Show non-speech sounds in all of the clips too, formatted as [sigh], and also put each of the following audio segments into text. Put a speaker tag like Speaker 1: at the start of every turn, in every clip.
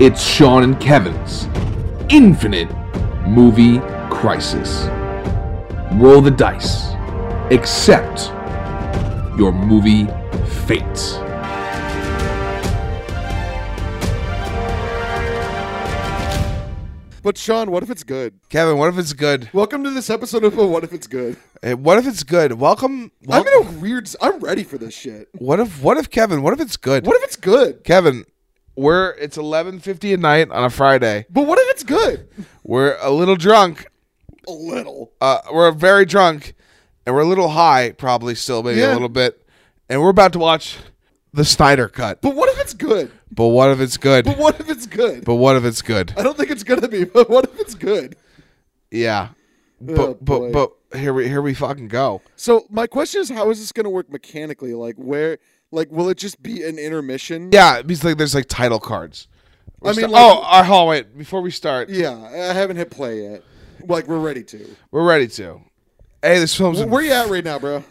Speaker 1: It's Sean and Kevin's Infinite Movie Crisis. Roll the dice. Accept your movie fate.
Speaker 2: But Sean, what if it's good?
Speaker 3: Kevin, what if it's good?
Speaker 2: Welcome to this episode of What If It's Good.
Speaker 3: Eh, What if it's good? Welcome.
Speaker 2: I'm
Speaker 3: wel-
Speaker 2: in a weird. s- I'm ready for this shit.
Speaker 3: what if what if Kevin? What if it's good?
Speaker 2: What if it's good?
Speaker 3: Kevin? We're it's eleven fifty at night on a Friday.
Speaker 2: But what if it's good?
Speaker 3: We're a little drunk.
Speaker 2: A little.
Speaker 3: Uh, we're very drunk, and we're a little high, probably still maybe
Speaker 2: Yeah.
Speaker 3: a little bit. And we're about to watch the Snyder Cut.
Speaker 2: But what if it's good?
Speaker 3: But what if it's good?
Speaker 2: But what if it's good?
Speaker 3: But what if it's good?
Speaker 2: I don't think it's gonna be. But what if it's good?
Speaker 3: Yeah.
Speaker 2: Oh,
Speaker 3: But but
Speaker 2: boy.
Speaker 3: but here we here we fucking go.
Speaker 2: So my question is, how is this gonna work mechanically? Like where? Like will it just be an intermission?
Speaker 3: Yeah, it means like there's like title cards.
Speaker 2: I mean,
Speaker 3: Sta-
Speaker 2: like-
Speaker 3: oh, our oh, wait, Before we start,
Speaker 2: Yeah. I haven't hit play yet. Like we're ready to.
Speaker 3: we're ready to. Hey, this film's. in-
Speaker 2: Where you at right now, bro?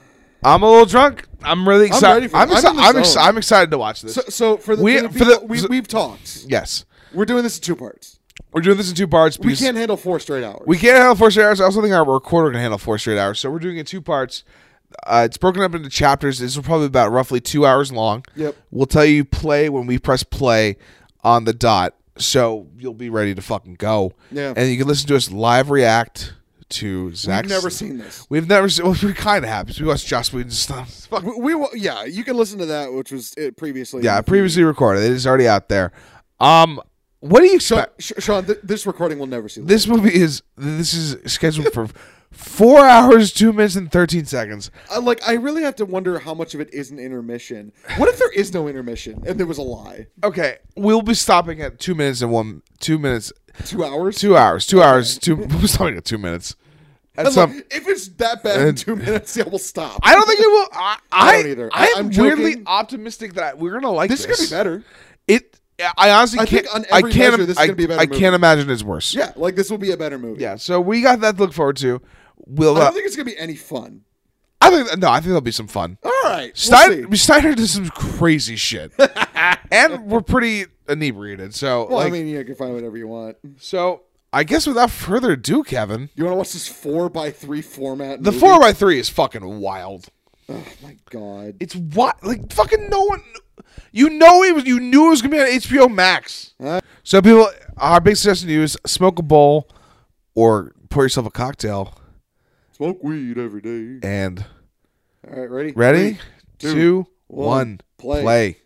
Speaker 3: I'm a little drunk. I'm really excited. I'm,
Speaker 2: ready for- I'm
Speaker 3: exci-
Speaker 2: in the
Speaker 3: I'm, exci-
Speaker 2: zone.
Speaker 3: I'm excited to watch this.
Speaker 2: So, so for the
Speaker 3: We-
Speaker 2: for the,
Speaker 3: for the-
Speaker 2: people- we,
Speaker 3: so-
Speaker 2: we've talked.
Speaker 3: yes,
Speaker 2: We're doing this in two parts.
Speaker 3: we're doing this in two parts.
Speaker 2: We
Speaker 3: Because
Speaker 2: can't handle four straight hours.
Speaker 3: we can't handle four straight hours. I also think our recorder can handle four straight hours. So we're doing it in two parts. Uh, it's broken up into chapters. This will probably be about roughly two hours long.
Speaker 2: Yep.
Speaker 3: We'll tell you play when we press play on the dot, so you'll be ready to fucking go.
Speaker 2: Yeah.
Speaker 3: And you can listen to us live react to Zach.
Speaker 2: I've never seen this.
Speaker 3: We've never seen. Well, we kind of have. 'cause We watched Joss Whedon's stuff. Fuck.
Speaker 2: We, we wa- yeah, you can listen to that, which was it previously.
Speaker 3: Yeah, previously recorded. It is already out there. Um, what do you
Speaker 2: Sean,
Speaker 3: expect?
Speaker 2: Uh, Sh- Sean th- this recording will never see.
Speaker 3: This movie is this is scheduled for [laughs] four hours, two minutes, and thirteen seconds.
Speaker 2: I, like, I really have to wonder how much of it is an intermission. What if there is no intermission and there was a lie?
Speaker 3: Okay, we'll be stopping at two minutes and one two minutes,
Speaker 2: Two hours.
Speaker 3: two hours, two hours, two. [laughs] We'll be stopping at two minutes. At
Speaker 2: And
Speaker 3: some,
Speaker 2: look, if it's that bad in two minutes, yeah, we'll stop.
Speaker 3: I don't think it will. I, I,
Speaker 2: don't either. I-
Speaker 3: I, am
Speaker 2: I'm
Speaker 3: weirdly
Speaker 2: joking.
Speaker 3: optimistic that we're gonna like
Speaker 2: this
Speaker 3: this.
Speaker 2: is gonna be better.
Speaker 3: It. I honestly
Speaker 2: I
Speaker 3: can't.
Speaker 2: think on
Speaker 3: I
Speaker 2: every
Speaker 3: can't.
Speaker 2: measure, this is
Speaker 3: I,
Speaker 2: gonna be a better
Speaker 3: I
Speaker 2: movie.
Speaker 3: can't imagine it's worse.
Speaker 2: Yeah, like this will be a better movie.
Speaker 3: Yeah. So we got that to look forward to. We'll.
Speaker 2: I
Speaker 3: Uh,
Speaker 2: don't think it's gonna be any fun.
Speaker 3: I think. No. I think there'll be some fun.
Speaker 2: All right,
Speaker 3: Steiner,
Speaker 2: We'll see.
Speaker 3: Steiner does some
Speaker 2: [laughs]
Speaker 3: crazy shit, and we're pretty inebriated. So,
Speaker 2: Well,
Speaker 3: like,
Speaker 2: I mean, yeah, you can find whatever you want. You
Speaker 3: so I guess without further ado, Kevin,
Speaker 2: want to watch this four by three format?
Speaker 3: the
Speaker 2: movie?
Speaker 3: four by three is fucking wild.
Speaker 2: Oh my god.
Speaker 3: It's what like fucking no one. You know it was. You knew it was gonna be on HBO Max.
Speaker 2: Uh.
Speaker 3: so, people, our big suggestion to you is smoke a bowl or pour yourself a cocktail.
Speaker 2: Smoke weed every day.
Speaker 3: And
Speaker 2: All right, ready?
Speaker 3: ready,
Speaker 2: two,
Speaker 3: two,
Speaker 2: one,
Speaker 3: one,
Speaker 2: play.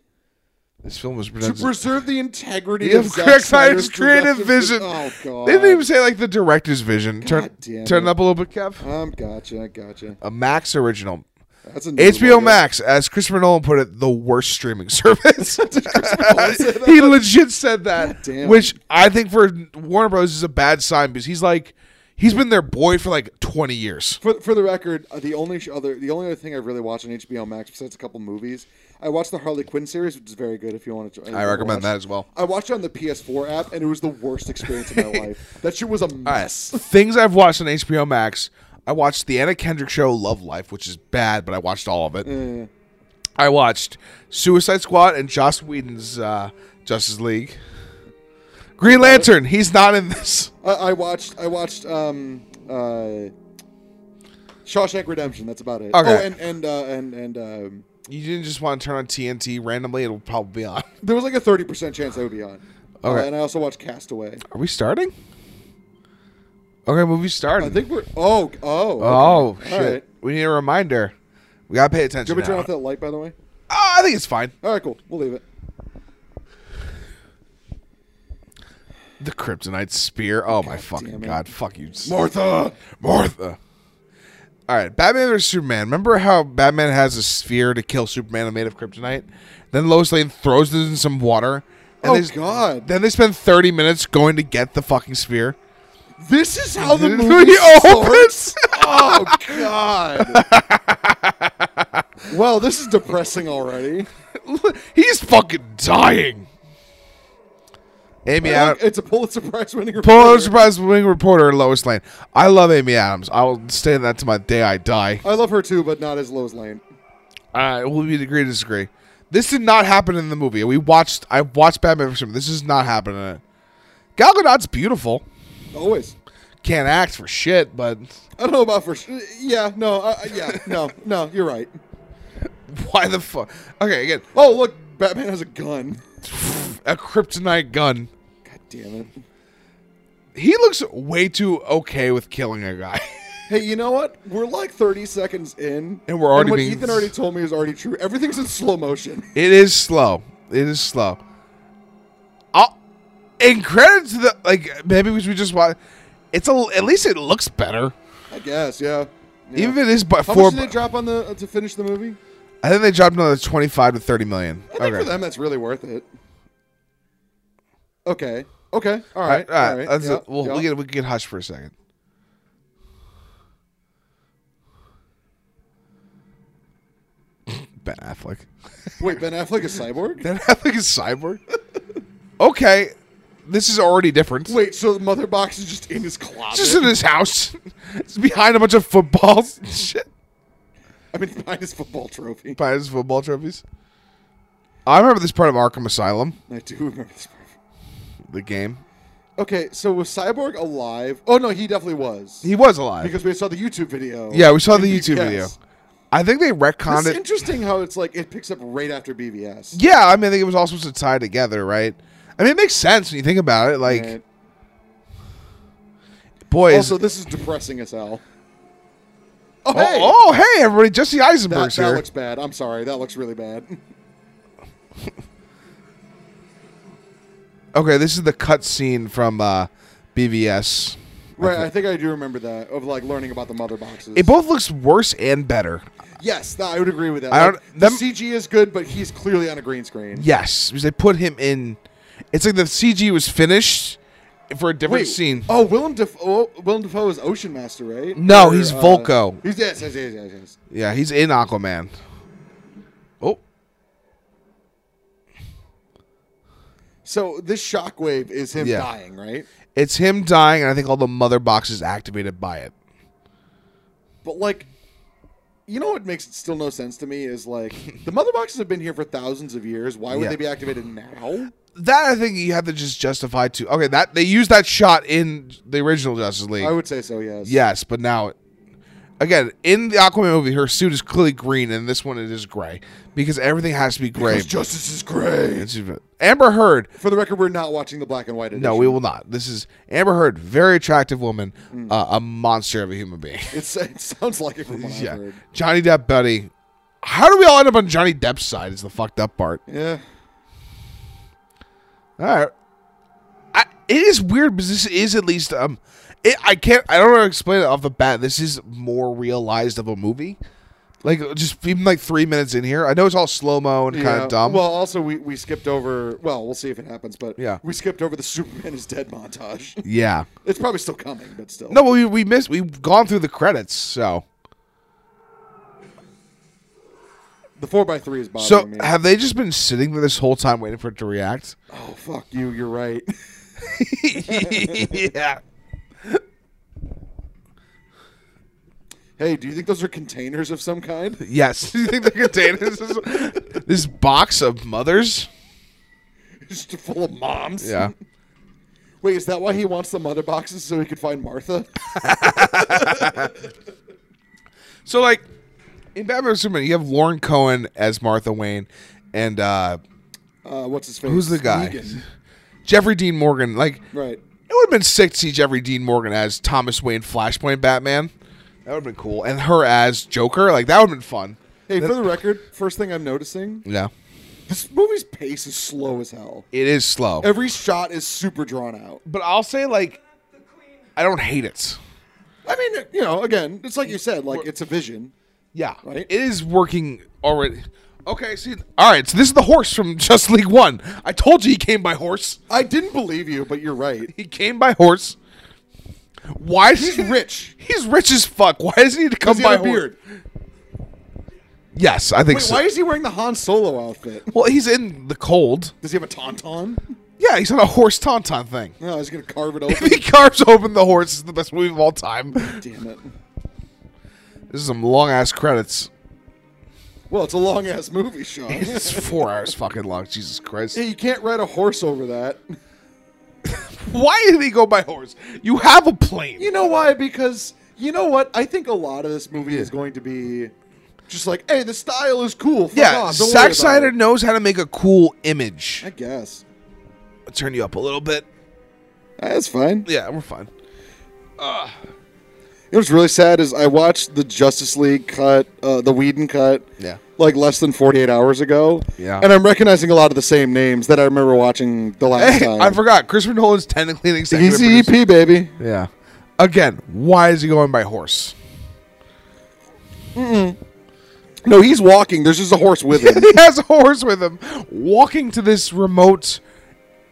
Speaker 3: This film was
Speaker 2: to
Speaker 3: presented.
Speaker 2: preserve the integrity
Speaker 3: Yeah,
Speaker 2: of
Speaker 3: Zack
Speaker 2: Zack
Speaker 3: Snyder's
Speaker 2: Snyder's
Speaker 3: creative
Speaker 2: productive-
Speaker 3: vision.
Speaker 2: Oh god.
Speaker 3: They didn't even say like the director's vision. Turn,
Speaker 2: God damn
Speaker 3: turn
Speaker 2: it.
Speaker 3: it up a little bit, Kev.
Speaker 2: um, gotcha, gotcha.
Speaker 3: A Max original.
Speaker 2: That's a new
Speaker 3: HBO
Speaker 2: one.
Speaker 3: Max, as Christopher Nolan put it, the worst streaming [laughs]
Speaker 2: [laughs]
Speaker 3: service.
Speaker 2: Nolan say that?
Speaker 3: [laughs] he legit said that,
Speaker 2: damn.
Speaker 3: which I think for Warner Bros is a bad sign because he's like, he's been their boy for like twenty years.
Speaker 2: For, for the record, uh, the only sh- other the only other thing I've really watched on HBO Max besides a couple movies, I watched the Harley Quinn series, which is very good. If you want to,
Speaker 3: I recommend that as well.
Speaker 2: I watched it on the PS4 app, and it was the worst experience of
Speaker 3: [laughs]
Speaker 2: my life. That shit was a mess.
Speaker 3: Things I've watched on HBO Max. I watched the Anna Kendrick show Love Life, which is bad, but I watched all of it.
Speaker 2: Mm.
Speaker 3: I watched Suicide Squad and Joss Whedon's uh, Justice League. Green Lantern, he's not in this.
Speaker 2: I, I watched I watched um uh Shawshank Redemption. That's about it. Oh,
Speaker 3: Okay.
Speaker 2: and and uh, and and um,
Speaker 3: You didn't just want to turn on TNT randomly, it'll probably be on.
Speaker 2: there was like a thirty percent chance I would be on. Uh,
Speaker 3: Okay.
Speaker 2: and I also watched Castaway.
Speaker 3: Are we starting? Okay, movie started.
Speaker 2: I think we're oh oh
Speaker 3: Oh
Speaker 2: okay.
Speaker 3: shit.
Speaker 2: All right.
Speaker 3: We need a reminder. We gotta pay
Speaker 2: Do
Speaker 3: attention.
Speaker 2: you want me to turn
Speaker 3: now.
Speaker 2: off that light by the way?
Speaker 3: Oh, I think it's fine.
Speaker 2: All right, cool. We'll leave it.
Speaker 3: The kryptonite spear. Oh my fucking
Speaker 2: damn it.
Speaker 3: god. Fuck you.
Speaker 2: Martha.
Speaker 3: Martha. All right, Batman vs Superman. Remember how Batman has a sphere to kill Superman made of kryptonite? Then Lois Lane throws it in some water.
Speaker 2: Oh,
Speaker 3: they s-
Speaker 2: God.
Speaker 3: Then they spend thirty minutes going to get the fucking sphere.
Speaker 2: This is Oh, how
Speaker 3: [laughs]
Speaker 2: the
Speaker 3: It
Speaker 2: movie [laughs] starts.
Speaker 3: reopens.
Speaker 2: oh god. well, this is depressing already.
Speaker 3: [laughs] He's fucking dying. Amy Adams,
Speaker 2: It's a Pulitzer Prize winning.
Speaker 3: Pulitzer Prize winning reporter Lois Lane. I love Amy Adams. I will stay that to my day I die.
Speaker 2: I love her too, but not as Lois Lane.
Speaker 3: Uh, will we agree to disagree? This did not happen in the movie. We watched. I watched Batman vs. Superman. This is not happening. in it. Gal Gadot's beautiful.
Speaker 2: Always.
Speaker 3: Can't act for shit, but [laughs]
Speaker 2: I don't know about for sure. Yeah, no, uh, uh, yeah, no, no, you're right.
Speaker 3: why the fuck? Okay, again,
Speaker 2: Oh, look, Batman has a gun.
Speaker 3: a kryptonite gun.
Speaker 2: God damn it.
Speaker 3: He looks way too okay with killing a guy. [laughs]
Speaker 2: Hey, you know what? We're like 30 seconds in.
Speaker 3: And we're already
Speaker 2: what
Speaker 3: being-
Speaker 2: Ethan already told me is already true. Everything's in slow motion.
Speaker 3: It is slow. It is slow. I'll, in credit to the like, maybe we should just watch. It's a at least it looks better.
Speaker 2: I guess, yeah. Yeah.
Speaker 3: Even if it is by
Speaker 2: How
Speaker 3: four.
Speaker 2: much did they drop on the uh, to finish the movie?
Speaker 3: I think they dropped another twenty five to thirty million.
Speaker 2: I think for them that's really worth it. Okay. Okay. All
Speaker 3: All right,
Speaker 2: right.
Speaker 3: all right.
Speaker 2: right.
Speaker 3: That's
Speaker 2: Yeah,
Speaker 3: it. Well,
Speaker 2: yeah.
Speaker 3: we can we can hush for a second. [laughs] ben Affleck. [laughs]
Speaker 2: Wait, Ben Affleck is cyborg?
Speaker 3: Ben Affleck is cyborg. [laughs] okay, this is already different.
Speaker 2: Wait, so the mother box is just in his closet?
Speaker 3: it's just in his house. [laughs] it's behind a bunch of footballs. and [laughs] Shit,
Speaker 2: I mean, behind his football trophy.
Speaker 3: behind his football trophies. I remember this part of Arkham Asylum,
Speaker 2: I do remember this part.
Speaker 3: the game.
Speaker 2: Okay, so was Cyborg alive? Oh no, he definitely was.
Speaker 3: He was alive.
Speaker 2: because we saw the YouTube video.
Speaker 3: yeah, we saw
Speaker 2: [laughs]
Speaker 3: the
Speaker 2: Yes.
Speaker 3: YouTube video. I think they retconned
Speaker 2: It's
Speaker 3: it.
Speaker 2: interesting how it's like it picks up right after BVS.
Speaker 3: Yeah, I mean, I think it was all supposed to tie together, right? I mean, it makes sense when you think about it. Like,
Speaker 2: Right.
Speaker 3: boy, is-
Speaker 2: Also, this is depressing as hell. Oh,
Speaker 3: oh,
Speaker 2: hey,
Speaker 3: oh, hey, everybody, Jesse
Speaker 2: that,
Speaker 3: Eisenberg's
Speaker 2: that
Speaker 3: here.
Speaker 2: looks bad. I'm sorry, that looks really bad.
Speaker 3: okay, this is the cut scene from uh, BVS.
Speaker 2: [laughs] right, I think I do remember that of like learning about the mother boxes.
Speaker 3: It both looks worse and better.
Speaker 2: yes, that, I would agree with that.
Speaker 3: I
Speaker 2: Like,
Speaker 3: don't-
Speaker 2: the
Speaker 3: them-
Speaker 2: CG is good, but he's clearly on a green screen.
Speaker 3: Yes, because they put him in. It's like the CG was finished for a different
Speaker 2: Wait,
Speaker 3: scene.
Speaker 2: Oh, Willem Dafoe, Willem Dafoe is Ocean Master, right? uh,
Speaker 3: No, he's Volko.
Speaker 2: He's yes, yes, yes, yes, yes.
Speaker 3: Yeah, he's in Aquaman. Oh,
Speaker 2: So this shockwave is him
Speaker 3: Yeah.
Speaker 2: dying, right?
Speaker 3: it's him dying, and I think all the mother boxes activated by it.
Speaker 2: But like, you know what makes still no sense to me is like
Speaker 3: [laughs]
Speaker 2: the mother boxes have been here for thousands of years. Why would
Speaker 3: Yeah.
Speaker 2: they be activated now?
Speaker 3: That I think you have to just justify to okay that they used that shot in the original Justice League.
Speaker 2: I would say so. Yes.
Speaker 3: yes, but now again in the Aquaman movie, her suit is clearly green, and this one it is gray because everything has to be gray.
Speaker 2: Because justice is great.
Speaker 3: It's- Amber Heard.
Speaker 2: For the record, we're not watching the black and white edition.
Speaker 3: No, we will not. This is Amber Heard, very attractive woman, uh, a monster of a human being.
Speaker 2: It's, it sounds like it from what
Speaker 3: [laughs] yeah,
Speaker 2: I've heard.
Speaker 3: Johnny Depp, Betty. How do we all end up on Johnny Depp's side? Is the fucked up part.
Speaker 2: Yeah.
Speaker 3: All right. I, it is weird, but this is at least um, it, I can't. I don't know how to explain it off the bat. This is more realized of a movie. Like just even like three minutes in here, I know it's all slow mo and kind
Speaker 2: Yeah.
Speaker 3: of dumb.
Speaker 2: Well, also we, we skipped over. Well, we'll see if it happens, but
Speaker 3: Yeah.
Speaker 2: we skipped over the Superman is dead montage.
Speaker 3: [laughs] yeah.
Speaker 2: it's probably still coming, but still.
Speaker 3: No, we we missed. We've gone through the credits, so
Speaker 2: the four x three is bothering
Speaker 3: so
Speaker 2: me.
Speaker 3: have they just been sitting there this whole time waiting for it to
Speaker 2: [laughs]
Speaker 3: react?
Speaker 2: oh fuck you! You're right. [laughs]
Speaker 3: yeah.
Speaker 2: hey, do you think those are containers of some kind? [laughs]
Speaker 3: Yes. [laughs] Do you think the containers? is- this box of mothers.
Speaker 2: just full of moms.
Speaker 3: Yeah.
Speaker 2: Wait, is that why he wants the mother boxes so he could find Martha?
Speaker 3: So like in Batman vs Superman, you have Lauren Cohen as Martha Wayne, and uh,
Speaker 2: Uh, what's his face?
Speaker 3: who's the guy?
Speaker 2: Negan.
Speaker 3: Jeffrey Dean Morgan. Like it
Speaker 2: Right.
Speaker 3: would have been sick to see Jeffrey Dean Morgan as Thomas Wayne Flashpoint Batman. That would have been cool, and her as Joker. Like that would have been fun.
Speaker 2: Hey, for the record, first thing I'm noticing,
Speaker 3: Yeah,
Speaker 2: this movie's pace is slow as hell.
Speaker 3: it is slow,
Speaker 2: Every shot is super drawn out.
Speaker 3: but I'll say like I don't hate it.
Speaker 2: I mean, you know, again, it's like you said, like it's a vision.
Speaker 3: Yeah,
Speaker 2: Right?
Speaker 3: It is working already. Okay, see, all right. So this is the horse from [laughs] Just League One. I told you he came by horse.
Speaker 2: I didn't believe you, but you're right.
Speaker 3: He came by horse. Why is [laughs]
Speaker 2: He's
Speaker 3: he
Speaker 2: rich.
Speaker 3: He's rich as fuck. Why does he need to come
Speaker 2: Does he
Speaker 3: by
Speaker 2: have a
Speaker 3: horse?
Speaker 2: beard?
Speaker 3: Yes, I think
Speaker 2: Wait,
Speaker 3: so.
Speaker 2: why is he wearing the Han Solo outfit?
Speaker 3: well, he's in the cold.
Speaker 2: Does he have a tauntaun?
Speaker 3: Yeah, he's on a horse tauntaun thing.
Speaker 2: No, he's gonna carve it
Speaker 3: [laughs] If [laughs]
Speaker 2: open.
Speaker 3: he carves open the horse, it's the best movie of all time.
Speaker 2: Damn it.
Speaker 3: This is some long ass credits.
Speaker 2: Well, it's a long ass movie,
Speaker 3: [laughs]
Speaker 2: Sean.
Speaker 3: It's four hours fucking long. Jesus Christ.
Speaker 2: Yeah, you can't ride a horse over that.
Speaker 3: Why did he go by horse? You have a plane.
Speaker 2: You know why? Because you know what? I think a lot of this movie is going to be just like, hey, the style is cool. Fuck
Speaker 3: yeah,
Speaker 2: off, don't worry
Speaker 3: Zack
Speaker 2: about
Speaker 3: Snyder
Speaker 2: it."
Speaker 3: knows how to make a cool image.
Speaker 2: I guess
Speaker 3: I'll turn you up a little bit.
Speaker 2: that's fine.
Speaker 3: Yeah, we're fine.
Speaker 2: You know what's really sad is I watched the Justice League cut, uh, the Whedon cut,
Speaker 3: Yeah.
Speaker 2: like less than 48 hours ago.
Speaker 3: Yeah.
Speaker 2: And I'm recognizing a lot of the same names that I remember watching the last
Speaker 3: Hey,
Speaker 2: time.
Speaker 3: I forgot. Christopher Nolan's technically an executive
Speaker 2: He's the
Speaker 3: producer.
Speaker 2: EP, baby.
Speaker 3: Yeah. Again, why is he going by horse?
Speaker 2: No, he's walking. There's just a horse with
Speaker 3: [laughs]
Speaker 2: him.
Speaker 3: he has a horse with him, walking to this remote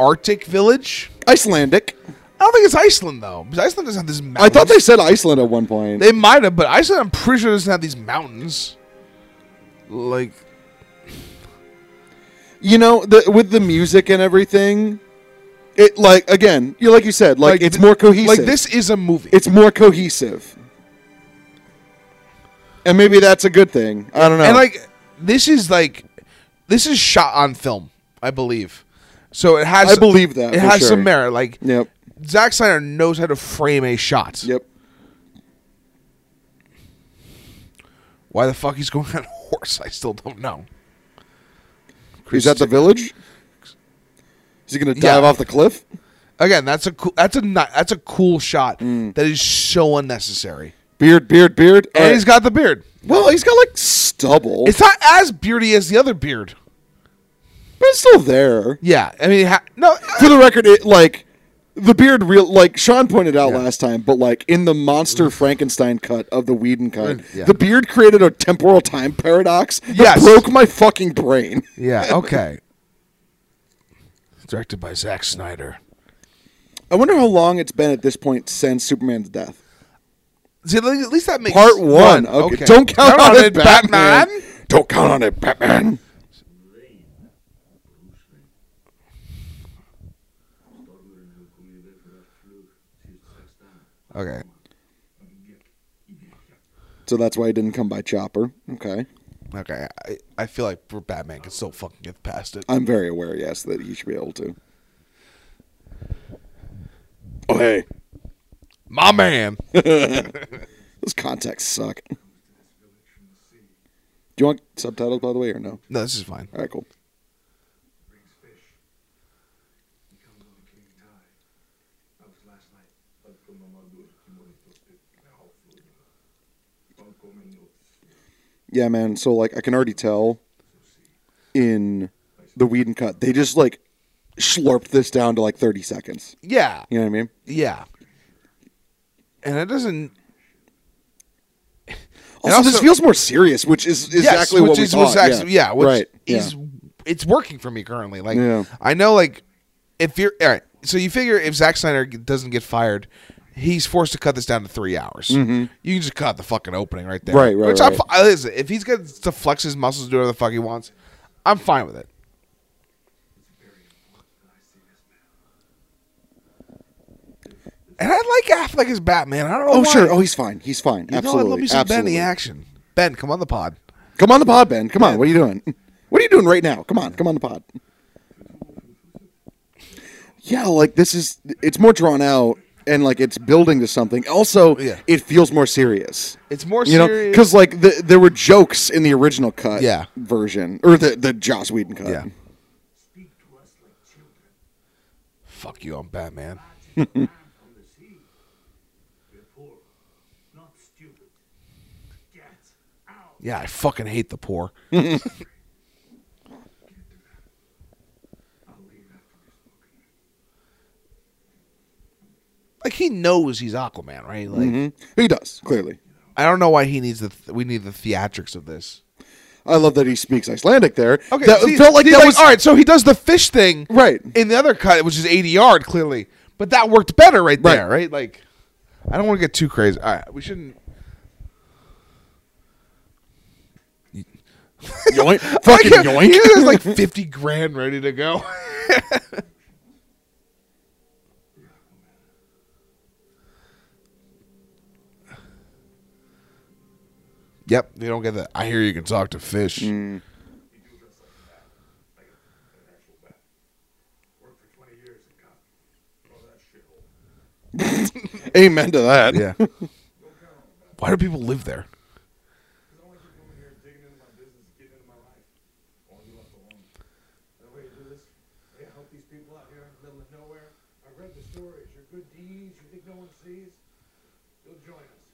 Speaker 3: Arctic village.
Speaker 2: Icelandic.
Speaker 3: I don't think it's Iceland though, because Iceland doesn't have this. Mountains.
Speaker 2: I thought they said Iceland at one point.
Speaker 3: they might have, but Iceland, I'm pretty sure doesn't have these mountains. Like,
Speaker 2: you know, the, with the music and everything, it like again, you like you said, like, it's
Speaker 3: th-
Speaker 2: more cohesive.
Speaker 3: Like this is a movie.
Speaker 2: it's more cohesive. And maybe that's a good thing. I don't know.
Speaker 3: And like this is like this is shot on film, I believe. So it has
Speaker 2: I believe that,
Speaker 3: It
Speaker 2: for
Speaker 3: has
Speaker 2: sure.
Speaker 3: some merit. Like
Speaker 2: yep,
Speaker 3: Zack Snyder knows how to frame a shot.
Speaker 2: yep.
Speaker 3: Why the fuck he's going [laughs] on a horse, I still don't know.
Speaker 2: He's at the village. Is he going to
Speaker 3: Yeah.
Speaker 2: dive off the cliff?
Speaker 3: Again, that's a cool that's a ni- that's a cool shot
Speaker 2: Mm.
Speaker 3: that is so unnecessary.
Speaker 2: Beard, beard, beard.
Speaker 3: And
Speaker 2: All right.
Speaker 3: he's got the beard.
Speaker 2: well, he's got like stubble,
Speaker 3: It's not as beardy as the other beard.
Speaker 2: but it's still there.
Speaker 3: Yeah, I mean, ha- no,
Speaker 2: For the record, it like the beard real like Sean pointed out
Speaker 3: Yeah.
Speaker 2: last time, but like in the monster Frankenstein cut of the Whedon cut,
Speaker 3: Yeah.
Speaker 2: the beard created a temporal time paradox that
Speaker 3: Yes.
Speaker 2: broke my fucking brain.
Speaker 3: yeah,
Speaker 2: [laughs]
Speaker 3: okay. Directed by Zack Snyder.
Speaker 2: I wonder how long it's been at this point since Superman's death.
Speaker 3: See, at least at least that makes
Speaker 2: Part one. Okay. Don't count on it, Batman.
Speaker 3: Batman.
Speaker 2: Don't count on it, Batman.
Speaker 3: Okay.
Speaker 2: So that's why he didn't come by Chopper. Okay.
Speaker 3: Okay. I, I feel like Batman can still fucking get past it.
Speaker 2: I'm very aware, yes, that he should be able to. Oh hey.
Speaker 3: My man.
Speaker 2: Those contacts suck. Do you want subtitles, by the way, or no?
Speaker 3: No, this is fine.
Speaker 2: All right, cool.
Speaker 4: brings fish. He comes on the king tide. That was last night.
Speaker 2: Yeah, man. So like, I can already tell in the Whedon cut, they just like slurped this down to like 30 seconds.
Speaker 3: Yeah.
Speaker 2: You know what I mean?
Speaker 3: Yeah. And it doesn't. And
Speaker 2: Also, this
Speaker 3: also-
Speaker 2: feels more serious, which is is
Speaker 3: Yes,
Speaker 2: exactly
Speaker 3: which
Speaker 2: what we
Speaker 3: is
Speaker 2: thought.
Speaker 3: what's actually, yeah. which
Speaker 2: right.
Speaker 3: is
Speaker 2: yeah.
Speaker 3: it's working for me currently. Like
Speaker 2: Yeah.
Speaker 3: I know, like if you're all right, so you figure if Zack Snyder g- doesn't get fired, he's forced to cut this down to three hours. You can just cut the fucking opening right there,
Speaker 2: Mm-hmm. Right, right,
Speaker 3: Which I'm
Speaker 2: right.
Speaker 3: fi- I, listen, if he's got to flex his muscles, do whatever the fuck he wants, I'm fine with it. And I like Affleck as Batman. I don't know.
Speaker 2: Oh
Speaker 3: why.
Speaker 2: sure. Oh, he's fine. He's fine.
Speaker 3: You know, I
Speaker 2: Absolutely.
Speaker 3: love me some
Speaker 2: Absolutely.
Speaker 3: Benny action. Ben, come on the pod.
Speaker 2: Come on the pod, Ben. Come on. What are you doing? [laughs] What are you doing right now? Come on. Come on the pod. Yeah, like this is it's more drawn out and like it's building to something. Also,
Speaker 3: Yeah.
Speaker 2: it feels more serious.
Speaker 3: It's more
Speaker 2: You know,
Speaker 3: serious.
Speaker 2: because like the, there were jokes in the original cut
Speaker 3: Yeah.
Speaker 2: version or the the Joss Whedon cut.
Speaker 3: Yeah. Fuck you, I'm Batman.
Speaker 4: From the sea. We're poor, not stupid. Get out.
Speaker 3: Yeah, I fucking hate the [laughs] poor.
Speaker 4: I'll leave after this booking.
Speaker 3: like he knows he's Aquaman, right? Like
Speaker 2: Mhm. He does clearly.
Speaker 3: I don't know why he needs the th- we need the theatrics of this.
Speaker 2: I love that he speaks Icelandic there.
Speaker 3: Okay,
Speaker 2: that
Speaker 3: see-
Speaker 2: felt like
Speaker 3: see,
Speaker 2: that was
Speaker 3: all right. So he does the fish thing, [laughs]
Speaker 2: Right.
Speaker 3: In the other cut, which is eighty yard, clearly, but that worked better right
Speaker 2: Right.
Speaker 3: there, right? Like, I don't want to get too crazy. All right, we shouldn't.
Speaker 2: yoink, fucking
Speaker 3: [laughs] Like, He
Speaker 2: yoink.
Speaker 3: has like fifty grand ready to go. [laughs] Yep, they don't get that. I hear you can talk to fish.
Speaker 4: He do just like a bat, like a, an actual bat. Worked for 20 years in cop. Oh, that shithole.
Speaker 2: Amen to that.
Speaker 3: Yeah. [laughs] Why do people live there?
Speaker 4: Because I want to keep coming here, digging into my business, getting into my life. I want to be left alone. The way you do this, way to help these people out here in the middle of nowhere. I've read the stories. Your good deeds, you think no one sees? You'll join us.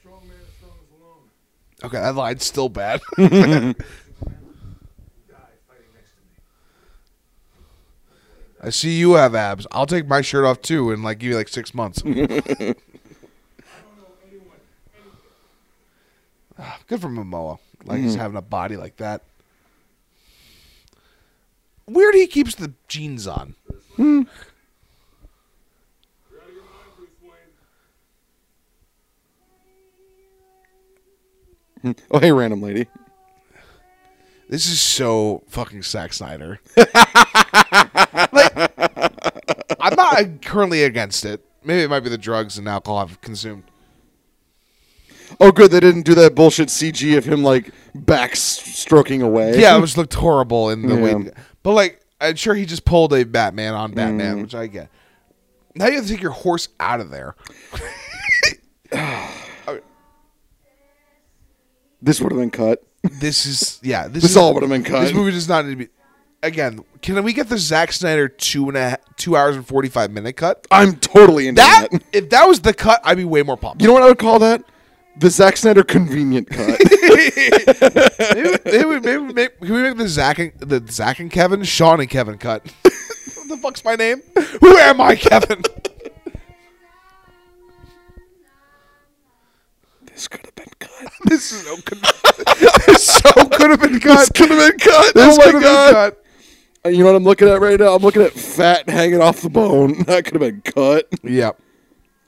Speaker 4: Strong man is strong as alone.
Speaker 3: Okay, that line's still [laughs] bad.
Speaker 4: Superman, you die fighting next to me.
Speaker 3: I see you have abs. I'll take my shirt off too in like give you like six [laughs] months.
Speaker 4: I don't know anyone, anything.
Speaker 3: Ah, Good for Momoa. Like he's having a body like that. Weird he keeps the jeans on.
Speaker 4: You're out of your mind, Bruce Wayne.
Speaker 2: Oh, hey, random lady.
Speaker 3: This is so fucking Zack Snyder. like, I'm not currently against it. Maybe it might be the drugs and alcohol I've consumed.
Speaker 2: Oh, good. They didn't do that bullshit CG of him like back s- stroking away.
Speaker 3: Yeah, it was looked horrible in the
Speaker 2: Yeah.
Speaker 3: way. But like, I'm sure he just pulled a Batman on Batman, which I get. Now you have to take your horse out of there.
Speaker 2: This would have been cut.
Speaker 3: This is yeah. This,
Speaker 2: This
Speaker 3: is,
Speaker 2: all would have been cut.
Speaker 3: This movie does not need to be. Again, can we get the Zack Snyder two and a ha- two hours and forty five minute cut?
Speaker 2: I'm totally into
Speaker 3: That
Speaker 2: that.
Speaker 3: if that was the cut, I'd be way more pumped.
Speaker 2: You know what I would call that? The Zack Snyder convenient cut.
Speaker 3: maybe, maybe, maybe, we make- can we make the Zach and the Zach and Kevin, Sean and Kevin cut? [laughs] what the fuck's my name? Who am I, Kevin?
Speaker 2: [laughs]
Speaker 3: [laughs]
Speaker 2: this could have been cut.
Speaker 3: this is so could, this so could have been cut.
Speaker 2: This could have been cut.
Speaker 3: This
Speaker 2: oh my
Speaker 3: could have been
Speaker 2: god.
Speaker 3: cut.
Speaker 2: Uh, You know what I'm looking at right now? I'm looking at fat hanging off the bone. [laughs] That could have been cut.
Speaker 3: Yep.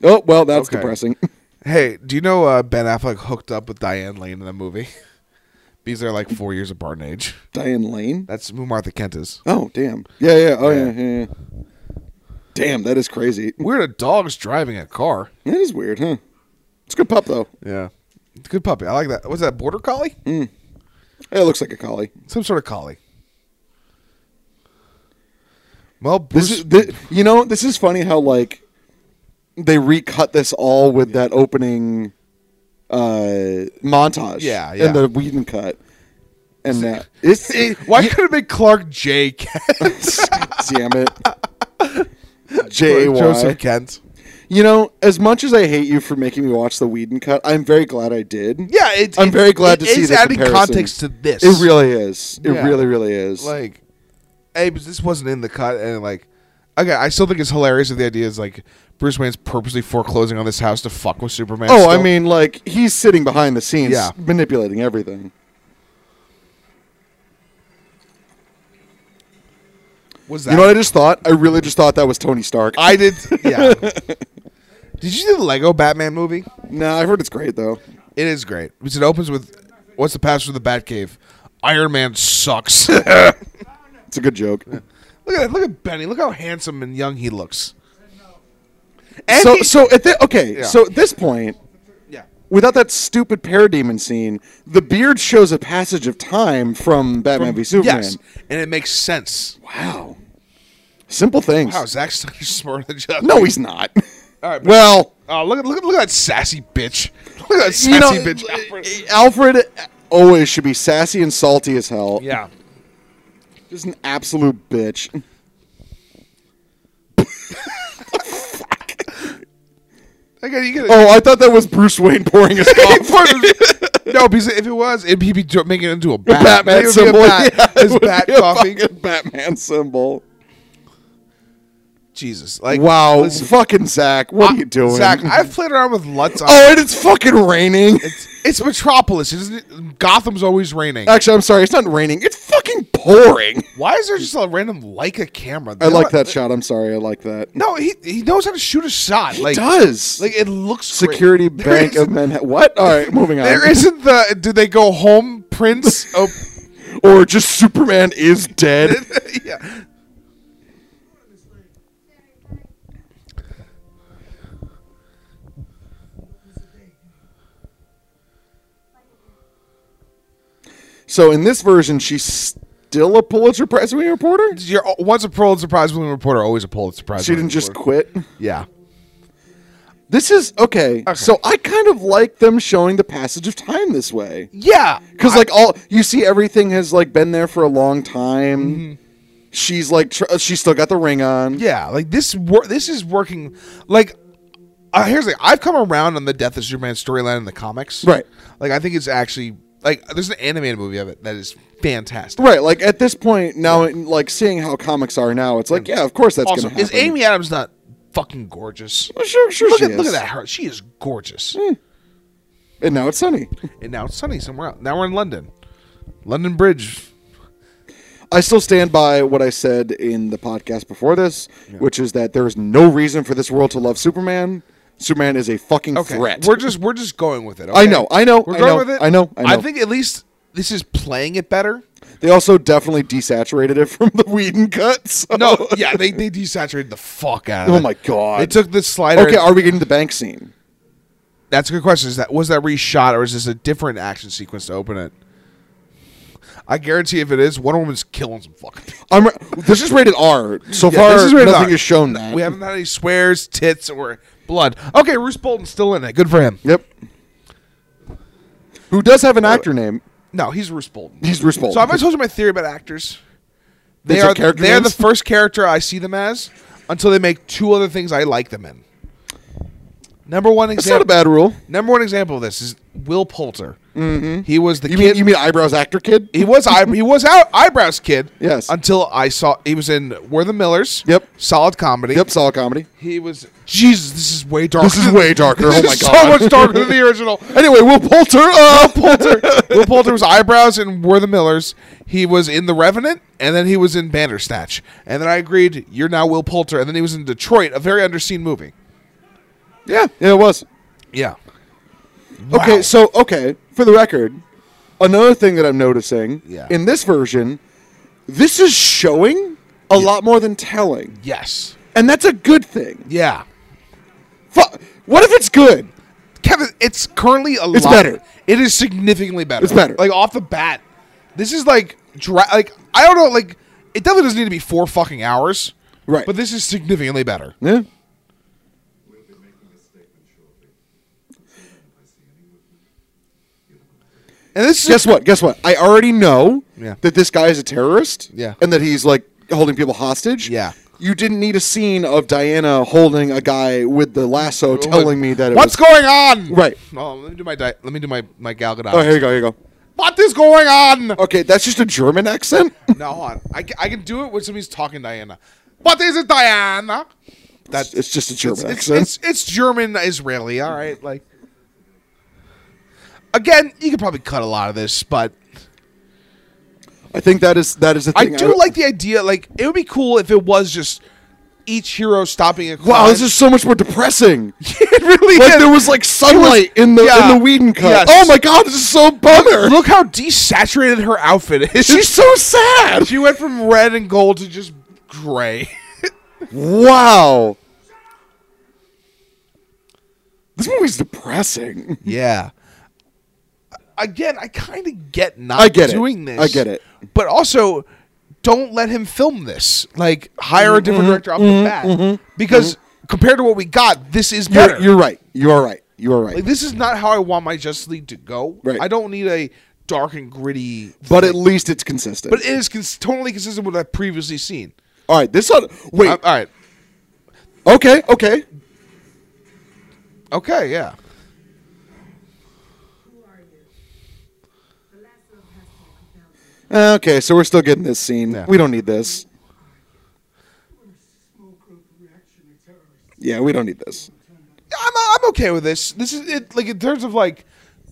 Speaker 2: Oh well, that's
Speaker 3: Okay.
Speaker 2: depressing. [laughs]
Speaker 3: Hey, do you know uh, Ben Affleck hooked up with Diane Lane in the movie? [laughs] Because they're like four years apart in age.
Speaker 2: Diane Lane.
Speaker 3: That's who Martha Kent is.
Speaker 2: Oh damn. Yeah yeah. Oh
Speaker 3: Yeah.
Speaker 2: yeah. yeah, yeah. Damn, that is crazy.
Speaker 3: Weird, a dog's driving a car.
Speaker 2: That is weird, huh? It's a good pup though.
Speaker 3: Yeah. Good puppy. I like that. What's that, border collie?
Speaker 2: It looks like a collie.
Speaker 3: Some sort of collie. Well, Bruce,
Speaker 2: This is thi- you know this is funny how like they recut this all with that opening uh montage.
Speaker 3: Yeah, yeah.
Speaker 2: And the Whedon cut. And that
Speaker 3: [laughs]
Speaker 2: it's it,
Speaker 3: eh, Why
Speaker 2: [laughs]
Speaker 3: could it make Clark J. [laughs] Kent?
Speaker 2: damn it.
Speaker 3: [laughs]
Speaker 2: J
Speaker 3: Joseph Kent.
Speaker 2: You know, as much as I hate you for making me watch the Whedon cut, I'm very glad I did.
Speaker 3: Yeah, it,
Speaker 2: I'm
Speaker 3: it-
Speaker 2: very glad
Speaker 3: it
Speaker 2: to see
Speaker 3: is
Speaker 2: the
Speaker 3: adding
Speaker 2: comparison.
Speaker 3: context to this.
Speaker 2: It really is. It
Speaker 3: Yeah.
Speaker 2: really, really is.
Speaker 3: like, hey, but this wasn't in the cut, and like, okay, I still think it's hilarious that the idea is like Bruce Wayne's purposely foreclosing on this house to fuck with Superman.
Speaker 2: oh, I
Speaker 3: still.
Speaker 2: mean, like he's sitting behind the scenes,
Speaker 3: Yeah.
Speaker 2: manipulating everything.
Speaker 3: was that?
Speaker 2: You know what I just thought? I really just thought that was Tony Stark.
Speaker 3: I did. [laughs] Yeah. did you see the Lego Batman movie?
Speaker 2: nah, I've heard it's great though.
Speaker 3: It is great. Because it opens with, what's the password of the Batcave? Iron Man sucks. [laughs] look
Speaker 2: It's a good joke.
Speaker 3: at look at Benny. Look how handsome and young he looks. And
Speaker 2: So,
Speaker 3: he-
Speaker 2: so at the okay,
Speaker 3: Yeah.
Speaker 2: so at this point,
Speaker 3: yeah.
Speaker 2: without that stupid parademon scene, the beard shows a passage of time from Batman v Superman.
Speaker 3: Yes, and it makes sense.
Speaker 2: Wow, simple things.
Speaker 3: Wow, [laughs] Zack Snyder's smarter than Jeff.
Speaker 2: No, he's not.
Speaker 3: [laughs] All right, well,
Speaker 2: well,
Speaker 3: oh, look at look at look at that sassy bitch. Look at that sassy
Speaker 2: you know,
Speaker 3: bitch.
Speaker 2: Alfred. Alfred always should be sassy and salty as hell.
Speaker 3: Yeah.
Speaker 2: Just an absolute bitch.
Speaker 3: Again, you get
Speaker 2: Oh, I thought that was Bruce Wayne pouring
Speaker 3: [laughs]
Speaker 2: his coffee.
Speaker 3: no, because if it was, it'd, he'd be do- making it into a bat.
Speaker 2: Batman
Speaker 3: It would be a
Speaker 2: symbol.
Speaker 3: bat.
Speaker 2: [laughs] Yeah, it
Speaker 3: His
Speaker 2: would
Speaker 3: bat
Speaker 2: be a
Speaker 3: coffee.
Speaker 2: fucking Batman symbol.
Speaker 3: Jesus, like
Speaker 2: Wow,
Speaker 3: listen, Uh,
Speaker 2: fucking Zach, what are you doing?
Speaker 3: Zach, I've played around with Lutz. On,
Speaker 2: oh, and it's fucking raining.
Speaker 3: [laughs] it's, it's Metropolis. Isn't it? Gotham's always raining.
Speaker 2: Actually, I'm sorry, it's not raining. It's fucking pouring.
Speaker 3: Why is there just a random Leica camera?
Speaker 2: I like that shot. I'm sorry, I like that.
Speaker 3: No, he he knows how to shoot a shot.
Speaker 2: He
Speaker 3: like
Speaker 2: does.
Speaker 3: Like it looks great.
Speaker 2: Security
Speaker 3: There
Speaker 2: Bank of
Speaker 3: isn't-
Speaker 2: Manhattan. What? All right, moving on.
Speaker 3: There isn't the. Did they go home, Prince? Oh,
Speaker 2: or just Superman is dead.
Speaker 3: yeah.
Speaker 4: Who's the day?
Speaker 5: Like
Speaker 2: So in this version, she's still a Pulitzer Prize winning reporter.
Speaker 3: You're al- once a Pulitzer Prize winning reporter, always a Pulitzer Prize.
Speaker 2: She
Speaker 3: winning
Speaker 2: didn't just
Speaker 3: reporter.
Speaker 2: quit.
Speaker 3: Yeah.
Speaker 2: This is okay, So I kind of like them showing the passage of time this way.
Speaker 3: Yeah.
Speaker 2: Because like all you see, everything has like been there for a long time. She's like tr- uh, she's still got the ring on.
Speaker 3: Mm-hmm. Yeah, like this. Wor- this is working. Like, uh, here's the thing. I've come around on the death of Superman storyline in the comics.
Speaker 2: Right.
Speaker 3: Like, I think it's actually like there's an animated movie of it that is fantastic.
Speaker 2: Right, like at this point now, in- like seeing how comics are now, it's like, yeah, of course that's
Speaker 3: Also,
Speaker 2: gonna happen.
Speaker 3: is Amy Adams not fucking gorgeous?
Speaker 2: Sure, sure,
Speaker 3: Look
Speaker 2: she
Speaker 3: at look
Speaker 2: is.
Speaker 3: at that. Her, she is gorgeous.
Speaker 2: And now it's sunny.
Speaker 3: And now it's sunny somewhere else. Now we're in London, London Bridge.
Speaker 2: I still stand by what I said in the podcast before this, which is that there is no reason for this world to love Superman. Superman is a fucking
Speaker 3: Okay,
Speaker 2: threat.
Speaker 3: we're just we're just going with it.
Speaker 2: I
Speaker 3: okay?
Speaker 2: know, I know,
Speaker 3: We're
Speaker 2: I
Speaker 3: going
Speaker 2: know,
Speaker 3: with it.
Speaker 2: I know, I know.
Speaker 3: think at least this is playing it
Speaker 2: [laughs]
Speaker 3: better.
Speaker 2: they also definitely desaturated it from the Whedon cut. so- [laughs]
Speaker 3: No, yeah, they, they desaturated the fuck out of it.
Speaker 2: Oh my god.
Speaker 3: They took the slider.
Speaker 2: Okay,
Speaker 3: and-
Speaker 2: are we getting the bank scene?
Speaker 3: That's a good question. Is that was that reshot or is this a different action sequence to open it? I guarantee if it is, Wonder Woman's killing some fucking. people.
Speaker 2: I'm. Re- this is rated R. So
Speaker 3: Yeah,
Speaker 2: far,
Speaker 3: this is rated
Speaker 2: nothing
Speaker 3: R.
Speaker 2: is shown that.
Speaker 3: We haven't had any swears, tits, or blood. Okay, Bruce Bolton's still in it. Good for him.
Speaker 2: Yep. Who does have an actor name?
Speaker 3: No, he's Bruce Bolton.
Speaker 2: He's Bruce Bolton.
Speaker 3: So I've always told you my theory about actors. They
Speaker 2: These are
Speaker 3: are
Speaker 2: character
Speaker 3: they are the
Speaker 2: names?
Speaker 3: first character I see them as until they make two other things I like them in. Number one
Speaker 2: That's not a
Speaker 3: example.
Speaker 2: bad rule.
Speaker 3: Number one example of this is Will Poulter. Mm-hmm. He was the
Speaker 2: You
Speaker 3: kid.
Speaker 2: mean, you mean eyebrows actor kid?
Speaker 3: He was eye, he was out eyebrows kid.
Speaker 2: Yes.
Speaker 3: Until I saw he was in We're the Millers.
Speaker 2: Yep.
Speaker 3: Solid comedy.
Speaker 2: Yep, solid
Speaker 3: [laughs]
Speaker 2: comedy.
Speaker 3: He was Jesus. This is way darker.
Speaker 2: This is way darker.
Speaker 3: [laughs] This
Speaker 2: Oh my
Speaker 3: is
Speaker 2: god.
Speaker 3: So much darker than
Speaker 2: [laughs]
Speaker 3: the original.
Speaker 2: Anyway, Will Poulter. Uh, Poulter.
Speaker 3: Will Poulter was eyebrows in We're the Millers. He was in The Revenant, and then he was in Bandersnatch. And then I agreed, you're now Will Poulter. And then he was in Detroit, a very underseen movie.
Speaker 2: yeah, yeah, it was.
Speaker 3: Yeah.
Speaker 2: Okay,
Speaker 3: Wow.
Speaker 2: so okay, for the record, another thing that I'm noticing
Speaker 3: Yeah.
Speaker 2: in this version, this is showing a lot more than telling,
Speaker 3: Yes.
Speaker 2: and that's a good thing.
Speaker 3: Yeah.
Speaker 2: Fu- what if it's good?
Speaker 3: Kevin, it's currently a
Speaker 2: It's
Speaker 3: lot
Speaker 2: better.
Speaker 3: It is significantly better.
Speaker 2: It's better.
Speaker 3: Like off the bat, this is like dra- like I don't know. Like it definitely doesn't need to be four fucking hours.
Speaker 2: Right.
Speaker 3: But this is significantly better.
Speaker 2: Yeah.
Speaker 4: We'll be making a statement shortly. If I see any movement,
Speaker 3: And this is
Speaker 2: Guess what? Guess what? I already know
Speaker 3: Yeah.
Speaker 2: that this guy is a terrorist.
Speaker 3: Yeah.
Speaker 2: And that he's like holding people hostage.
Speaker 3: Yeah.
Speaker 2: You didn't need a scene of Diana holding a guy with the lasso telling me that it
Speaker 3: what's
Speaker 2: was.
Speaker 3: going on.
Speaker 2: Right.
Speaker 3: Oh, let me do my di- let me do my my Gal Gadot.
Speaker 2: Oh, here you go. Here you go.
Speaker 3: What is going on?
Speaker 2: Okay, that's just a German accent.
Speaker 3: no, hold on. I, ca- I can do it when somebody's talking Diana. What is it, Diana?
Speaker 2: That's it's just a German
Speaker 3: it's,
Speaker 2: accent.
Speaker 3: it's it's German Israeli. All right, like again, you could probably cut a lot of this, but
Speaker 2: I think that is that is the
Speaker 3: I
Speaker 2: thing.
Speaker 3: do like the idea. Like it would be cool if it was just each hero stopping a.
Speaker 2: Wow,
Speaker 3: crime.
Speaker 2: this is so much more depressing.
Speaker 3: [laughs] it really
Speaker 2: Like
Speaker 3: is.
Speaker 2: there was like sunlight in the
Speaker 3: yeah.
Speaker 2: in the Whedon cut.
Speaker 3: Yes.
Speaker 2: Oh my god, this is so bummer.
Speaker 3: Look how desaturated her outfit is.
Speaker 2: She's so sad.
Speaker 3: [laughs] she went from red and gold to just gray.
Speaker 2: Wow. This movie's depressing.
Speaker 3: Yeah. Again, I kind of get not
Speaker 2: I get it.
Speaker 3: doing this.
Speaker 2: I get it.
Speaker 3: But also, don't let him film this. Like, hire a
Speaker 2: Mm-hmm.
Speaker 3: different director off the bat. Because compared to what we got, this is better.
Speaker 2: You're, Mm-hmm. you're right. You are right. You are right.
Speaker 3: like, this is not how I want my Justice League to go.
Speaker 2: Right.
Speaker 3: I don't need a dark and gritty.
Speaker 2: but at least it's consistent.
Speaker 3: But it is cons- totally consistent with what I've previously seen.
Speaker 2: all right, this on wait.
Speaker 3: Uh, all right.
Speaker 2: okay, okay.
Speaker 3: Okay, yeah.
Speaker 6: Who are you? The last little passport I found you.
Speaker 2: Uh, Okay, so we're still getting this scene.
Speaker 3: Yeah.
Speaker 2: We don't need this.
Speaker 4: we're a small group of reactionary terrorists.
Speaker 2: Yeah, we don't need this.
Speaker 3: I'm, uh, I'm okay with this. This is it. Like in terms of like,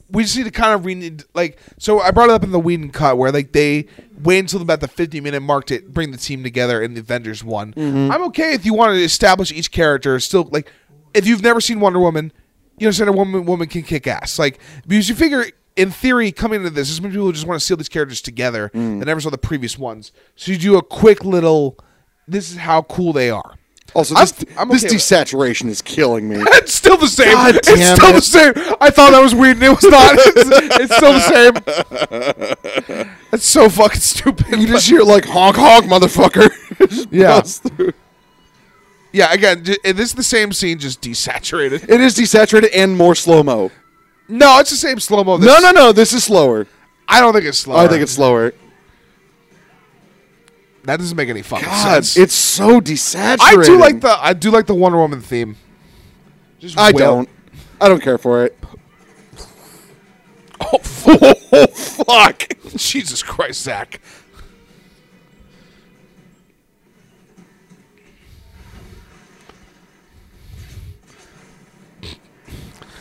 Speaker 3: we just need to kind of re need like. So I brought it up in the Whedon cut where like they wait until about the 50 minute mark to bring the team together and the Avengers won.
Speaker 2: Mm-hmm.
Speaker 3: I'm okay if you want to establish each character still like if you've never seen Wonder Woman, you understand a woman woman can kick ass like because you figure. In theory, coming into this, there's many people who just want to seal these characters together
Speaker 2: Mm.
Speaker 3: that never saw the previous ones. So you do a quick little, this is how cool they are.
Speaker 2: Also,
Speaker 3: I'm-
Speaker 2: this,
Speaker 3: I'm
Speaker 2: this
Speaker 3: okay with-
Speaker 2: desaturation is killing
Speaker 3: [laughs]
Speaker 2: me.
Speaker 3: It's still the same.
Speaker 2: God
Speaker 3: it's
Speaker 2: damn
Speaker 3: still
Speaker 2: it.
Speaker 3: the same. I thought that was weird, and it was not. It's, it's still the
Speaker 2: [laughs]
Speaker 3: same. It's so fucking stupid.
Speaker 2: You just hear like honk honk, motherfucker. [laughs] Just
Speaker 3: Yeah.
Speaker 2: buzz through.
Speaker 3: yeah, again, ju- and this is the same scene, just desaturated.
Speaker 2: it is desaturated and more slow mo.
Speaker 3: No, it's the same slow mo.
Speaker 2: No, no, no. This is slower.
Speaker 3: I don't think it's slow.
Speaker 2: I think it's slower.
Speaker 3: that doesn't make any fucking
Speaker 2: God,
Speaker 3: sense.
Speaker 2: it's so desaturated.
Speaker 3: I do like the I do like the Wonder Woman theme. Just
Speaker 2: I
Speaker 3: wail-
Speaker 2: don't. I don't care for it.
Speaker 3: Oh, [laughs] fuck! Jesus Christ, Zach.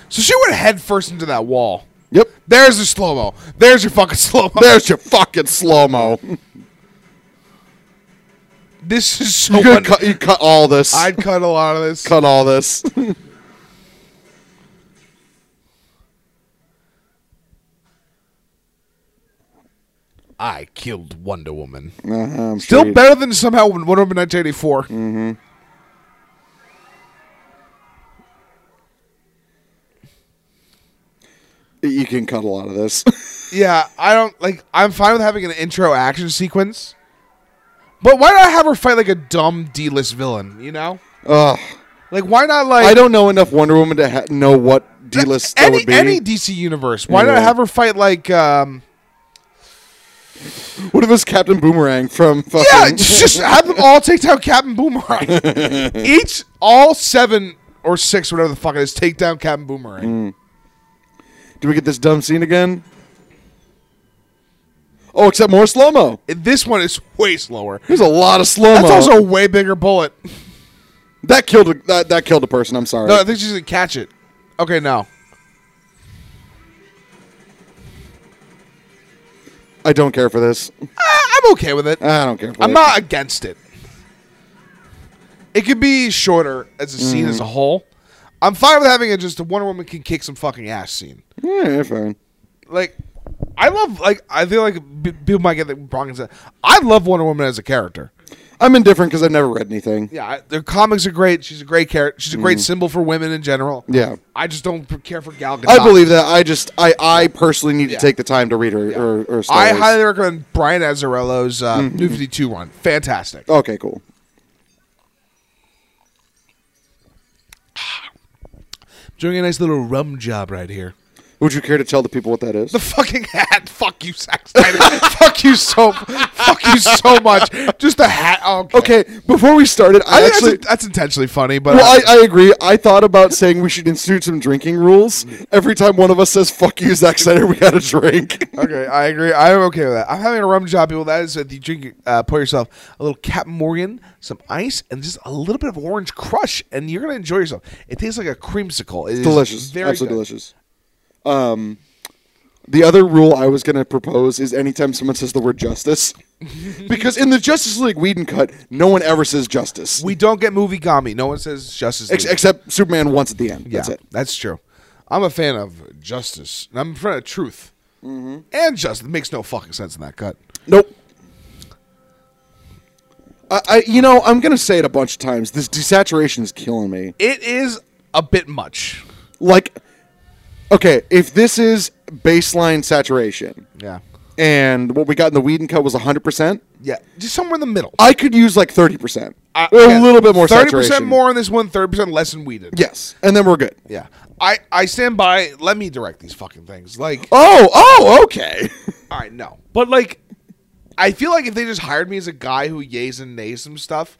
Speaker 3: So she went head first into that wall.
Speaker 2: Yep.
Speaker 3: There's your slow mo. There's your fucking slow mo.
Speaker 2: There's your fucking slow mo.
Speaker 3: This is so.
Speaker 2: You could
Speaker 3: un-
Speaker 2: cut. You cut all this.
Speaker 3: I'd cut a lot of this.
Speaker 2: cut all [laughs] this.
Speaker 3: I killed Wonder Woman.
Speaker 2: Uh-huh, I'm
Speaker 3: Still
Speaker 2: sure you-
Speaker 3: better than somehow Wonder Woman 1984.
Speaker 2: You can cut a lot of this.
Speaker 3: Yeah, I don't like. I'm fine with having an intro action sequence, but why not have her fight like a dumb D-list villain? You know,
Speaker 2: Ugh.
Speaker 3: like why not like
Speaker 2: [laughs] I don't know enough Wonder Woman to ha- know what D list that
Speaker 3: any
Speaker 2: would be.
Speaker 3: any DC universe? Why
Speaker 2: Yeah.
Speaker 3: not have her fight like
Speaker 2: [laughs]
Speaker 3: um
Speaker 2: What if it's Captain Boomerang from fucking?
Speaker 3: yeah? [laughs] just have them all take down Captain Boomerang.
Speaker 2: [laughs]
Speaker 3: Each all seven or six, whatever the fuck it is, take down Captain
Speaker 2: Mm.
Speaker 3: Boomerang.
Speaker 2: Do we get this dumb scene again? Oh, except more slow mo.
Speaker 3: And This one is way slower.
Speaker 2: There's a lot of slow mo.
Speaker 3: That's also a way bigger bullet.
Speaker 2: that killed a, that that killed a person. I'm sorry.
Speaker 3: No, I think she's gonna catch it. Okay, no.
Speaker 2: I don't care for this.
Speaker 3: I- I'm okay with it.
Speaker 2: I don't care. For
Speaker 3: I'm
Speaker 2: it.
Speaker 3: not against it. It could be shorter as a scene as a
Speaker 2: Mm.
Speaker 3: whole. I'm fine with having it just a Wonder Woman can kick some fucking ass scene.
Speaker 2: Yeah, fine.
Speaker 3: Like, I love like I feel like b- people might get the wrong concept. I love Wonder Woman as a character.
Speaker 2: I'm indifferent because I've never read anything.
Speaker 3: Yeah, I, their comics are great. She's a great character. She's a great symbol for women in general.
Speaker 2: Mm. Yeah.
Speaker 3: I just don't p- care for Gal Gadot.
Speaker 2: I believe that. I just I I personally need
Speaker 3: Yeah.
Speaker 2: to take the time to read her or, or
Speaker 3: I
Speaker 2: stories. Mm-hmm.
Speaker 3: highly recommend Brian Azzarello's uh, New Fifty Two run. Fantastic.
Speaker 2: Okay, cool.
Speaker 3: Doing a nice little rum job right here.
Speaker 2: Would you care to tell the people what that is?
Speaker 3: The fucking hat. Fuck you, Zack Snyder. [laughs] fuck you so. Fuck you so much. Just the hat. Oh, okay.
Speaker 2: okay, before we started, I,
Speaker 3: I think
Speaker 2: actually
Speaker 3: that's, that's intentionally funny, but
Speaker 2: Well, I, I agree. I thought about saying we should institute some drinking rules. Every time one of us says "fuck you, Zack Snyder," we got a drink.
Speaker 3: okay, I agree. I'm okay with that. I'm having a rum job, people. That is, if you drink, uh, pour yourself a little Captain Morgan, some ice, and just a little bit of orange crush, and you're gonna enjoy yourself. It tastes like a creamsicle. It's
Speaker 2: [laughs] delicious, absolutely delicious. Um, the other rule I was going to propose is anytime someone says the word
Speaker 3: [laughs]
Speaker 2: justice, because in the Justice League Whedon cut, no one ever says justice
Speaker 3: We don't get movie gami. No one says justice.
Speaker 2: Ex-
Speaker 3: League.
Speaker 2: except Superman once at the end.
Speaker 3: Yeah,
Speaker 2: That's it.
Speaker 3: That's true. I'm a fan of justice, and I'm a fan of truth.
Speaker 2: Mm-hmm.
Speaker 3: And justice It makes no fucking sense in that cut.
Speaker 2: Nope. I, I, you know, I'm going to say it a bunch of times. This desaturation is killing me.
Speaker 3: It is a bit much.
Speaker 2: like okay if this is baseline saturation
Speaker 3: Yeah.
Speaker 2: and what we got in the Whedon cut was 100%
Speaker 3: Yeah. Just somewhere in the middle.
Speaker 2: i could use like 30%
Speaker 3: I-
Speaker 2: Or a
Speaker 3: yeah,
Speaker 2: little bit more
Speaker 3: 30%
Speaker 2: 30%
Speaker 3: more on this one, 30% less than we did.
Speaker 2: yes and then we're good
Speaker 3: Yeah. I, I stand by, let me direct these fucking things. Like,
Speaker 2: oh oh okay
Speaker 3: I know. But, like, I feel like if they just hired me as a guy who yays and nays some stuff,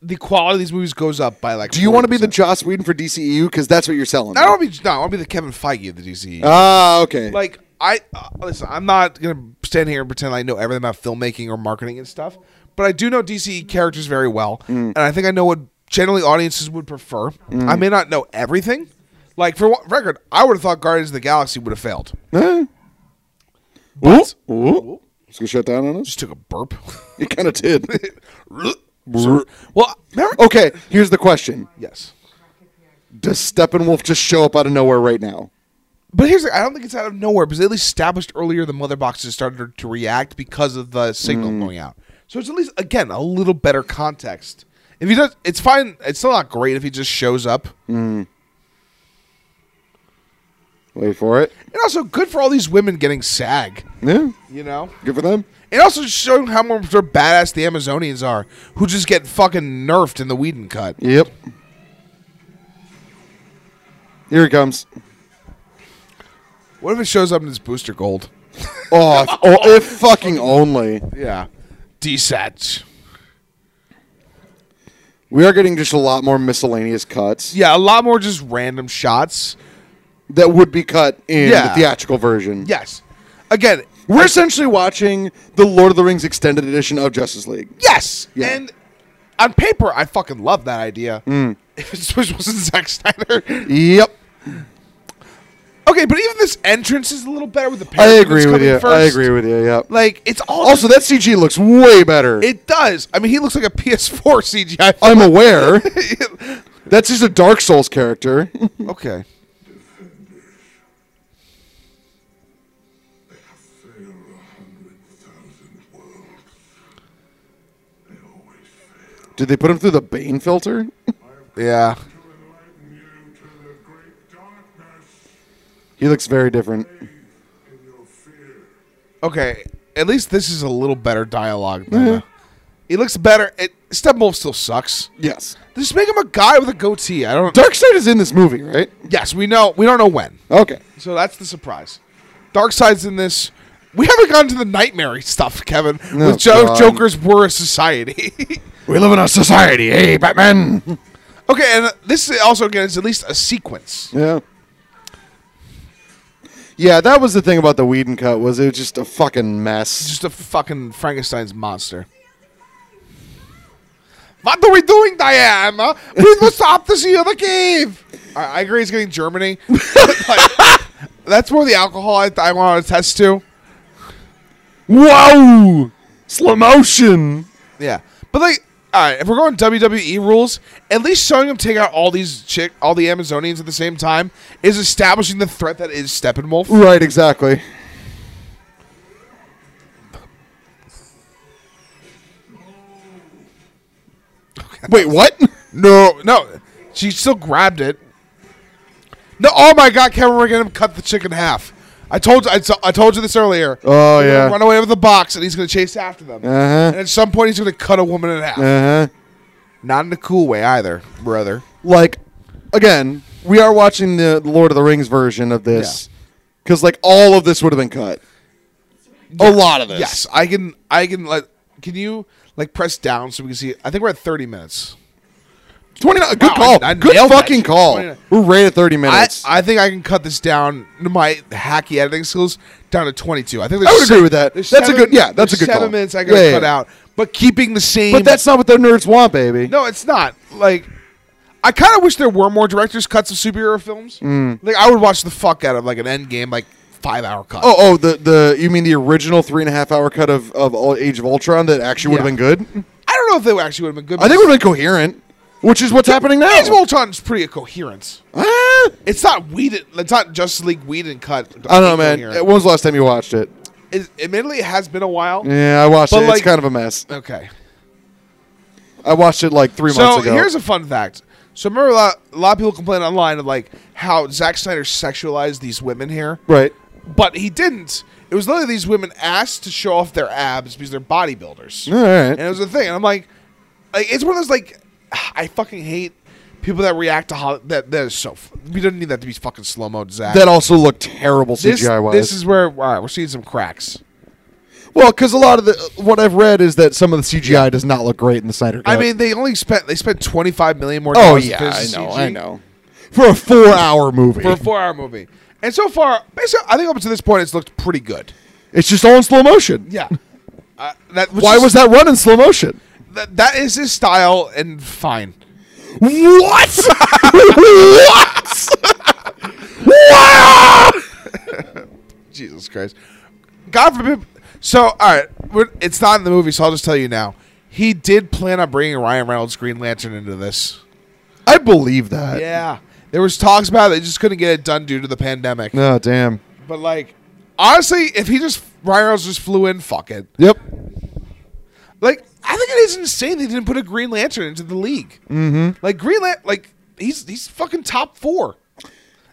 Speaker 3: the quality of these movies goes up by,
Speaker 2: [laughs]
Speaker 3: like,
Speaker 2: do you want to be the
Speaker 3: 40%.
Speaker 2: joss whedon for dceu because that's what you're selling
Speaker 3: I don't want to be, no, I want to be the Kevin Feige of the E DC.
Speaker 2: ah okay
Speaker 3: like I uh, listen. I'm not gonna stand here and pretend I know everything about filmmaking or marketing and stuff, but I do know DCE characters very well, and I think I know what generally audiences would prefer. I may not know everything. Like for one record, I would have thought Guardians of the Galaxy would have failed.
Speaker 2: Eh.
Speaker 3: But-
Speaker 2: Ooh, ooh. it's gonna shut down on us
Speaker 3: Just took a burp. [laughs]
Speaker 2: it kind of [laughs] did
Speaker 3: So- well, remember-
Speaker 2: [laughs] okay here's the question
Speaker 3: yes,
Speaker 2: does steppenwolf just show up out of nowhere right now
Speaker 3: but here's the, I don't think it's out of nowhere because they at least established earlier the mother boxes started to react because of the signal going out. So it's at least again a little better context. If he does, it's fine. It's still not great if he just shows up.
Speaker 2: Wait for it.
Speaker 3: And also, good for all these women getting SAG.
Speaker 2: Yeah,
Speaker 3: You know.
Speaker 2: good for them.
Speaker 3: And also showing how much they're badass the Amazonians are, who just get fucking nerfed in the Whedon cut.
Speaker 2: Yep. Here he comes.
Speaker 3: What if it shows up in his booster gold?
Speaker 2: Oh, if, oh, if fucking only.
Speaker 3: Yeah. DSAT.
Speaker 2: We are getting just a lot more miscellaneous cuts
Speaker 3: Yeah, a lot more just random shots.
Speaker 2: that would be cut in
Speaker 3: Yeah.
Speaker 2: the theatrical version.
Speaker 3: Yes. Again,
Speaker 2: We're essentially watching the Lord of the Rings extended edition of Justice League.
Speaker 3: yes.
Speaker 2: Yeah.
Speaker 3: And on paper, I fucking love that idea.
Speaker 2: Mm.
Speaker 3: [laughs] If it just wasn't Zack Snyder. [laughs]
Speaker 2: Yep.
Speaker 3: Okay, but even this entrance is a little better with the
Speaker 2: I
Speaker 3: parachute that's
Speaker 2: agree with
Speaker 3: coming
Speaker 2: you. I
Speaker 3: first.
Speaker 2: agree with you. Yep.
Speaker 3: Like, it's all.
Speaker 2: Also, that CG looks way better.
Speaker 3: it does. I mean, he looks like a [laughs] PS4 CGI.
Speaker 2: I'm aware. [laughs] That's just a Dark Souls
Speaker 3: [laughs]
Speaker 2: character.
Speaker 3: okay.
Speaker 4: They have failed a hundred thousand worlds. They always fail.
Speaker 2: Did they put him through the Bane
Speaker 3: [laughs]
Speaker 2: filter?
Speaker 3: Yeah.
Speaker 4: To enlighten you to the great darkness
Speaker 2: He looks very different.
Speaker 4: in your fear.
Speaker 3: Okay, at least this is a little better dialogue. Than the-
Speaker 2: Mm-hmm.
Speaker 3: He looks better. It, Steppenwolf still sucks.
Speaker 2: Yes.
Speaker 3: Just make him a guy with a goatee. I don't.
Speaker 2: Darkseid is in this movie, right?
Speaker 3: yes, we know. We don't know when.
Speaker 2: Okay.
Speaker 3: So that's the surprise. Darkseid's in this. We haven't gotten to the nightmare stuff, Kevin.
Speaker 2: No,
Speaker 3: with jo-
Speaker 2: God.
Speaker 3: Joker's We're a Society. [laughs]
Speaker 2: We live in a society, hey, Batman!
Speaker 3: okay, and this is also again is at least a sequence.
Speaker 2: yeah. Yeah, that was the thing about the Whedon cut, was it was just a fucking mess.
Speaker 3: Just a fucking Frankenstein's monster. What are we doing, Diana? We
Speaker 2: [laughs]
Speaker 3: must stop the seal the cave. I, I agree, it's getting Germany. Like, [laughs] that's more the alcohol I, I want to attest to.
Speaker 2: Whoa! Slow motion!
Speaker 3: Yeah, but like, all right, if we're going WWE rules, at least showing him take out all these chick, all the Amazonians at the same time is establishing the threat that is Steppenwolf.
Speaker 2: Right, exactly. [laughs] Wait, what?
Speaker 3: [laughs] No, no, she still grabbed it. No, oh my God, Kevin, we're gonna cut the chick in half. I told you, I, t- I told you this earlier.
Speaker 2: Oh,
Speaker 3: They're gonna
Speaker 2: yeah.
Speaker 3: run away with the box, and he's gonna chase after them.
Speaker 2: Uh-huh.
Speaker 3: And at some point, he's gonna cut a woman in half.
Speaker 2: Uh-huh.
Speaker 3: Not in a cool way either, brother.
Speaker 2: Like, again, we are watching the Lord of the Rings version of this. Because, like, all of this would have been cut. A lot of this.
Speaker 3: Yes, I can. I can. Like, can you like press down so we can see? I think we're at thirty minutes.
Speaker 2: 29. Good
Speaker 3: Wow,
Speaker 2: call.
Speaker 3: Oh, I- I
Speaker 2: good
Speaker 3: nailed that
Speaker 2: fucking
Speaker 3: shit.
Speaker 2: call.
Speaker 3: 29.
Speaker 2: We're right at 30
Speaker 3: I,
Speaker 2: minutes. I,
Speaker 3: I think I can cut this down to my hacky editing skills down to twenty two. I think
Speaker 2: I would
Speaker 3: there's
Speaker 2: agree
Speaker 3: se-
Speaker 2: with that.
Speaker 3: there's
Speaker 2: That's a
Speaker 3: seven-
Speaker 2: good- yeah, that's
Speaker 3: there's
Speaker 2: a good
Speaker 3: seven
Speaker 2: call.
Speaker 3: minutes I gotta
Speaker 2: Yeah, yeah,
Speaker 3: cut
Speaker 2: yeah.
Speaker 3: out, but keeping the same.
Speaker 2: but that's not what the nerds want, baby.
Speaker 3: no, it's not like. I kind of wish there were more directors' cuts of superhero films. Like I would watch the fuck out of like an Endgame, like five hour cut.
Speaker 2: Oh, oh, the, the you mean the original three and a half hour cut of, of all- Age of Ultron that actually would
Speaker 3: Yeah.
Speaker 2: have been good?
Speaker 3: I don't know if they actually would have been good.
Speaker 2: I think it would have been coherent, which is what's happening now.
Speaker 3: Age of Ultron's pretty coherent.
Speaker 2: Ah!
Speaker 3: It's not weed. It's not Justice League weed and cut.
Speaker 2: I don't know, man.
Speaker 3: Here.
Speaker 2: When was the last time you watched it?
Speaker 3: It, admittedly, it has been a while.
Speaker 2: Yeah, I watched
Speaker 3: But,
Speaker 2: it.
Speaker 3: like-
Speaker 2: it's kind of a mess.
Speaker 3: Okay.
Speaker 2: I watched it like three
Speaker 3: So
Speaker 2: months ago.
Speaker 3: here's a fun fact. So remember, a lot, a lot of people complain online of like how Zack Snyder sexualized these women here,
Speaker 2: right.
Speaker 3: but he didn't. It was literally these women asked to show off their abs because they're bodybuilders,
Speaker 2: All right.
Speaker 3: and it was a thing. And I'm like, like it's one of those like [sighs] I fucking hate people that react to hol- that. That is so. F- we don't need that to be fucking slow mo, Zack.
Speaker 2: that also looked terrible
Speaker 3: this,
Speaker 2: CGI wise.
Speaker 3: this is where all right, we're seeing some cracks.
Speaker 2: well, because a lot of the what I've read is that some of the CGI does not look great in the Snyder Cut.
Speaker 3: I mean, they only spent they spent twenty five million more.
Speaker 2: oh
Speaker 3: dollars to
Speaker 2: yeah, I
Speaker 3: finish the
Speaker 2: know,
Speaker 3: CG.
Speaker 2: I know. For a four-hour movie,
Speaker 3: for a four hour movie. And so far, basically, I think up to this point, it's looked pretty good.
Speaker 2: it's just all in slow motion.
Speaker 3: Yeah. Uh, that,
Speaker 2: Why was that run in slow motion?
Speaker 3: that? That is his style, and fine.
Speaker 2: [laughs] What? what? wow!
Speaker 3: Jesus Christ. God forbid. So, all right, we're, it's not in the movie, so I'll just tell you now. He did plan on bringing Ryan Reynolds Green Lantern into this.
Speaker 2: I believe that.
Speaker 3: Yeah. There was talks about it. They just couldn't get it done due to the pandemic.
Speaker 2: No, damn.
Speaker 3: But like, honestly, if he just Ryan Reynolds just flew in, fuck it.
Speaker 2: Yep.
Speaker 3: Like, I think it is insane they didn't put a Green Lantern into the league. Mm-hmm. Like Green Lan- like he's he's fucking top four.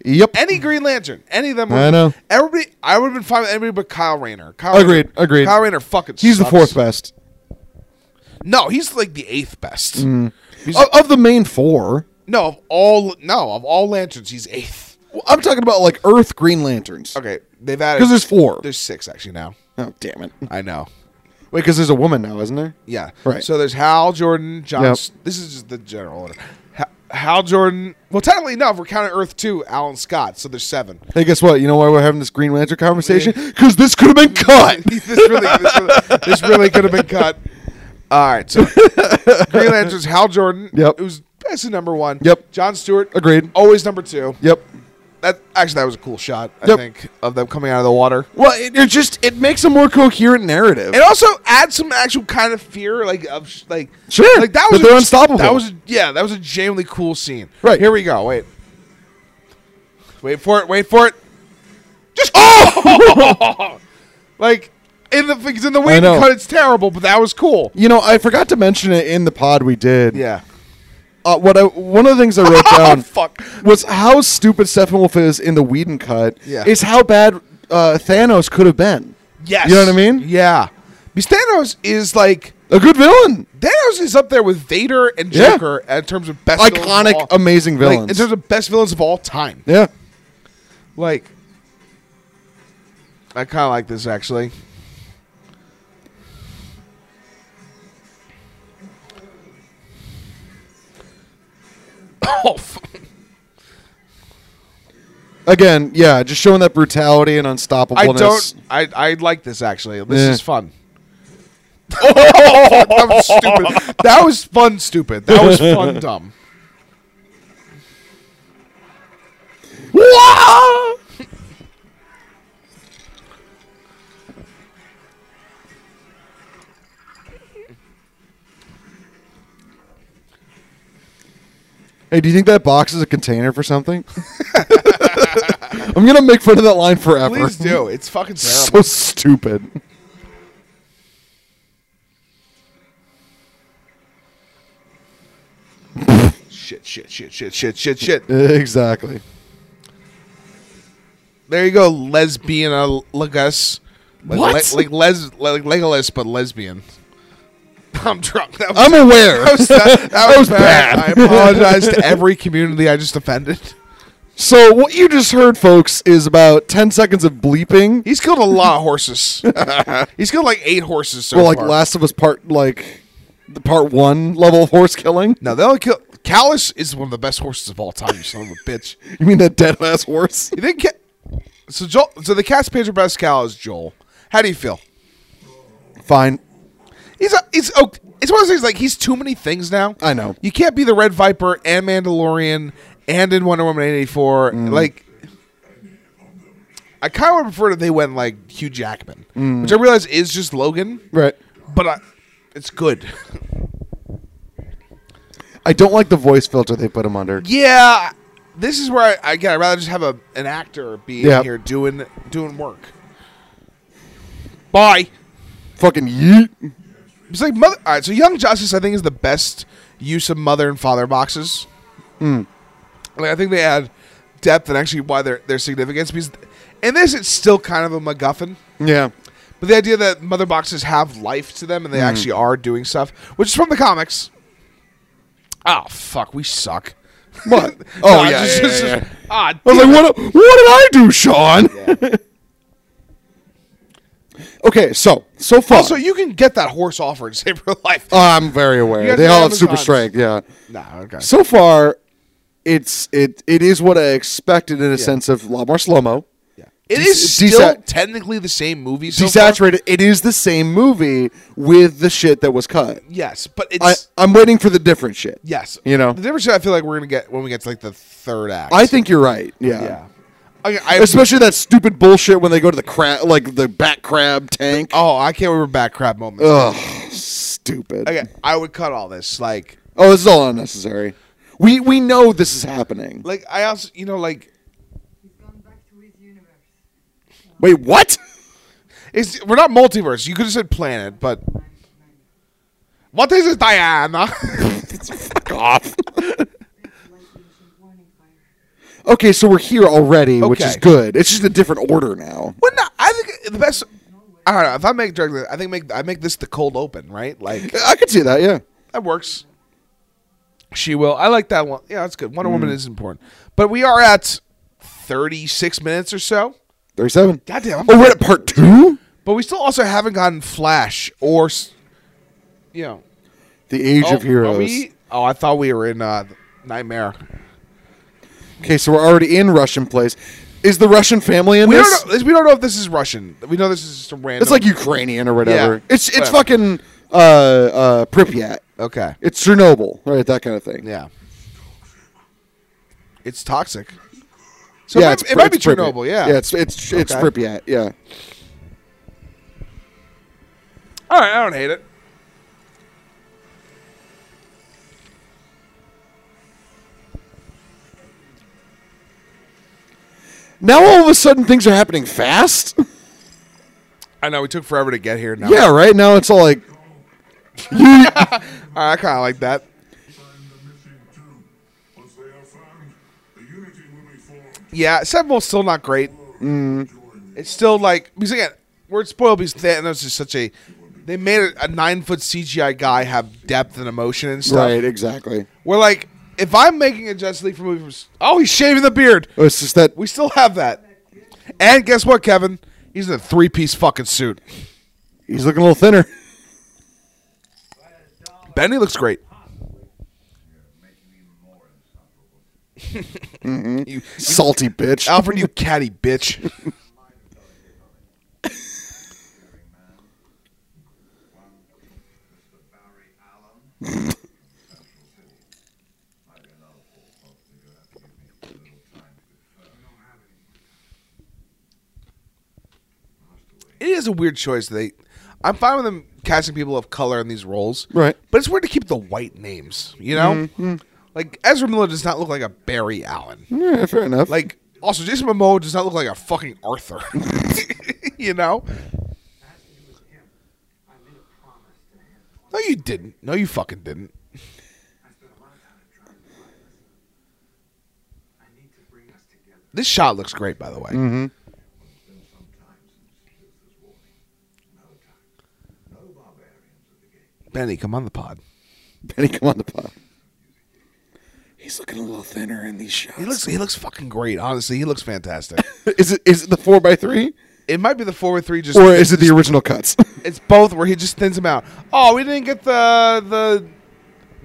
Speaker 2: Yep.
Speaker 3: Any Green Lantern, any of them.
Speaker 2: Mm-hmm. I know.
Speaker 3: Everybody, I would have been fine with anybody but Kyle Rayner. Kyle
Speaker 2: Agreed,
Speaker 3: Rayner,
Speaker 2: agreed.
Speaker 3: Kyle Rayner fucking.
Speaker 2: He's the
Speaker 3: sucks.
Speaker 2: fourth best
Speaker 3: No, he's like the eighth best.
Speaker 2: Mm.
Speaker 3: He's-
Speaker 2: of, of the main four.
Speaker 3: no, of all no of all lanterns, he's eighth.
Speaker 2: Well, I'm talking about like Earth Green Lanterns.
Speaker 3: Okay, they've added
Speaker 2: 'Cause there's four.
Speaker 3: There's six actually now.
Speaker 2: Oh damn it! Wait,
Speaker 3: I know.
Speaker 2: because there's a woman now, isn't there?
Speaker 3: Yeah.
Speaker 2: Right.
Speaker 3: So there's Hal Jordan, John.
Speaker 2: Yep.
Speaker 3: S- This is just the general order. Ha- Hal Jordan. Well, technically, no. If we're counting Earth two, Alan Scott. So there's seven.
Speaker 2: Hey, guess what? You know why we're having this Green Lantern conversation? Because this could have been cut.
Speaker 3: [laughs] this really,
Speaker 2: [laughs]
Speaker 3: this really, this really could have been cut. All right. So Green Lantern's Hal Jordan.
Speaker 2: Yep.
Speaker 3: Who's basically number one.
Speaker 2: Yep.
Speaker 3: John Stewart.
Speaker 2: Agreed.
Speaker 3: Always number two.
Speaker 2: Yep.
Speaker 3: That actually that was a cool shot. I
Speaker 2: Yep.
Speaker 3: think of them coming out of the water.
Speaker 2: Well, it, it just it makes a more coherent narrative.
Speaker 3: It also adds some actual kind of fear, like of sh- like
Speaker 2: Sure,
Speaker 3: like that
Speaker 2: that
Speaker 3: was
Speaker 2: they're
Speaker 3: a-
Speaker 2: unstoppable.
Speaker 3: That was a, yeah, that was a genuinely cool scene.
Speaker 2: Right.
Speaker 3: here we go. Wait, wait for it. Wait for it. Just oh, [laughs] like in the because in the wing
Speaker 2: know.
Speaker 3: cut, it's terrible, but that was cool.
Speaker 2: you know, I forgot to mention it in the pod we did.
Speaker 3: Yeah.
Speaker 2: Uh, what I one of the things I
Speaker 3: [laughs]
Speaker 2: wrote
Speaker 3: Oh
Speaker 2: down
Speaker 3: fuck.
Speaker 2: was how stupid Stephen Wolf is in the Whedon cut.
Speaker 3: Yeah.
Speaker 2: Is how bad uh, Thanos could have been.
Speaker 3: Yes.
Speaker 2: You know what I mean?
Speaker 3: Yeah. Because Thanos is like
Speaker 2: A good villain.
Speaker 3: Thanos is up there with Vader and
Speaker 2: Yeah.
Speaker 3: Joker in terms of best villains of
Speaker 2: Iconic,
Speaker 3: all-
Speaker 2: amazing
Speaker 3: like,
Speaker 2: villains.
Speaker 3: in terms of best villains of all time.
Speaker 2: yeah.
Speaker 3: Like, I kind of like this actually. Oh, f-
Speaker 2: Again, yeah, just showing that brutality and unstoppableness.
Speaker 3: I don't. I I like this actually. This
Speaker 2: Yeah.
Speaker 3: is fun. that was stupid. That was fun. Stupid. That was fun. Dumb.
Speaker 2: Hey, do you think that box is a container for something? [laughs] I'm gonna make fun of that line forever.
Speaker 3: Please do. It's fucking
Speaker 2: [laughs]
Speaker 3: terrible.
Speaker 2: so stupid.
Speaker 3: shit, shit, shit, shit, shit, shit, shit.
Speaker 2: exactly.
Speaker 3: There you go, lesbian uh, Legas. Like,
Speaker 2: What?
Speaker 3: like les like Legolas, but lesbian. [laughs] I'm drunk. That was,
Speaker 2: I'm aware.
Speaker 3: that
Speaker 2: [laughs]
Speaker 3: was, that, was bad.
Speaker 2: bad.
Speaker 3: I apologize to every community I just offended.
Speaker 2: [laughs] So what you just heard, folks, is about ten seconds of bleeping.
Speaker 3: He's killed a lot of [laughs] horses. He's killed like eight horses so
Speaker 2: Well, like
Speaker 3: far.
Speaker 2: Last of Us Part, like the Part One level of horse killing.
Speaker 3: no, they only kill. Callus is one of the best horses of all time. You son of a bitch.
Speaker 2: You mean that dead ass
Speaker 3: [laughs]
Speaker 2: horse?
Speaker 3: You think? Ca- so Joel. So the cast Pedro Pascal is Joel. How do you feel?
Speaker 2: Fine.
Speaker 3: He's a, he's oh, it's one of those things like he's too many things now.
Speaker 2: I know.
Speaker 3: You can't be the Red Viper and Mandalorian and in Wonder Woman eighty four.
Speaker 2: Mm.
Speaker 3: Like, I kind of would prefer that they went like Hugh Jackman,
Speaker 2: Mm.
Speaker 3: which I realize is just Logan,
Speaker 2: Right.
Speaker 3: but I, it's
Speaker 2: [laughs]
Speaker 3: good.
Speaker 2: I don't like the voice filter they put him under.
Speaker 3: yeah, this is where I again I'd rather just have a an actor be
Speaker 2: Yeah.
Speaker 3: in here doing doing work. Bye.
Speaker 2: Fucking yeet.
Speaker 3: It's like mother. All right, so Young Justice, I think, is the best use of mother and father boxes.
Speaker 2: Hmm.
Speaker 3: Like I think they add depth and actually why their their significance. Because in this, it's still kind of a MacGuffin.
Speaker 2: Yeah.
Speaker 3: But the idea that mother boxes have life to them and
Speaker 2: Hmm.
Speaker 3: they actually are doing stuff, which is from the comics. Oh fuck, we suck. [laughs]
Speaker 2: What?
Speaker 3: No,
Speaker 2: Oh
Speaker 3: I
Speaker 2: yeah.
Speaker 3: just-
Speaker 2: yeah,
Speaker 3: just-
Speaker 2: yeah, yeah.
Speaker 3: ah,
Speaker 2: I was like, what? What did I do, Sean? [laughs] okay, so so far,
Speaker 3: also, you can get that horse [laughs] offer and save her life.
Speaker 2: I'm very
Speaker 3: You
Speaker 2: aware.
Speaker 3: guys
Speaker 2: They
Speaker 3: are
Speaker 2: all have super
Speaker 3: Amazons.
Speaker 2: strength. Yeah.
Speaker 3: nah, okay.
Speaker 2: So far, it's it it is what I expected in a sense of a lot more slow mo,
Speaker 3: Yeah. It
Speaker 2: Des-
Speaker 3: is
Speaker 2: desa-
Speaker 3: still technically the same movie. So far.
Speaker 2: desaturated. It is the same movie with the shit that was cut.
Speaker 3: Yes, but it's
Speaker 2: I I'm waiting for the different shit.
Speaker 3: Yes.
Speaker 2: You know?
Speaker 3: the difference is I feel like we're gonna get when we get to like the third act.
Speaker 2: I think you're right. Yeah.
Speaker 3: Yeah. Okay, I,
Speaker 2: Especially that stupid bullshit when they go to the crab, like the bat crab tank.
Speaker 3: oh, I can't remember back crab moments.
Speaker 2: Ugh, stupid.
Speaker 3: Okay, I would cut all this. Like,
Speaker 2: Oh, this is all unnecessary. We we know this is happening.
Speaker 3: like I also, you know, like
Speaker 7: He's gone back to his universe.
Speaker 2: Wait, what?
Speaker 3: it's we're not multiverse. You could have said planet, but What is it, Diana? [laughs]
Speaker 2: Fuck off.
Speaker 7: Lightning should warning fire.
Speaker 2: okay, so we're here already, which
Speaker 3: Okay.
Speaker 2: is good. It's just a different order now.
Speaker 3: well, no, I think the best. I don't know. If I make drug, I think make I make this the cold open, right? Like
Speaker 2: I could see that, yeah.
Speaker 3: that works. She will. I like that one. Yeah, that's good. Wonder
Speaker 2: Mm.
Speaker 3: Woman is important, but we are at thirty six minutes or so.
Speaker 2: 37.
Speaker 3: Goddamn. I'm
Speaker 2: Oh, we're at part two?
Speaker 3: But we still also haven't gotten Flash or, s- you know,
Speaker 2: The Age
Speaker 3: oh,
Speaker 2: of Heroes.
Speaker 3: Are we, oh, I thought we were in uh, Nightmare.
Speaker 2: Okay, so we're already in Russian place. Is the Russian family in
Speaker 3: We
Speaker 2: this?
Speaker 3: don't know. We don't know if this is Russian. We know this is just a random.
Speaker 2: It's like Ukrainian or whatever.
Speaker 3: Yeah.
Speaker 2: It's it's
Speaker 3: Whatever.
Speaker 2: fucking uh, uh, Pripyat.
Speaker 3: okay,
Speaker 2: It's Chernobyl, right? That kind of thing.
Speaker 3: yeah. It's toxic. So
Speaker 2: yeah,
Speaker 3: it,
Speaker 2: it's
Speaker 3: might,
Speaker 2: Pri-
Speaker 3: it might be
Speaker 2: it's Pripyat.
Speaker 3: Chernobyl. Yeah.
Speaker 2: yeah, it's it's it's
Speaker 3: Okay.
Speaker 2: Pripyat. Yeah,
Speaker 3: All right. I don't hate it.
Speaker 2: Now all of a sudden things are happening fast. [laughs]
Speaker 3: I know we took forever to get here. Now.
Speaker 2: yeah, right now it's all like
Speaker 3: All right, I kind of like that.
Speaker 4: Find the missing two. Once they are found, the unity will be formed.
Speaker 3: Yeah. Sentinel's still not great. Mm.
Speaker 4: Join
Speaker 3: It's still like because again, we're spoiled because Thanos is such a. They made a- a nine foot CGI guy have depth and emotion and stuff.
Speaker 2: right, exactly.
Speaker 3: We're like, if I'm making a Justice League for movie, from, s- oh, he's shaving the beard.
Speaker 2: Oh, It's just that
Speaker 3: We still have that. And guess what, Kevin? He's in a three piece fucking suit.
Speaker 2: he's looking a little thinner.
Speaker 3: Benny looks great. you,
Speaker 2: [laughs] Salty bitch.
Speaker 3: Alfred, you [laughs] catty bitch.
Speaker 4: Mr. Barry Allen. Special two. Might be another four folks if you have to give me a little time to confer. I don't have any.
Speaker 3: It is a weird choice. They, I'm fine with them casting people of color in these roles,
Speaker 2: Right. Mm-hmm.
Speaker 3: But it's weird to keep the white names. You know, like Ezra Miller does not look like a Barry Allen.
Speaker 2: yeah, fair enough.
Speaker 3: Like also Jason Momoa does not look like a fucking
Speaker 2: [laughs]
Speaker 3: Arthur. [laughs] you know?
Speaker 4: That has to do with him. I made a promise to him.
Speaker 3: No, you didn't. No, you fucking didn't.
Speaker 4: I spent a lot of time trying to find this. I need to bring us together.
Speaker 3: This shot looks great, by the way.
Speaker 2: Mm-hmm.
Speaker 4: It's been some time since Judith's warning. No time. No barbarians at the gate.
Speaker 3: Benny, come on the pod.
Speaker 2: Benny, come on the pod. [laughs]
Speaker 8: He's looking a little thinner in these shots.
Speaker 3: He looks he looks fucking great. Honestly, he
Speaker 2: [laughs]
Speaker 3: lix fantastic.
Speaker 2: Is it is it the four by three
Speaker 3: it might be the four or three. Just
Speaker 2: or is it the original cuts? [laughs]
Speaker 3: it's both where he just thins him out. Oh, we didn't get the the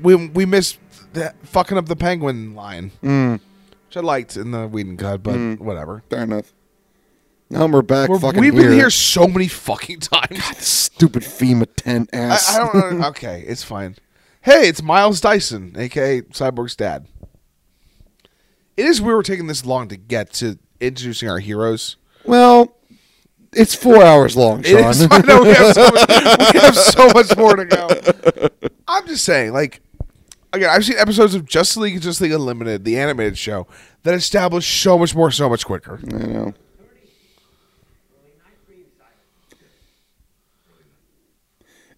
Speaker 3: we we missed the fucking up the penguin line, which I liked in the Whedon cut, but whatever.
Speaker 2: fair enough. Now we're back.
Speaker 3: Mm. We're,
Speaker 2: fucking
Speaker 3: we've been here so many fucking times.
Speaker 2: Stupid FEMA tent
Speaker 3: I,
Speaker 2: ass.
Speaker 3: I don't [laughs] know. okay, it's fine. Hey, it's Miles Dyson, aka Cyborg's dad. It is we were taking this long to get to introducing our heroes.
Speaker 2: Well, it's four hours long,
Speaker 3: It
Speaker 2: Sean.
Speaker 3: is- [laughs] I know we have, so much, we have so much more to go. [laughs] I'm just saying, like, again, I've seen episodes of Justice League and Justice League Unlimited, the animated show, that establish so much more, so much quicker.
Speaker 2: [laughs] I know.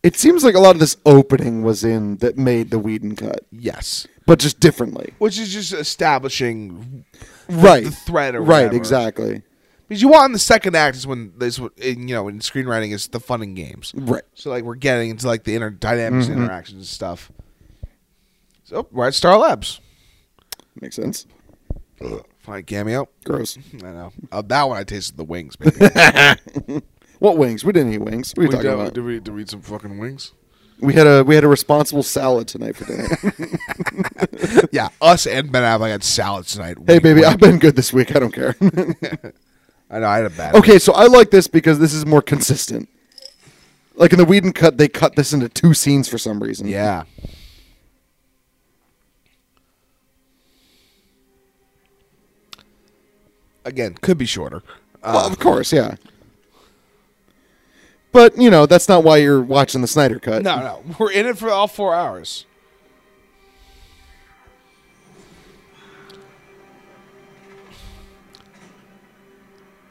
Speaker 2: It seems like a lot of this opening was in that made the Whedon cut,
Speaker 3: Yes.
Speaker 2: but just differently.
Speaker 3: Which is just establishing
Speaker 2: Right.
Speaker 3: the thread or
Speaker 2: right,
Speaker 3: whatever.
Speaker 2: exactly.
Speaker 3: because you want in the second act is when this in, you know in screenwriting is the fun and games.
Speaker 2: Right.
Speaker 3: So like we're getting into like the inner dynamics, and interactions, and stuff. So we're at Star Labs.
Speaker 2: Makes sense.
Speaker 3: Fine cameo.
Speaker 2: Gross.
Speaker 3: I know. Uh, that one I tasted the wings, baby. we
Speaker 2: What wings? We didn't eat wings. What are you talking
Speaker 3: did-
Speaker 2: about?
Speaker 3: did we did we eat some fucking wings?
Speaker 2: We had a we had a responsible salad tonight for dinner.
Speaker 3: [laughs] [laughs] yeah, us and Ben Affleck had salads tonight.
Speaker 2: hey,
Speaker 3: Wing-
Speaker 2: baby,
Speaker 3: wing.
Speaker 2: I've been good this week. I don't care. [laughs]
Speaker 3: I know I had a bad.
Speaker 2: okay, so I like this because this is more consistent. Like in the Whedon cut, they cut this into two scenes for some reason.
Speaker 3: Yeah. Again, could be shorter. Um, Uh,
Speaker 2: Well, of course, yeah. But you know that's not why you're watching the Snyder cut.
Speaker 3: No, no, we're in it for all four hours.
Speaker 2: Mm-hmm.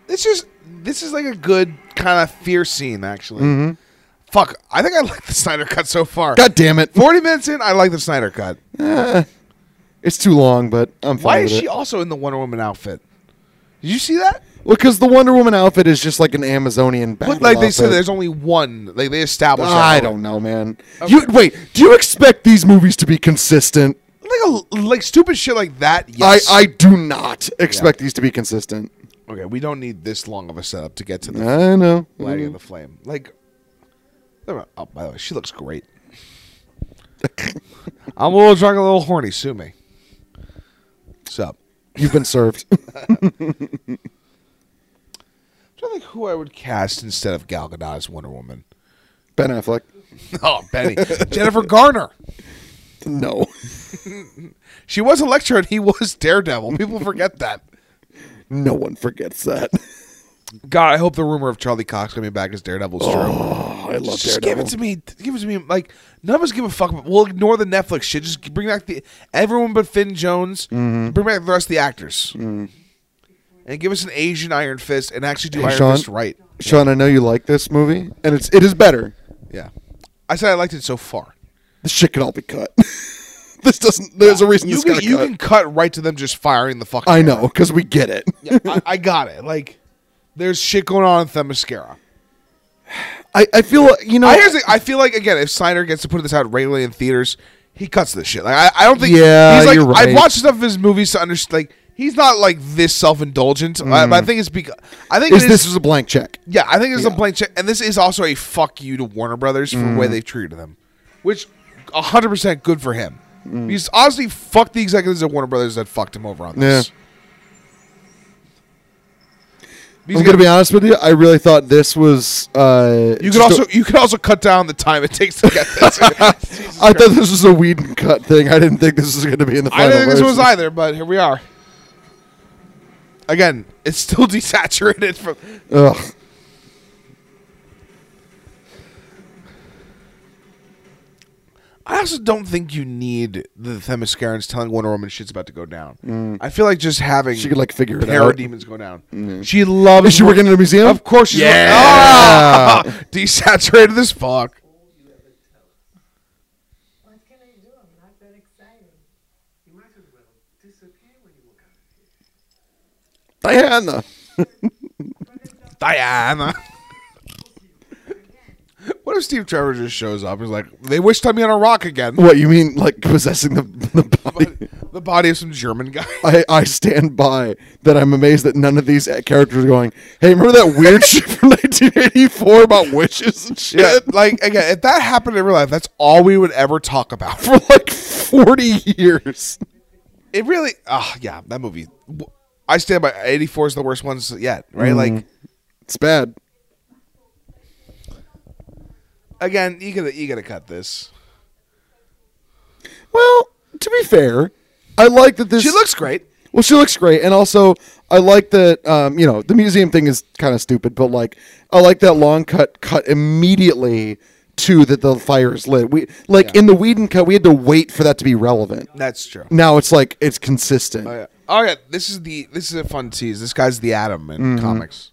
Speaker 3: This is this is like a good kind of fear scene, actually. Fuck, I think I like the Snyder Cut so far.
Speaker 2: God damn it!
Speaker 3: 40 minutes in, I like the Snyder Cut.
Speaker 2: It's too long, but I'm fine
Speaker 3: Why is
Speaker 2: with
Speaker 3: she
Speaker 2: it.
Speaker 3: also in the Wonder Woman outfit? Did you see that?
Speaker 2: Well, because the Wonder Woman outfit is just like an Amazonian battle.
Speaker 3: But like they said,
Speaker 2: outfit.
Speaker 3: there's only one. Like they established.
Speaker 2: I
Speaker 3: that.
Speaker 2: don't know, man. You wait. Do you expect these movies to be consistent?
Speaker 3: like a, like stupid shit like that. Yes.
Speaker 2: I I do not expect these to be consistent.
Speaker 3: okay. We don't need this long of a setup to get to the
Speaker 2: I know.
Speaker 3: lighting [laughs] of the flame. Like, oh, by the way, she looks great. [laughs] I'm a little drunk, a little horny. Sue me. Sup?
Speaker 2: You've been served. [laughs]
Speaker 3: Do you think who I would cast instead of Gal Gadot as Wonder Woman? [laughs]
Speaker 2: ben Affleck.
Speaker 3: Oh, Benny, Jennifer Garner.
Speaker 2: No.
Speaker 3: She was Electra, and he [laughs] was Daredevil. People forget that.
Speaker 2: No one forgets that. [laughs]
Speaker 3: God, I hope the rumor of Charlie Cox coming back as Daredevil is true. [laughs]
Speaker 2: Oh, I love
Speaker 3: Just
Speaker 2: Daredevil.
Speaker 3: give it to me. Give it to me. Like none of us give a fuck. About, we'll ignore the Netflix shit. Just bring back the everyone but Finn Jones.
Speaker 2: Mm-hmm.
Speaker 3: Bring back the rest of the actors, and give us an Asian Iron Fist, and actually do
Speaker 2: Hey,
Speaker 3: Iron
Speaker 2: Sean.
Speaker 3: Fist right.
Speaker 2: Sean, I know you like this movie, and it's it is better.
Speaker 3: Yeah, I said I liked it so far.
Speaker 2: This shit could all be cut. [laughs] this doesn't. There's a reason
Speaker 3: You
Speaker 2: this
Speaker 3: can
Speaker 2: got
Speaker 3: you
Speaker 2: cut.
Speaker 3: can cut right to them just firing the fucking.
Speaker 2: I
Speaker 3: arrow.
Speaker 2: know because we get it.
Speaker 3: Yeah, I, I got it. Like there's shit going on in Themyscira.
Speaker 2: [laughs] I, I feel you know.
Speaker 3: I here's the, I feel like again, if Snyder gets to put this out regularly in theaters, he cuts this shit. Like I, I don't think.
Speaker 2: Yeah,
Speaker 3: he's like,
Speaker 2: you're right.
Speaker 3: I've watched enough of his movies to understand. Like he's not like this self indulgent. I, but I think it's because I think
Speaker 2: Mm. is
Speaker 3: it
Speaker 2: this was a blank check?
Speaker 3: Yeah, I think it's a blank check, and this is also a fuck you to Warner Brothers for the
Speaker 2: Mm.
Speaker 3: way they've treated him, which hundred percent good for him.
Speaker 2: Mm.
Speaker 3: He's honestly fucked the executives at Warner Brothers that fucked him over on this. He's
Speaker 2: I'm gonna be honest with you. I really thought this was. Uh,
Speaker 3: You
Speaker 2: just
Speaker 3: could
Speaker 2: a-
Speaker 3: also you could also cut down the time it takes to
Speaker 2: [laughs]
Speaker 3: get this. Jesus
Speaker 2: I
Speaker 3: Christ.
Speaker 2: thought this was a weed and cut thing. I didn't think this was going to be in the final.
Speaker 3: I didn't think this was
Speaker 2: version.
Speaker 3: either, but here we are. Again, it's still [laughs] desaturated from.
Speaker 2: Ugh.
Speaker 3: I also don't think you need the Themyscirans telling Wonder Woman shit's about to go down. I feel like just having
Speaker 2: Mm. She could, like, figure it out.
Speaker 3: parademons go down. She loves.
Speaker 2: Is she working in a museum?
Speaker 3: Of course, she's like,
Speaker 2: Yeah.
Speaker 3: "Ah, [laughs] desaturated as fuck.
Speaker 7: What can I do? I'm not that excited.
Speaker 4: You might as well disappear when you walk out of here.
Speaker 2: Diana.
Speaker 3: Diana. [laughs] what if Steve Trevor just shows up? He's like, they wished on me on a rock again.
Speaker 2: What you mean, like possessing the the body? [laughs]
Speaker 3: the body of some German guy.
Speaker 2: I, I stand by that. I'm amazed that none of these characters are going. Hey, remember that weird [laughs] shit from 1984 about witches and shit?
Speaker 3: [laughs] Yeah, like again, if that happened in real life, that's all we would ever talk about.
Speaker 2: For like 40 years.
Speaker 3: It really, ah, yeah, that movie. I stand by. Eighty four is the worst ones yet, right? Like
Speaker 2: It's bad.
Speaker 3: again, you gotta you gotta cut this.
Speaker 2: Well, to be fair, I like that this.
Speaker 3: She looks great.
Speaker 2: Well, she looks great, and also I like that um, you know the museum thing is kind of stupid, but like I like that long cut cut immediately to that the fire is lit. We like in the Whedon cut, we had to wait for that to be relevant.
Speaker 3: That's true.
Speaker 2: Now it's like it's consistent.
Speaker 3: Oh yeah. Oh yeah. This is the this is a fun tease. This guy's the Atom in comics,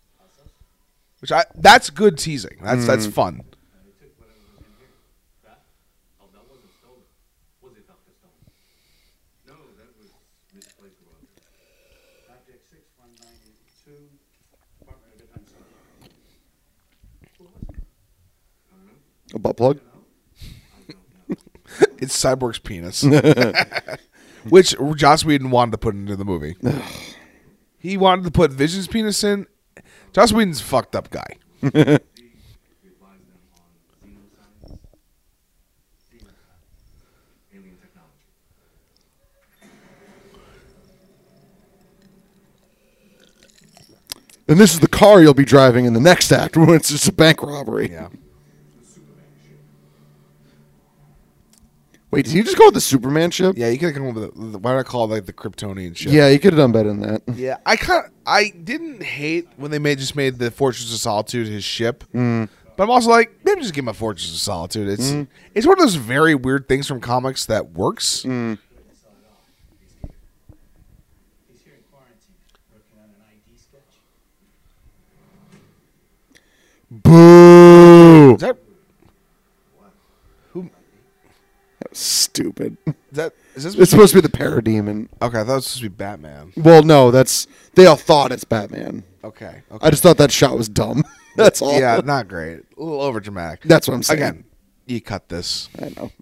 Speaker 3: which I that's good teasing. That's that's fun.
Speaker 4: Oh, that wasn't stolen. Was it, Dr. Stone? No, that was misplaced well. Object 61982, Department of Defense.
Speaker 2: A butt plug.
Speaker 3: It's Cyborg's [laughs] penis, which Joss Whedon wanted to put into the movie. he wanted to put Vision's penis in. Joss Whedon's a fucked up guy.
Speaker 4: Relies them on xenoscience. Xenoscience. Alien technology.
Speaker 2: And this is the car you'll be driving in the next act [laughs] when it's just a bank robbery.
Speaker 3: Yeah.
Speaker 2: Wait, did you just go with the Superman ship?
Speaker 3: Yeah, you could come up with the- the- why do I call it like the Kryptonian ship?
Speaker 2: Yeah, you could have done better than that.
Speaker 3: yeah. I kind of I didn't hate when they made just made the Fortress of Solitude his ship,
Speaker 2: Mm.
Speaker 3: but I'm also like maybe just give him a Fortress of Solitude. It's it's one of those very weird things from comics that works.
Speaker 2: Mm.
Speaker 4: He's here in quarantine, working on an ID sketch.
Speaker 2: Boo! [laughs]
Speaker 3: Is that
Speaker 2: Stupid.
Speaker 3: Is that is this
Speaker 2: It's supposed to be the parademon.
Speaker 3: okay? I thought it was supposed to be Batman.
Speaker 2: Well, no, that's they all thought it's Batman.
Speaker 3: Okay, okay.
Speaker 2: I just thought that shot was dumb. [laughs] That's all.
Speaker 3: yeah, not great. A little over dramatic.
Speaker 2: That's what I'm saying.
Speaker 3: Again, you cut this.
Speaker 2: I know.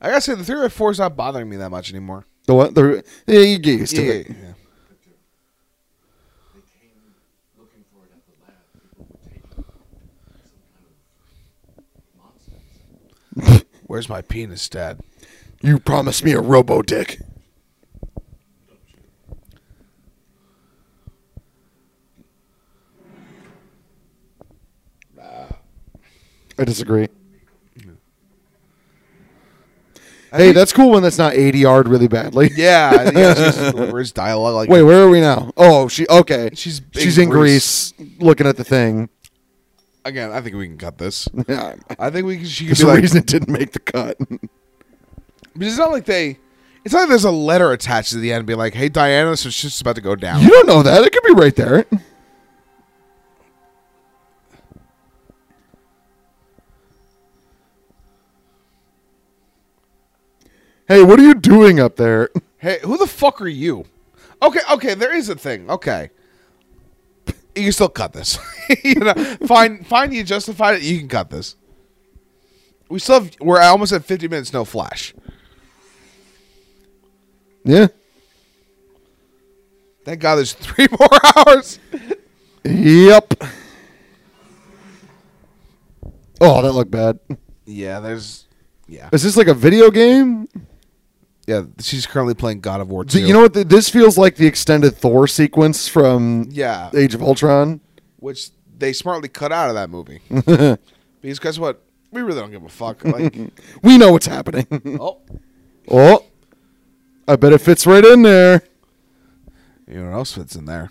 Speaker 3: I gotta say, the three or four is not bothering me that much anymore.
Speaker 2: The what? The yeah, you get used to
Speaker 3: Yeah,
Speaker 2: it.
Speaker 3: yeah, yeah.
Speaker 4: They came looking for it at the lab. People were taking some kind of monster.
Speaker 3: [laughs] Where's my penis, Dad?
Speaker 2: You promised me a robo dick. I disagree. Hey, that's cool when that's not ADR'd really badly.
Speaker 3: Yeah, I think it's [laughs] just delivers dialogue
Speaker 2: [laughs]
Speaker 3: like
Speaker 2: Wait, where are we now? Oh, she okay.
Speaker 3: She's in
Speaker 2: she's in
Speaker 3: Greece.
Speaker 2: Greece. looking at the thing.
Speaker 3: again. I think we can cut this.
Speaker 2: [laughs] Yeah,
Speaker 3: I think we can. She could
Speaker 2: there's
Speaker 3: be
Speaker 2: a
Speaker 3: like,
Speaker 2: reason it didn't make the cut. [laughs]
Speaker 3: but it's not like they. It's not like there's a letter attached to the end, being like, "Hey, Diana, so shit's about to go down."
Speaker 2: you don't know that. It could be right there. Hey, what are you doing up there? [laughs]
Speaker 3: Hey, who the fuck are you? Okay, okay, there is a thing. Okay. You can still cut this. [laughs] you know, fine, fine. You justified it. You can cut this. We still have. We're almost at fifty minutes. No flash.
Speaker 2: Yeah.
Speaker 3: Thank God. There's [laughs] three more hours.
Speaker 2: Yep. Oh, that looked bad.
Speaker 3: Yeah. There's. Yeah.
Speaker 2: Is this like a video game?
Speaker 3: Yeah. She's currently playing God of War.
Speaker 2: So
Speaker 3: 2.
Speaker 2: you know what? th- This feels like the extended Thor sequence from
Speaker 3: Yeah.
Speaker 2: Age of Ultron.
Speaker 3: Which they smartly cut out of
Speaker 2: [laughs]
Speaker 3: that movie. because guess what? We really don't give a fuck.
Speaker 2: [laughs]
Speaker 3: Like,
Speaker 2: We know what's happening. [laughs]
Speaker 3: oh,
Speaker 2: oh, I bet it fits right in there.
Speaker 3: you know what else fits in there?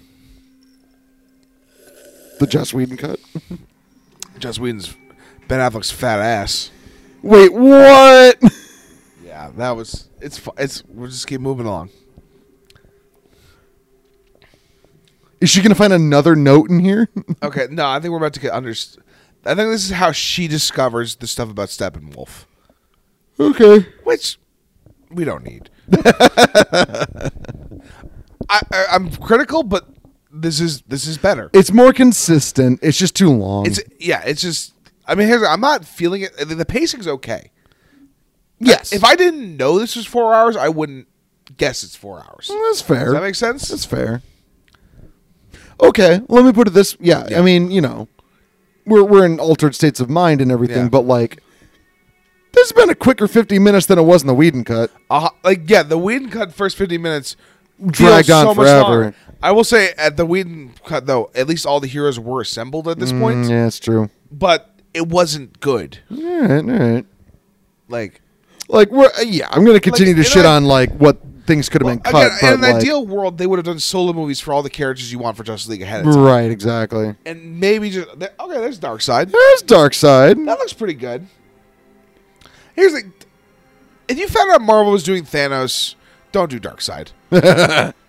Speaker 2: The Joss Whedon
Speaker 3: [laughs]
Speaker 2: cut.
Speaker 3: Joss Whedon's Ben Affleck's fat ass.
Speaker 2: Wait, what?
Speaker 3: Yeah, that was it's fu- it's we'll just keep moving along.
Speaker 2: [laughs] Is she gonna find another note in
Speaker 3: [laughs]
Speaker 2: here?
Speaker 3: Okay, no, I think we're about to get under. I think this is how she discovers the stuff about Steppenwolf,
Speaker 2: okay.
Speaker 3: which we don't need. [laughs] I, I I'm critical, but this is this is better.
Speaker 2: It's more consistent. It's just too long.
Speaker 3: It's yeah, it's just. I mean, here's, I'm not feeling it. The the pacing's okay.
Speaker 2: yes.
Speaker 3: If I didn't know this was four hours, I wouldn't guess it's four hours.
Speaker 2: Well, that's fair.
Speaker 3: Does that make sense?
Speaker 2: That's fair. Okay, let me put it this. Yeah,
Speaker 3: Yeah.
Speaker 2: I mean, you know, we're we're in altered states of mind and everything,
Speaker 3: Yeah.
Speaker 2: but like, this has been a quicker fifty minutes than it was in the Whedon cut.
Speaker 3: Uh, like yeah, the Whedon cut first fifteen minutes feels
Speaker 2: Dragged on forever.
Speaker 3: longer. I will say at the Whedon cut though, at least all the heroes were assembled at this point,
Speaker 2: Mm, yeah, it's true.
Speaker 3: but it wasn't good.
Speaker 2: All right, all right.
Speaker 3: Like
Speaker 2: Like we're uh, yeah, I'm gonna continue
Speaker 3: and
Speaker 2: to shit
Speaker 3: I-
Speaker 2: on like what things could have been cut,
Speaker 3: again, in an
Speaker 2: but like,
Speaker 3: ideal world, they would have done solo movies for all the characters you want for Justice League ahead of time,
Speaker 2: right? Exactly.
Speaker 3: and maybe just there- okay. There's Dark Side.
Speaker 2: There's Dark Side.
Speaker 3: That looks pretty good. Here's the if you found out Marvel was doing Thanos, don't do
Speaker 2: [laughs]
Speaker 3: Dark Side. no,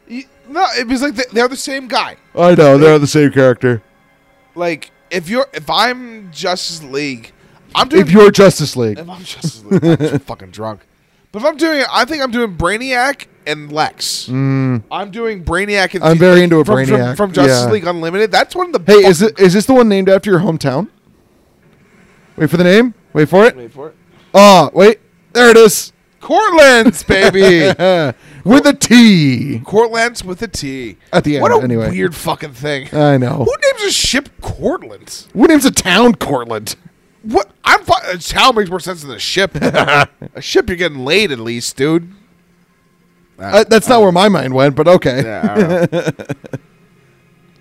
Speaker 3: it was like they- they're the same guy.
Speaker 2: I know they're the same character.
Speaker 3: Like if you're if I'm Justice League, I'm doing
Speaker 2: If you're Justice League,
Speaker 3: if I'm Justice League,
Speaker 2: [laughs]
Speaker 3: I'm just fucking drunk. But if I'm doing it, I think I'm doing Brainiac and Lex. I'm doing Brainiac and
Speaker 2: Mm. I'm very into a
Speaker 3: from, from-
Speaker 2: Brainiac,
Speaker 3: from Justice
Speaker 2: yeah.
Speaker 3: League Unlimited. That's one of the
Speaker 2: hey,
Speaker 3: fuck-
Speaker 2: is it is this the one named after your hometown? Wait for the name. Wait for it.
Speaker 3: wait for it
Speaker 2: Oh, wait. There it is. [laughs]
Speaker 3: Cortland's baby.
Speaker 2: With a T.
Speaker 3: Cortland's with a T.
Speaker 2: At the end,
Speaker 3: what a
Speaker 2: anyway. Uh,
Speaker 3: weird fucking thing.
Speaker 2: I know.
Speaker 3: Who names a ship Cortland?
Speaker 2: Who names a town Cortland?
Speaker 3: What? I'm fi- a town makes more sense than
Speaker 2: [laughs]
Speaker 3: a ship. a ship, you're getting laid at least, dude.
Speaker 2: Uh, that's not where my mind went, but okay.
Speaker 3: Yeah. I don't know. [laughs]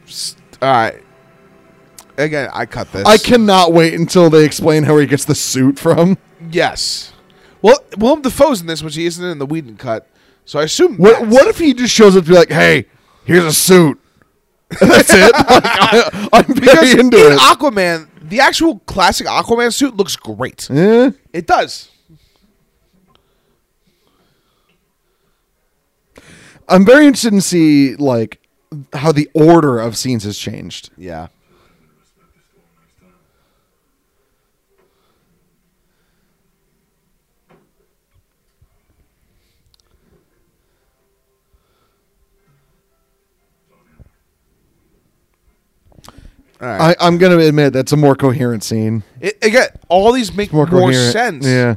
Speaker 3: Just- all right. Again, I cut this.
Speaker 2: I cannot wait until they explain how he gets the suit from.
Speaker 3: Yes. Well, Willem Dafoe's in this, which he isn't in the Whedon cut. So I assume.
Speaker 2: What
Speaker 3: that's-
Speaker 2: What if he just shows up to be like, hey, here's a suit? [laughs] And that's it? [laughs] Like, I, am
Speaker 3: Because
Speaker 2: very
Speaker 3: in
Speaker 2: into it.
Speaker 3: Aquaman, the actual classic Aquaman suit looks great.
Speaker 2: Yeah.
Speaker 3: It does.
Speaker 2: I'm very interested in see like how the order of scenes has changed.
Speaker 3: Yeah. right.
Speaker 2: I, I'm gonna admit that's a more coherent scene.
Speaker 3: It, again, all these make more,
Speaker 2: More coherent.
Speaker 3: sense.
Speaker 2: Yeah.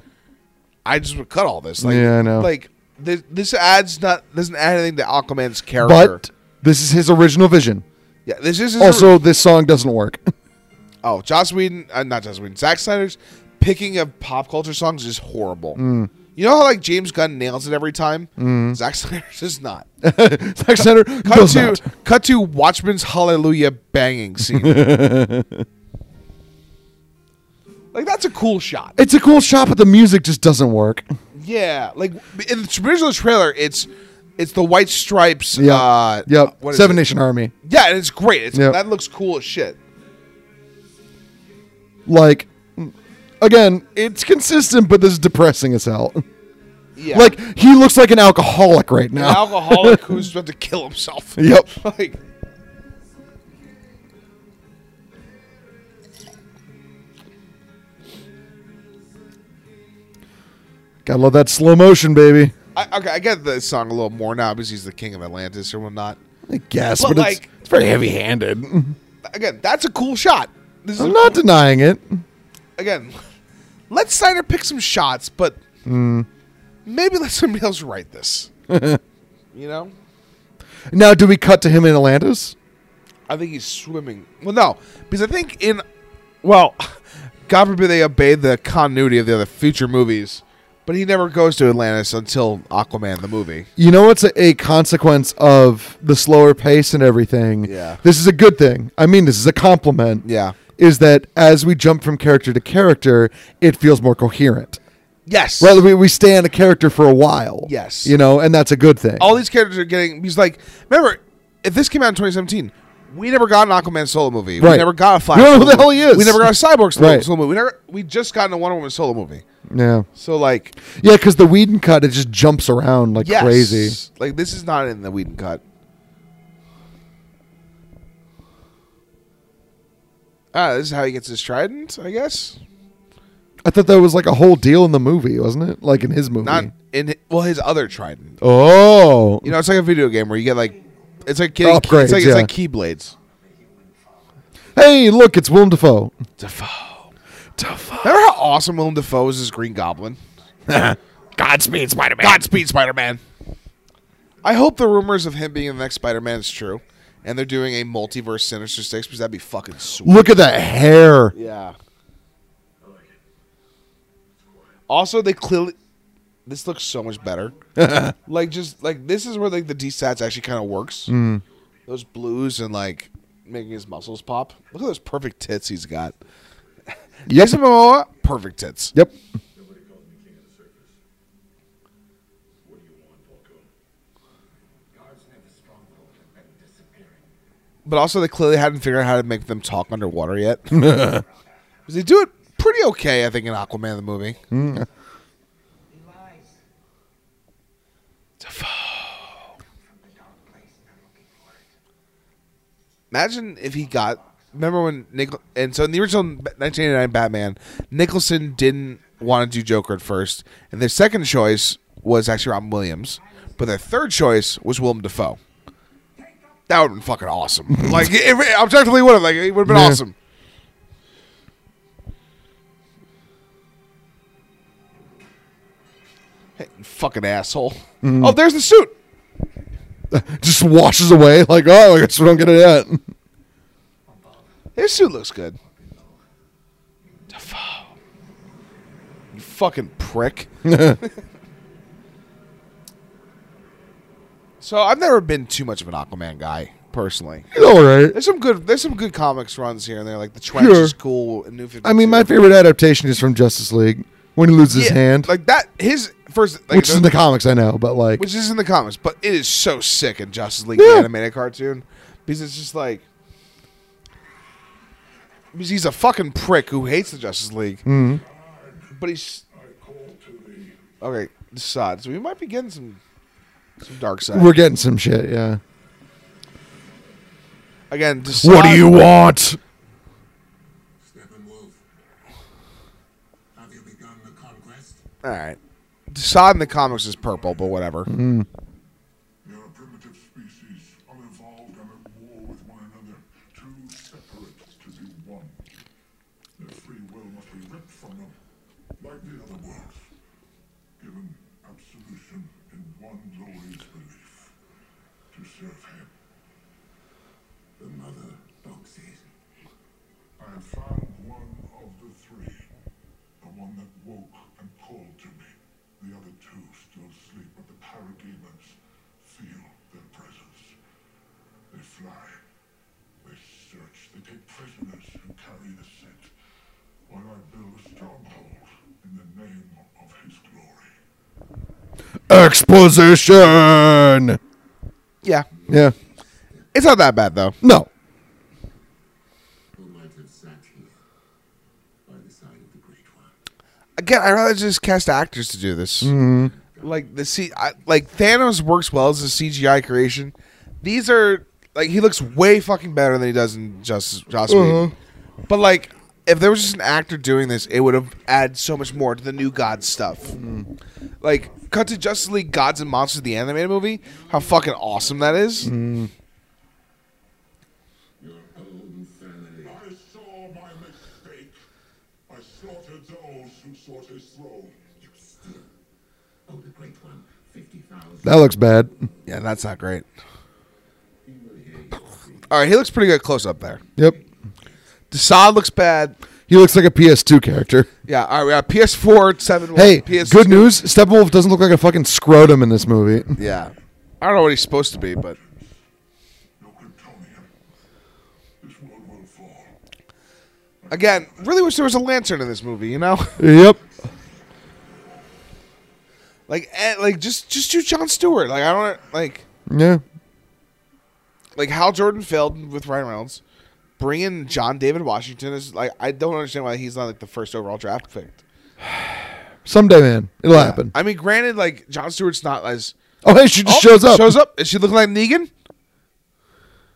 Speaker 3: I just would cut all this. Like,
Speaker 2: Yeah, I know.
Speaker 3: Like this, this adds not doesn't add anything to Aquaman's character.
Speaker 2: But this is his original vision.
Speaker 3: yeah, this is his
Speaker 2: Also, this song doesn't work. [laughs]
Speaker 3: Oh, Joss Whedon, uh, not Joss Whedon, Zack Snyder's picking of pop culture songs is horrible.
Speaker 2: Mm.
Speaker 3: You know how like James Gunn nails it every time. Zack [laughs] Snyder does not.
Speaker 2: Zack Snyder
Speaker 3: Cut
Speaker 2: Mm. does
Speaker 3: to
Speaker 2: not.
Speaker 3: cut to Watchmen's Hallelujah
Speaker 2: [laughs]
Speaker 3: banging scene. like that's a cool shot.
Speaker 2: It's a cool shot, but the music just doesn't work.
Speaker 3: Uh, Yeah, like in the original trailer, it's it's the White Stripes.
Speaker 2: Yeah.
Speaker 3: uh,
Speaker 2: yep.
Speaker 3: what is
Speaker 2: Seven
Speaker 3: it?
Speaker 2: Nation Army.
Speaker 3: Yeah, and it's great. It's,
Speaker 2: Yep.
Speaker 3: That looks cool as shit.
Speaker 2: Like, again, it's consistent, but this is depressing as hell.
Speaker 3: Yeah,
Speaker 2: Like he looks like an alcoholic right
Speaker 3: an
Speaker 2: now.
Speaker 3: alcoholic who's about to kill himself.
Speaker 2: [laughs] Yep.
Speaker 3: [laughs] like
Speaker 2: [laughs] Gotta love that slow motion, baby.
Speaker 3: I, okay, I get the song a little more now because he's the king of Atlantis or whatnot.
Speaker 2: I guess, but,
Speaker 3: But,
Speaker 2: it's,
Speaker 3: like-
Speaker 2: it's very heavy-handed.
Speaker 3: Again, that's a cool shot. This is a
Speaker 2: I'm not denying it.
Speaker 3: again, let Snyder pick some shots, but maybe let somebody else write this. you know,
Speaker 2: Now, do we cut to him in Atlantis?
Speaker 3: I think he's swimming. Well, no, because I think in well, [laughs] God forbid they obey the continuity of the other future movies, but he never goes to Atlantis until Aquaman the movie.
Speaker 2: You know what's a, a consequence of the slower pace and everything?
Speaker 3: Yeah.
Speaker 2: This is a good thing. I mean, this is a compliment.
Speaker 3: Yeah.
Speaker 2: Is that as we jump from character to character, it feels more coherent.
Speaker 3: Yes,
Speaker 2: Rather, we, we stay on a character for a while.
Speaker 3: Yes.
Speaker 2: You know, and that's a good thing.
Speaker 3: all these characters are getting. He's like, remember, if this came out in 2017, we never got an Aquaman solo movie. We
Speaker 2: Right.
Speaker 3: never got a Flash.
Speaker 2: We don't know
Speaker 3: solo
Speaker 2: who the hell
Speaker 3: movie.
Speaker 2: he is.
Speaker 3: We never got a Cyborg solo,
Speaker 2: Right.
Speaker 3: solo movie. We never. We just got a Wonder Woman solo movie.
Speaker 2: yeah.
Speaker 3: So like,
Speaker 2: Yeah, because the Whedon cut, it just jumps around like
Speaker 3: yes,
Speaker 2: crazy.
Speaker 3: Like this is not in the Whedon cut. Ah, this is how he gets his trident, I guess.
Speaker 2: I thought that was like a whole deal in the movie, wasn't it? Like in his movie.
Speaker 3: Not in well, his other trident.
Speaker 2: oh.
Speaker 3: You know, it's like a video game where you get like, it's like getting,
Speaker 2: Upgrades,
Speaker 3: it's like
Speaker 2: yeah.
Speaker 3: it's like keyblades.
Speaker 2: Hey, look, it's Willem Dafoe.
Speaker 3: Defoe. Defoe. Remember how awesome Willem Dafoe is as Green Goblin? [laughs] Godspeed, Spider Man. Godspeed, Spider Man. I hope the rumors of him being the next Spider Man is true, and they're doing a multiverse Sinister Six because that'd be fucking sweet.
Speaker 2: Look at that hair.
Speaker 3: Yeah. Also, they clearly this looks so much [laughs] better. like just like this is where like the desats actually kind of works. Those blues and like making his muscles pop. Look at those perfect tits he's got.
Speaker 2: Yep.
Speaker 3: Jason Momoa, perfect tits.
Speaker 2: Yep.
Speaker 3: But also, they clearly hadn't figured out how to make them talk underwater yet. [laughs] 'Cause they do it pretty okay, I think, in Aquaman the movie.
Speaker 4: He lies.
Speaker 3: Imagine if he got. Remember when Nickel and so in the original 1989 Batman, Nicholson didn't want to do Joker at first, and their second choice was actually Robin Williams, but their third choice was Willem Dafoe. That would have been fucking awesome. like, it, it objectively would have like it would have been
Speaker 2: Yeah.
Speaker 3: awesome. Hey, you fucking asshole! Oh, there's the suit.
Speaker 2: Just washes away. Like, oh, I guess we don't get it yet.
Speaker 3: His suit looks good. Defoe. You fucking
Speaker 2: [laughs]
Speaker 3: prick. so I've never been too much of an Aquaman guy, personally.
Speaker 2: It's all right.
Speaker 3: There's some good there's some good comics runs here and there, like the Trench
Speaker 2: Sure.
Speaker 3: is cool and New 52.
Speaker 2: I mean, my favorite adaptation is from Justice League when he loses his
Speaker 3: Yeah,
Speaker 2: hand,
Speaker 3: Like that his first like
Speaker 2: which is in the comics, I know, but like,
Speaker 3: which is in the comics, but it is so sick in Justice League the
Speaker 2: Yeah.
Speaker 3: animated cartoon because it's just like because he's a fucking prick who hates the Justice League,
Speaker 2: Mm-hmm.
Speaker 3: but he's okay. The side, so we might be getting some some dark side
Speaker 2: we're getting some shit. Yeah.
Speaker 3: again. the
Speaker 2: What do
Speaker 3: Sod-
Speaker 2: you want?
Speaker 9: Steppenwolf, have you begun the conquest?
Speaker 3: All right, the sod in the comics is purple, but whatever.
Speaker 2: Mm.
Speaker 9: You're a primitive species, unevolved and at war with one another, two separate from them, like the other worlds, given absolution in one glorious belief to serve him. The mother dog says, I have found one of the three, the one that woke and called to me. The other two still sleep, but the parademons feel their presence. They fly. They search. They take prisoners who carry the scent. While I build a stronghold in the name of his glory.
Speaker 2: Exposition.
Speaker 3: Yeah.
Speaker 2: Yeah.
Speaker 3: It's not that bad though.
Speaker 2: No.
Speaker 9: Who might have sat here by the side of the Great One.
Speaker 3: Again, I'd rather just cast actors to do this.
Speaker 2: Mm. Mm-hmm.
Speaker 3: Like the C, I, like Thanos works well as a CGI creation. These are like he looks way fucking better than he does in Justice Joss Whedon.
Speaker 2: Mm-hmm.
Speaker 3: But like, if there was just an actor doing this, it would have added so much more to the new God stuff.
Speaker 2: Mm-hmm.
Speaker 3: Like, cut to Justice League Gods and Monsters, the animated movie. How fucking awesome that is.
Speaker 2: Mm-hmm.
Speaker 9: Your own family. I saw my mistake. I slaughtered those who sought his throne. You still owe the Great One 50,000.
Speaker 2: That looks bad.
Speaker 3: Yeah, that's not great.
Speaker 9: He will hear your plea.
Speaker 3: All right, he looks pretty good close up there.
Speaker 2: Yep.
Speaker 3: Desaad looks bad.
Speaker 2: He looks like a PS2 character.
Speaker 3: Yeah, all right, we got PS4, 7,
Speaker 2: Hey,
Speaker 3: PS2.
Speaker 2: good news. Steppenwolf doesn't look like a fucking scrotum in this movie.
Speaker 3: Yeah. I don't know what he's supposed to be, but
Speaker 9: No Kryptonian. This world will fall.
Speaker 3: again, really wish there was a lantern in this movie, you know? [laughs]
Speaker 2: Yep.
Speaker 3: like eh, like just just do John Stewart. Like I don't like
Speaker 2: Yeah.
Speaker 3: like Hal Jordan failed with Ryan Reynolds. Bring in John David Washington is like I don't understand why he's not like the first overall draft pick.
Speaker 2: Someday, man, it'll happen.
Speaker 3: I mean, granted, like John Stewart's not as
Speaker 2: Oh, hey, she just
Speaker 3: Oh,
Speaker 2: shows up.
Speaker 3: Shows up. Is she looking like Negan?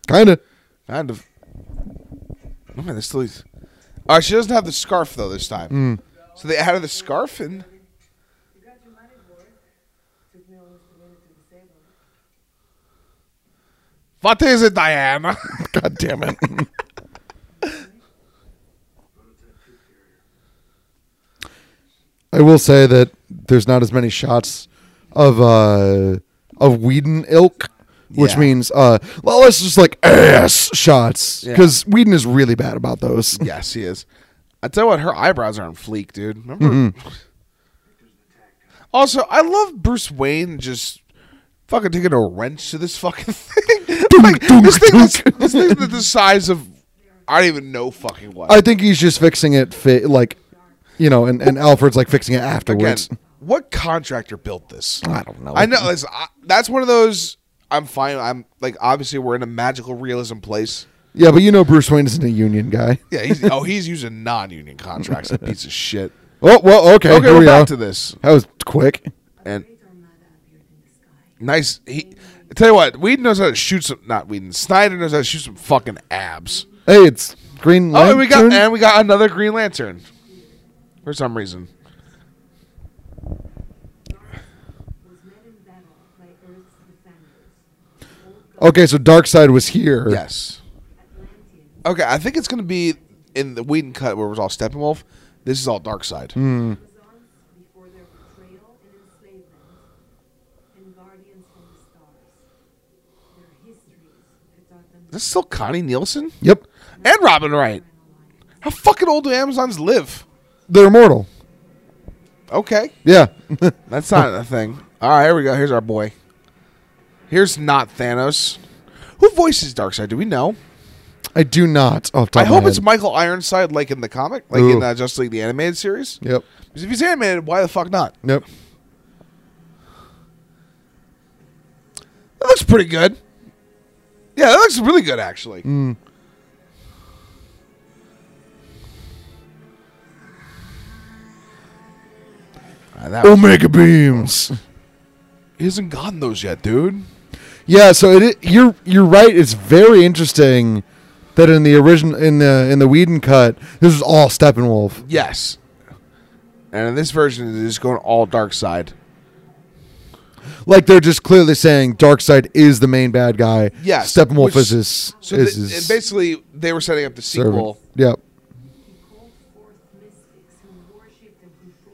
Speaker 2: Kind of.
Speaker 3: Kind of. Oh man, this still is. All right, she doesn't have the scarf though this time. So they added the scarf and
Speaker 7: You got your money, boy. Took me almost a minute to disable it.
Speaker 3: what is it, Diana? [laughs]
Speaker 2: God damn it. [laughs] I will say that there's not as many shots of uh of Whedon ilk, which
Speaker 3: Yeah.
Speaker 2: means uh well let's just like ass shots because Whedon is really bad about those. [laughs]
Speaker 3: yes, she is. I tell you what, her eyebrows are on fleek, dude. Remember? Also, I love Bruce Wayne just fucking taking a wrench to this fucking [laughs] thing. like, this thing, is,
Speaker 2: [laughs]
Speaker 3: this thing is the size of I don't even know fucking what.
Speaker 2: I think he's just fixing it fi- like you know, and, and Alfred's like fixing it
Speaker 3: Again,
Speaker 2: afterwards.
Speaker 3: what contractor built this?
Speaker 2: I don't know.
Speaker 3: I know. Listen, I, that's one of those. I'm fine. I'm like, obviously, we're in a magical realism place.
Speaker 2: Yeah, but you know Bruce Wayne isn't a union guy.
Speaker 3: Yeah. He's, oh, he's [laughs] using non-union contracts. a piece of shit.
Speaker 2: Oh well, okay.
Speaker 3: Okay,
Speaker 2: here
Speaker 3: we're
Speaker 2: we
Speaker 3: back
Speaker 2: are.
Speaker 3: to this.
Speaker 2: That was quick.
Speaker 3: And
Speaker 7: Great Armada appeared in the sky.
Speaker 3: nice. He I tell you what, Whedon knows how to shoot some. Not Whedon. Snyder knows how to shoot some fucking abs.
Speaker 2: Hey, it's Green
Speaker 3: Oh,
Speaker 2: Lantern.
Speaker 3: and we got and we got another Green Lantern for some reason.
Speaker 7: Was met in battle by Earth's defenders.
Speaker 2: okay, so Darkseid was here.
Speaker 3: Yes.
Speaker 7: Atlanteans
Speaker 3: Okay, I think it's gonna be in the Whedon cut where it was all Steppenwolf. This is all Darkseid.
Speaker 7: Amazons before their betrayal and enslavement, and guardians from the stars. Their histories that taught them
Speaker 3: This is still Connie Nielsen
Speaker 2: Yep.
Speaker 3: and Robin Wright. How fucking old do Amazons live?
Speaker 2: They're immortal.
Speaker 3: Okay,
Speaker 2: Yeah. [laughs]
Speaker 3: that's not a thing. All right, here we go. Here's our boy. Here's not Thanos. Who voices Darkseid? Do we know?
Speaker 2: I do not. Off the top
Speaker 3: I
Speaker 2: of
Speaker 3: hope
Speaker 2: my
Speaker 3: it's
Speaker 2: head.
Speaker 3: Michael Ironside, like in the comic, like in
Speaker 2: Ooh.
Speaker 3: uh, Justice League the animated series.
Speaker 2: Yep.
Speaker 3: Because if he's animated, why the fuck not?
Speaker 2: Yep.
Speaker 3: That looks pretty good. Yeah, that looks really good actually. Ah, that was-
Speaker 2: Omega beams.
Speaker 3: he hasn't gotten those yet, dude.
Speaker 2: [laughs] Yeah. So it, i- You're you're right. It's very interesting that in the original in the in the Whedon cut, this is all Steppenwolf.
Speaker 3: Yes. And in this version, it is going all dark side.
Speaker 2: Like they're just clearly saying Darkseid is the main bad guy.
Speaker 3: Yes,
Speaker 2: Steppenwolf
Speaker 3: which-
Speaker 2: is his.
Speaker 3: So
Speaker 2: is
Speaker 3: the-
Speaker 2: his
Speaker 3: and basically, they were setting up the
Speaker 2: servant.
Speaker 3: sequel.
Speaker 2: Yep.
Speaker 7: He called forth mystics who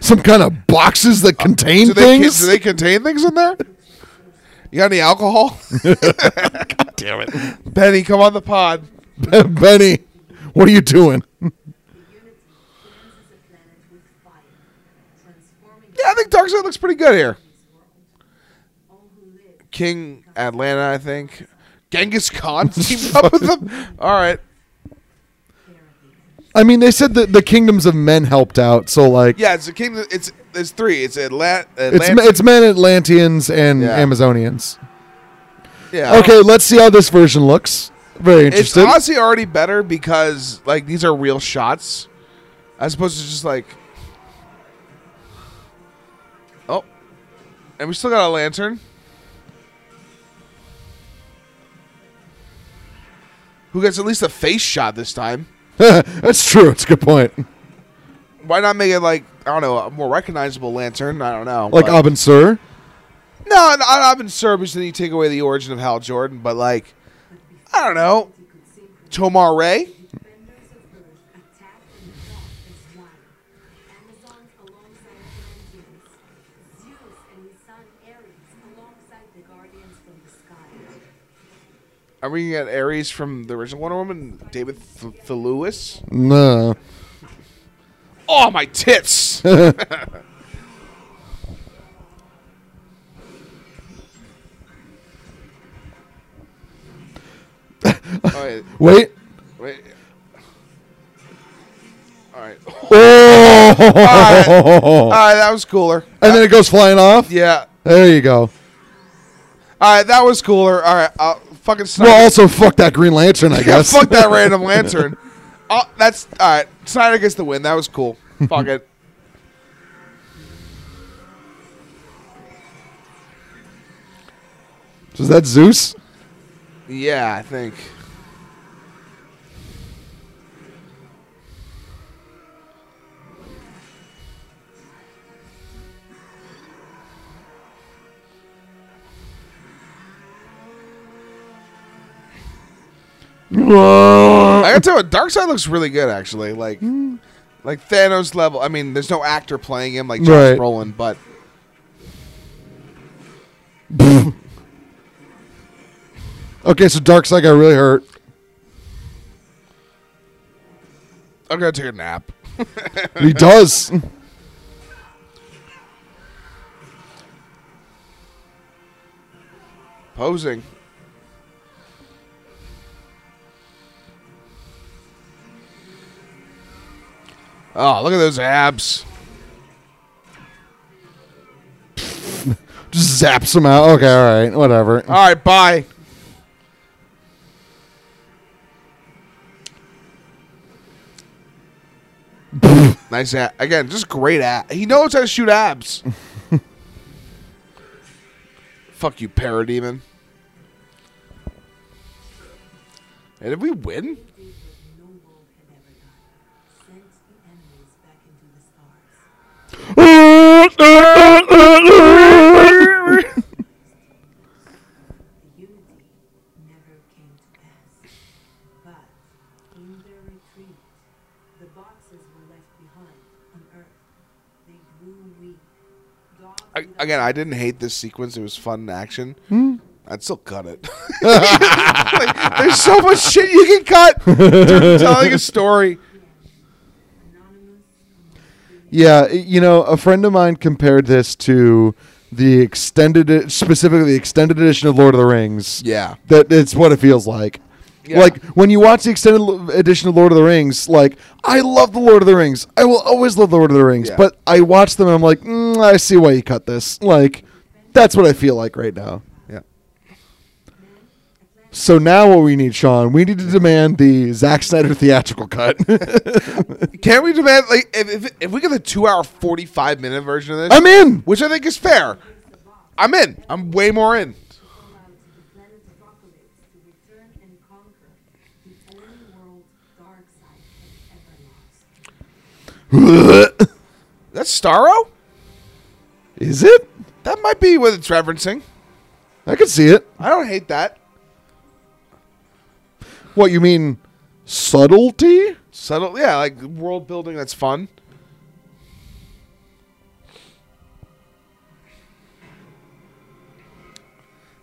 Speaker 2: Some kind of boxes that contain
Speaker 3: Do Uh, they,
Speaker 2: things. [laughs]
Speaker 3: do they contain things in there? You got any alcohol? [laughs] God damn it. Benny, come on the pod.
Speaker 2: Benny, what are you doing? [laughs]
Speaker 7: The unity cleanses the planet with fire, transforming
Speaker 3: Yeah, I think Dark Side looks pretty good here.
Speaker 7: this world. All who live
Speaker 3: King Atlanta, I think.
Speaker 2: [laughs]
Speaker 3: Genghis Khan teamed up with them. All right.
Speaker 7: care of the earth.
Speaker 2: I mean, they said that the kingdoms of men helped out, so like,
Speaker 3: Yeah, it's a kingdom. It's there's three. It's Atlant.
Speaker 2: it's
Speaker 3: Atlant-
Speaker 2: me- it's men, Atlanteans, and
Speaker 3: Yeah.
Speaker 2: Amazonians.
Speaker 3: yeah.
Speaker 2: Okay, let's see how this version looks. Very
Speaker 3: It's
Speaker 2: interested.
Speaker 3: honestly already better because like these are real shots, as opposed to just like. Oh, and we still got a lantern. Who gets at least a face shot this time?
Speaker 2: [laughs] That's true. It's a good point.
Speaker 3: Why not make it like I don't know a more recognizable lantern? I don't know.
Speaker 2: Like um,
Speaker 3: but-
Speaker 2: Abin Sur.
Speaker 3: No, no, I've been Serbian, then you take away the origin of Hal Jordan, but like, I don't know, Tomar Ray.
Speaker 7: Defenders of Earth attack and fought as one. Amazons alongside Atlanteans. Zeus and his son Ares alongside the guardians from the sky.
Speaker 3: Are we gonna get Ares from the original Wonder Woman? David Th- Thewlis?
Speaker 2: No.
Speaker 3: Oh, my tits! Oh, Alright,
Speaker 2: Wait.
Speaker 3: wait. Alright. Alright,
Speaker 2: [laughs] Oh.
Speaker 3: that was cooler.
Speaker 2: And then it goes flying off.
Speaker 3: Yeah.
Speaker 2: There you go.
Speaker 3: Alright, that was cooler. Alright, I'll fucking snipe
Speaker 2: Well, also fuck that Green Lantern, I
Speaker 3: [laughs] Yeah,
Speaker 2: guess.
Speaker 3: fuck that random lantern. Oh, that's all right. Snyder gets the win. That was cool. Fuck it.
Speaker 2: [laughs] Is that Zeus? [laughs]
Speaker 3: Yeah, I think. I gotta tell you, what, Dark Side looks really good actually. Like, like Thanos level. I mean, there's no actor playing him like Josh
Speaker 2: Right.
Speaker 3: Brolin, but
Speaker 2: Okay, so Darkseid got really hurt.
Speaker 3: I'm gonna take a nap. [laughs]
Speaker 2: He does.
Speaker 3: Posing. Oh, look at those abs.
Speaker 2: Just zaps him out. Okay, all right, whatever.
Speaker 3: All right, bye. nice ab. Again, just great ab. He knows how to shoot abs. Fuck you, parademon. And did we win?
Speaker 7: did what no world had ever done. Sent the animals back into the stars. The unity never came to pass. But in their retreat, the boxes were left behind on Earth. They grew weak. Dogs
Speaker 3: I,
Speaker 7: without
Speaker 3: again, I didn't hate this sequence. It was fun action. I'd still cut it. [laughs] Like, there's so much shit you can cut during telling a story.
Speaker 7: anonymous
Speaker 2: Yeah, you know, a friend of mine compared this to the extended, specifically the extended edition of Lord of the Rings.
Speaker 3: Yeah.
Speaker 2: that it's what it feels like.
Speaker 3: Yeah.
Speaker 2: Like when you watch the extended l- edition of Lord of the Rings, like I love the Lord of the Rings. I will always love the Lord of the Rings,
Speaker 3: Yeah.
Speaker 2: but I watch them and I'm like, mm, I see why you cut this. Like that's what I feel like right now.
Speaker 3: Yeah.
Speaker 2: So now what we need, Sean, we need to demand the Zack Snyder theatrical cut. [laughs]
Speaker 3: Can we demand like if, if, if we get the two hour forty five minute version of this,
Speaker 2: I'm in.
Speaker 3: which I think is fair. I'm in. I'm way more in.
Speaker 7: allowed to the planet apocalypse to return and conquer the only world dark side had ever lost.
Speaker 3: That's Starro.
Speaker 2: Is it?
Speaker 3: That might be what it's referencing.
Speaker 2: I can see it.
Speaker 3: I don't hate that
Speaker 2: What you mean subtlety?
Speaker 3: subtle. Yeah, like world building. That's fun.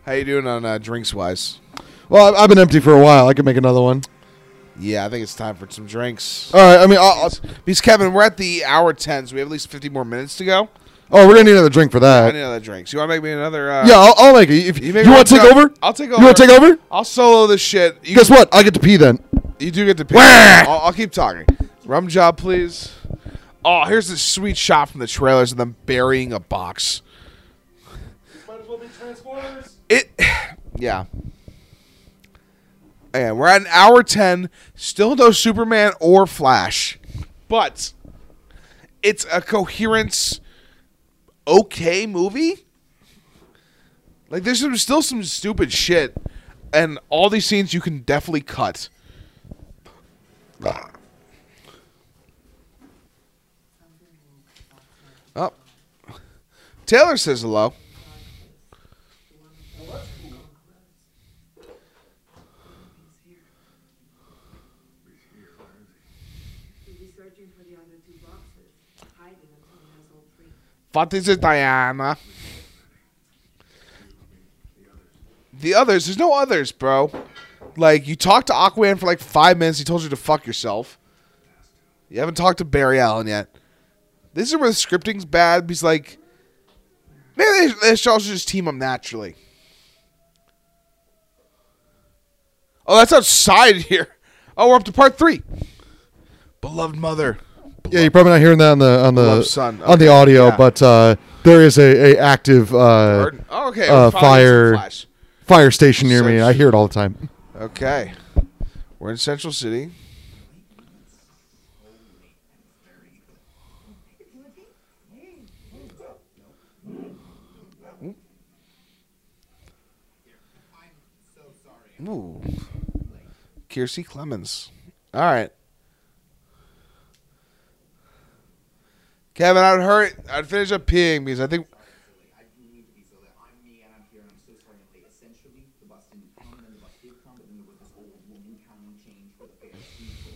Speaker 3: How you doing on uh, drinks wise?
Speaker 2: Well, I- I've been empty for a while. I could make another one.
Speaker 3: Yeah, I think it's time for some drinks.
Speaker 2: All right. I mean, I'll, I'll,
Speaker 3: Because Kevin, we're at the hour ten, so we have at least fifty more minutes to go.
Speaker 2: oh, we're gonna need another drink for
Speaker 3: I
Speaker 2: that.
Speaker 3: need another drink. So you want to make me another? Uh,
Speaker 2: Yeah, I'll, I'll make it. If you,
Speaker 3: make
Speaker 2: want to
Speaker 3: one
Speaker 2: take
Speaker 3: shot.
Speaker 2: over,
Speaker 3: I'll take over.
Speaker 2: You want to take over?
Speaker 3: I'll solo this shit. You,
Speaker 2: Guess what? I get to pee then.
Speaker 3: you do get to pick. I'll, I'll keep talking. Rum job, please. Oh, here's this sweet shot from the trailers of them burying a box.
Speaker 4: Might as well be Transformers.
Speaker 3: It, [sighs] yeah. And we're at an hour ten. Still no Superman or Flash, but it's a coherence, okay movie. Like there's some, still some stupid shit, and all these scenes you can definitely cut. Oh, Taylor says hello.
Speaker 7: He'll be searching for the other two boxes, hiding until he has all three.
Speaker 3: What is it, Diana? The others. There's no others, bro. Like, you talked to Aquaman for like five minutes. He told you to fuck yourself. You haven't talked to Barry Allen yet. This is where the scripting's bad. He's like, maybe they, they should also just team up naturally. Oh, that's outside [laughs] here. Oh, we're up to part three. Beloved mother.
Speaker 2: Yeah, you're probably not hearing that on the on the
Speaker 3: Love Sun.
Speaker 2: on the audio,
Speaker 3: Oh, yeah.
Speaker 2: but uh, there is a, a active uh,
Speaker 3: Burden. Oh, okay.
Speaker 2: uh,
Speaker 3: Probably some
Speaker 2: fire-
Speaker 3: flash.
Speaker 2: fire station near me.
Speaker 3: Search.
Speaker 2: I hear it all the time.
Speaker 3: Okay. We're in Central City. Hmm? Ooh. Kiersey Clemens. All right. Kevin, I'd hurry. I'd finish up peeing because I think
Speaker 10: I didn't mean to be so loud. I'm me and I'm here and I'm so sorry. And they essentially, the bus didn't come, and then the bus did come, but then there was this old woman counting change for the fare, nickel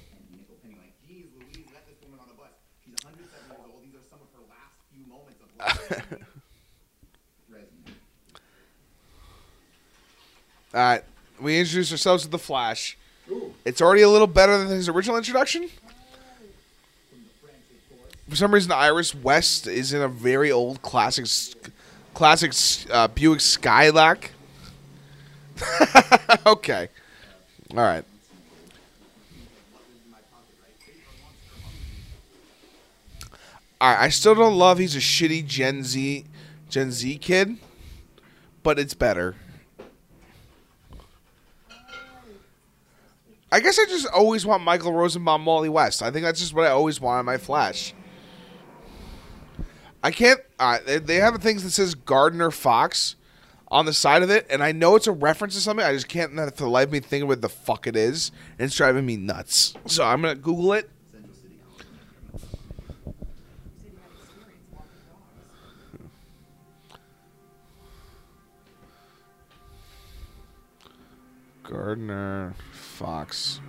Speaker 10: penny, nickel penny. Like, geez, Louise, let this woman on the bus. She's 107 years old. These are some of her last few moments of life. Resonate.
Speaker 3: All right. We introduced ourselves to the Flash. It's already a little better than his original introduction. For some reason, Iris West is in a very old classic, s- classic s- uh, Buick Skylark. [laughs] okay. All right. All right. I still don't love. He's a shitty Gen Z, Gen Z kid, but it's better. I guess I just always want Michael Rosenbaum, Molly West. I think that's just what I always want in my Flash. I can't. Uh, they, they have a thing that says Gardner Fox on the side of it, and I know it's a reference to something. I just can't not for the life of me think of what the fuck it is, and it's driving me nuts. So I'm gonna Google it. Gardner Fox.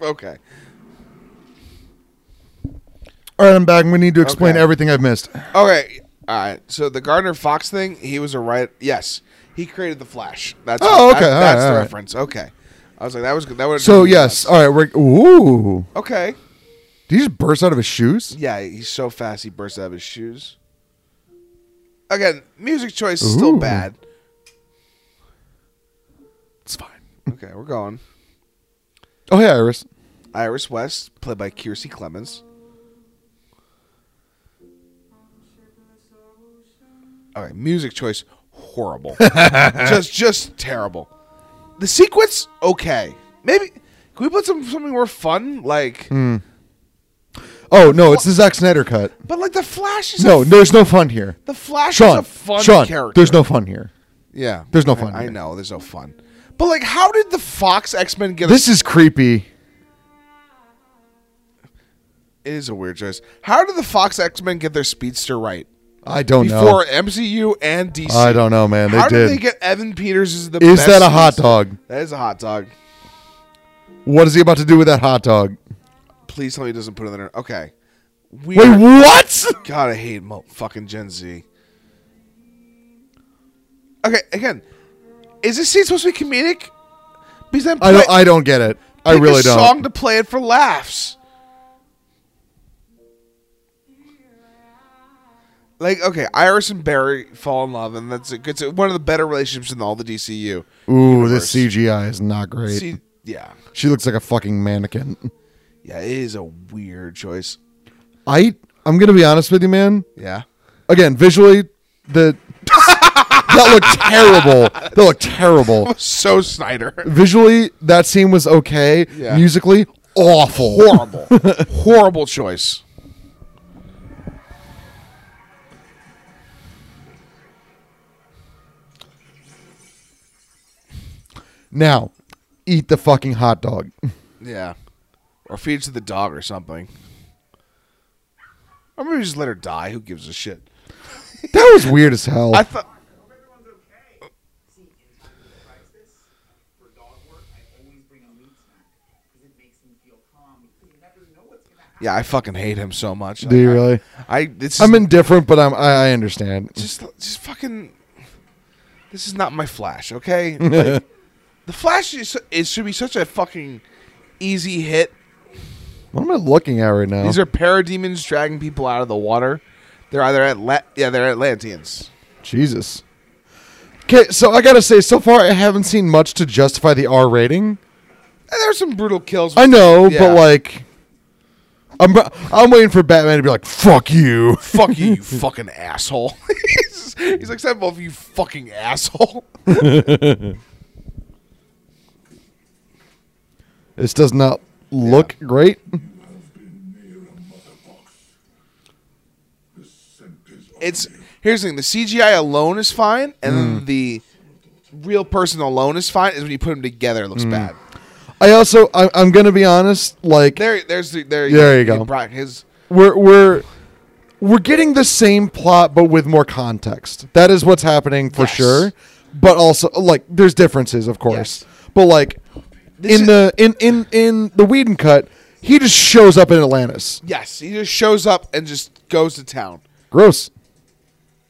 Speaker 3: okay.
Speaker 2: All right, I'm back. and We need to explain
Speaker 3: Okay.
Speaker 2: everything I've missed.
Speaker 3: Okay. All right. So the Gardner Fox thing, he was a right. Yes, he created the Flash. That's
Speaker 2: Oh, okay.
Speaker 3: that-
Speaker 2: All
Speaker 3: that's
Speaker 2: right, all
Speaker 3: the
Speaker 2: right.
Speaker 3: reference. Okay. I was like, that was good. That would.
Speaker 2: So yes, all right. We're, ooh,
Speaker 3: Okay.
Speaker 2: did he just burst out of his shoes?
Speaker 3: Yeah, he's so fast he bursts out of his shoes. Again, music choice is still
Speaker 2: Ooh.
Speaker 3: bad.
Speaker 2: It's fine.
Speaker 3: Okay, we're going.
Speaker 2: Oh hey, Iris.
Speaker 3: Iris West, played by Kiersey Clemens. Okay, music choice
Speaker 2: [laughs]
Speaker 3: horrible. just just terrible. The sequence okay. Maybe can we put some something more fun like
Speaker 2: Hmm. Oh no, it's the Zack Snyder cut.
Speaker 3: but like the Flash is
Speaker 2: No,
Speaker 3: a,
Speaker 2: there's no fun here.
Speaker 3: the Flash is
Speaker 2: Sean,
Speaker 3: a fun
Speaker 2: Sean,
Speaker 3: character.
Speaker 2: there's no fun here.
Speaker 3: yeah.
Speaker 2: there's no
Speaker 3: I-
Speaker 2: fun
Speaker 3: I,
Speaker 2: here.
Speaker 3: know there's no fun. But like how did the Fox X-Men get a
Speaker 2: This is creepy.
Speaker 3: It is a weird choice. How did the Fox X Men get their speedster right
Speaker 2: I don't
Speaker 3: before MCU and DC?
Speaker 2: know. Oh, I don't know, man. They
Speaker 3: How
Speaker 2: did.
Speaker 3: did they get Evan Peters as the?
Speaker 2: is
Speaker 3: best
Speaker 2: that a hot
Speaker 3: speedster?
Speaker 2: dog?
Speaker 3: That is a hot dog.
Speaker 2: What is he about to do with that hot dog?
Speaker 3: Please tell me he doesn't put it in there. Okay. We
Speaker 2: Wait,
Speaker 3: are-
Speaker 2: what?
Speaker 3: God, I hate mo- fucking Gen Z. Okay, again, is this scene supposed to be comedic? Because then
Speaker 2: I don't.
Speaker 3: play-
Speaker 2: I don't get it. I
Speaker 3: pick
Speaker 2: really
Speaker 3: a
Speaker 2: don't.
Speaker 3: Song to play it for laughs. Like okay, Iris and Barry fall in love, and that's a good. It's one of the better relationships in all the DCU.
Speaker 2: Ooh, this
Speaker 3: universe.
Speaker 2: CGI is not great.
Speaker 3: See, yeah,
Speaker 2: she looks like a fucking mannequin.
Speaker 3: yeah, it is a weird choice.
Speaker 2: I. I'm gonna be honest with you, man.
Speaker 3: Yeah,
Speaker 2: Again, visually, the [laughs] that looked terrible. That looked terrible. [laughs]
Speaker 3: so Snyder,
Speaker 2: Visually, that scene was okay.
Speaker 3: Yeah.
Speaker 2: Musically, awful.
Speaker 3: horrible, horrible choice.
Speaker 2: Now, eat the fucking hot
Speaker 3: [laughs]
Speaker 2: dog.
Speaker 3: Yeah. Or feed it to the dog or something. Or maybe just let her die. Who gives a shit?
Speaker 2: That was weird as hell.
Speaker 3: I thought.
Speaker 4: Hope everyone's okay.
Speaker 10: See, in times of crisis, for dog work, I always bring a meat snack because it makes him feel calm. Because you never know what's gonna happen.
Speaker 3: Yeah, I fucking hate him so much.
Speaker 2: Do you
Speaker 3: I,
Speaker 2: really?
Speaker 3: I. This is,
Speaker 2: I'm indifferent, but I'm. I, I understand.
Speaker 3: just, just fucking. This is not my Flash,
Speaker 2: [laughs]
Speaker 3: okay? Like, the Flash is it should be such a fucking easy hit.
Speaker 2: What am I looking at right now?
Speaker 3: These are parademons dragging people out of the water. They're either Atla- yeah, they're Atlanteans.
Speaker 2: Jesus. Okay, so I gotta say, so far I haven't seen much to justify the R rating.
Speaker 3: And there's some brutal kills.
Speaker 2: I know,
Speaker 3: Yeah.
Speaker 2: but like, I'm I'm waiting for Batman to be like, "Fuck you."
Speaker 3: [laughs] fuck
Speaker 2: [laughs]
Speaker 3: you, you fucking asshole. [laughs] he's, he's like, Send both of you fucking asshole. [laughs]
Speaker 2: This does not look great.
Speaker 9: I've been near a mother box. The scent is on
Speaker 3: It's
Speaker 9: you.
Speaker 3: here's the thing: the CGI alone is fine, and
Speaker 2: Mm.
Speaker 3: then the real person alone is fine. Is when you put them together, it looks
Speaker 2: Mm.
Speaker 3: bad.
Speaker 2: I also, I, I'm gonna be honest. Like,
Speaker 3: There, there's the there.
Speaker 2: There you go.
Speaker 3: Brock, his
Speaker 2: we're we're we're getting the same plot, but with more context. That is what's happening for
Speaker 3: Yes.
Speaker 2: sure. But also, like, there's differences, of course.
Speaker 3: Yes.
Speaker 2: But like,
Speaker 3: This
Speaker 2: in
Speaker 3: is-
Speaker 2: the in in in the Whedon cut, he just shows up in Atlantis.
Speaker 3: yes, he just shows up and just goes to town.
Speaker 2: Gross.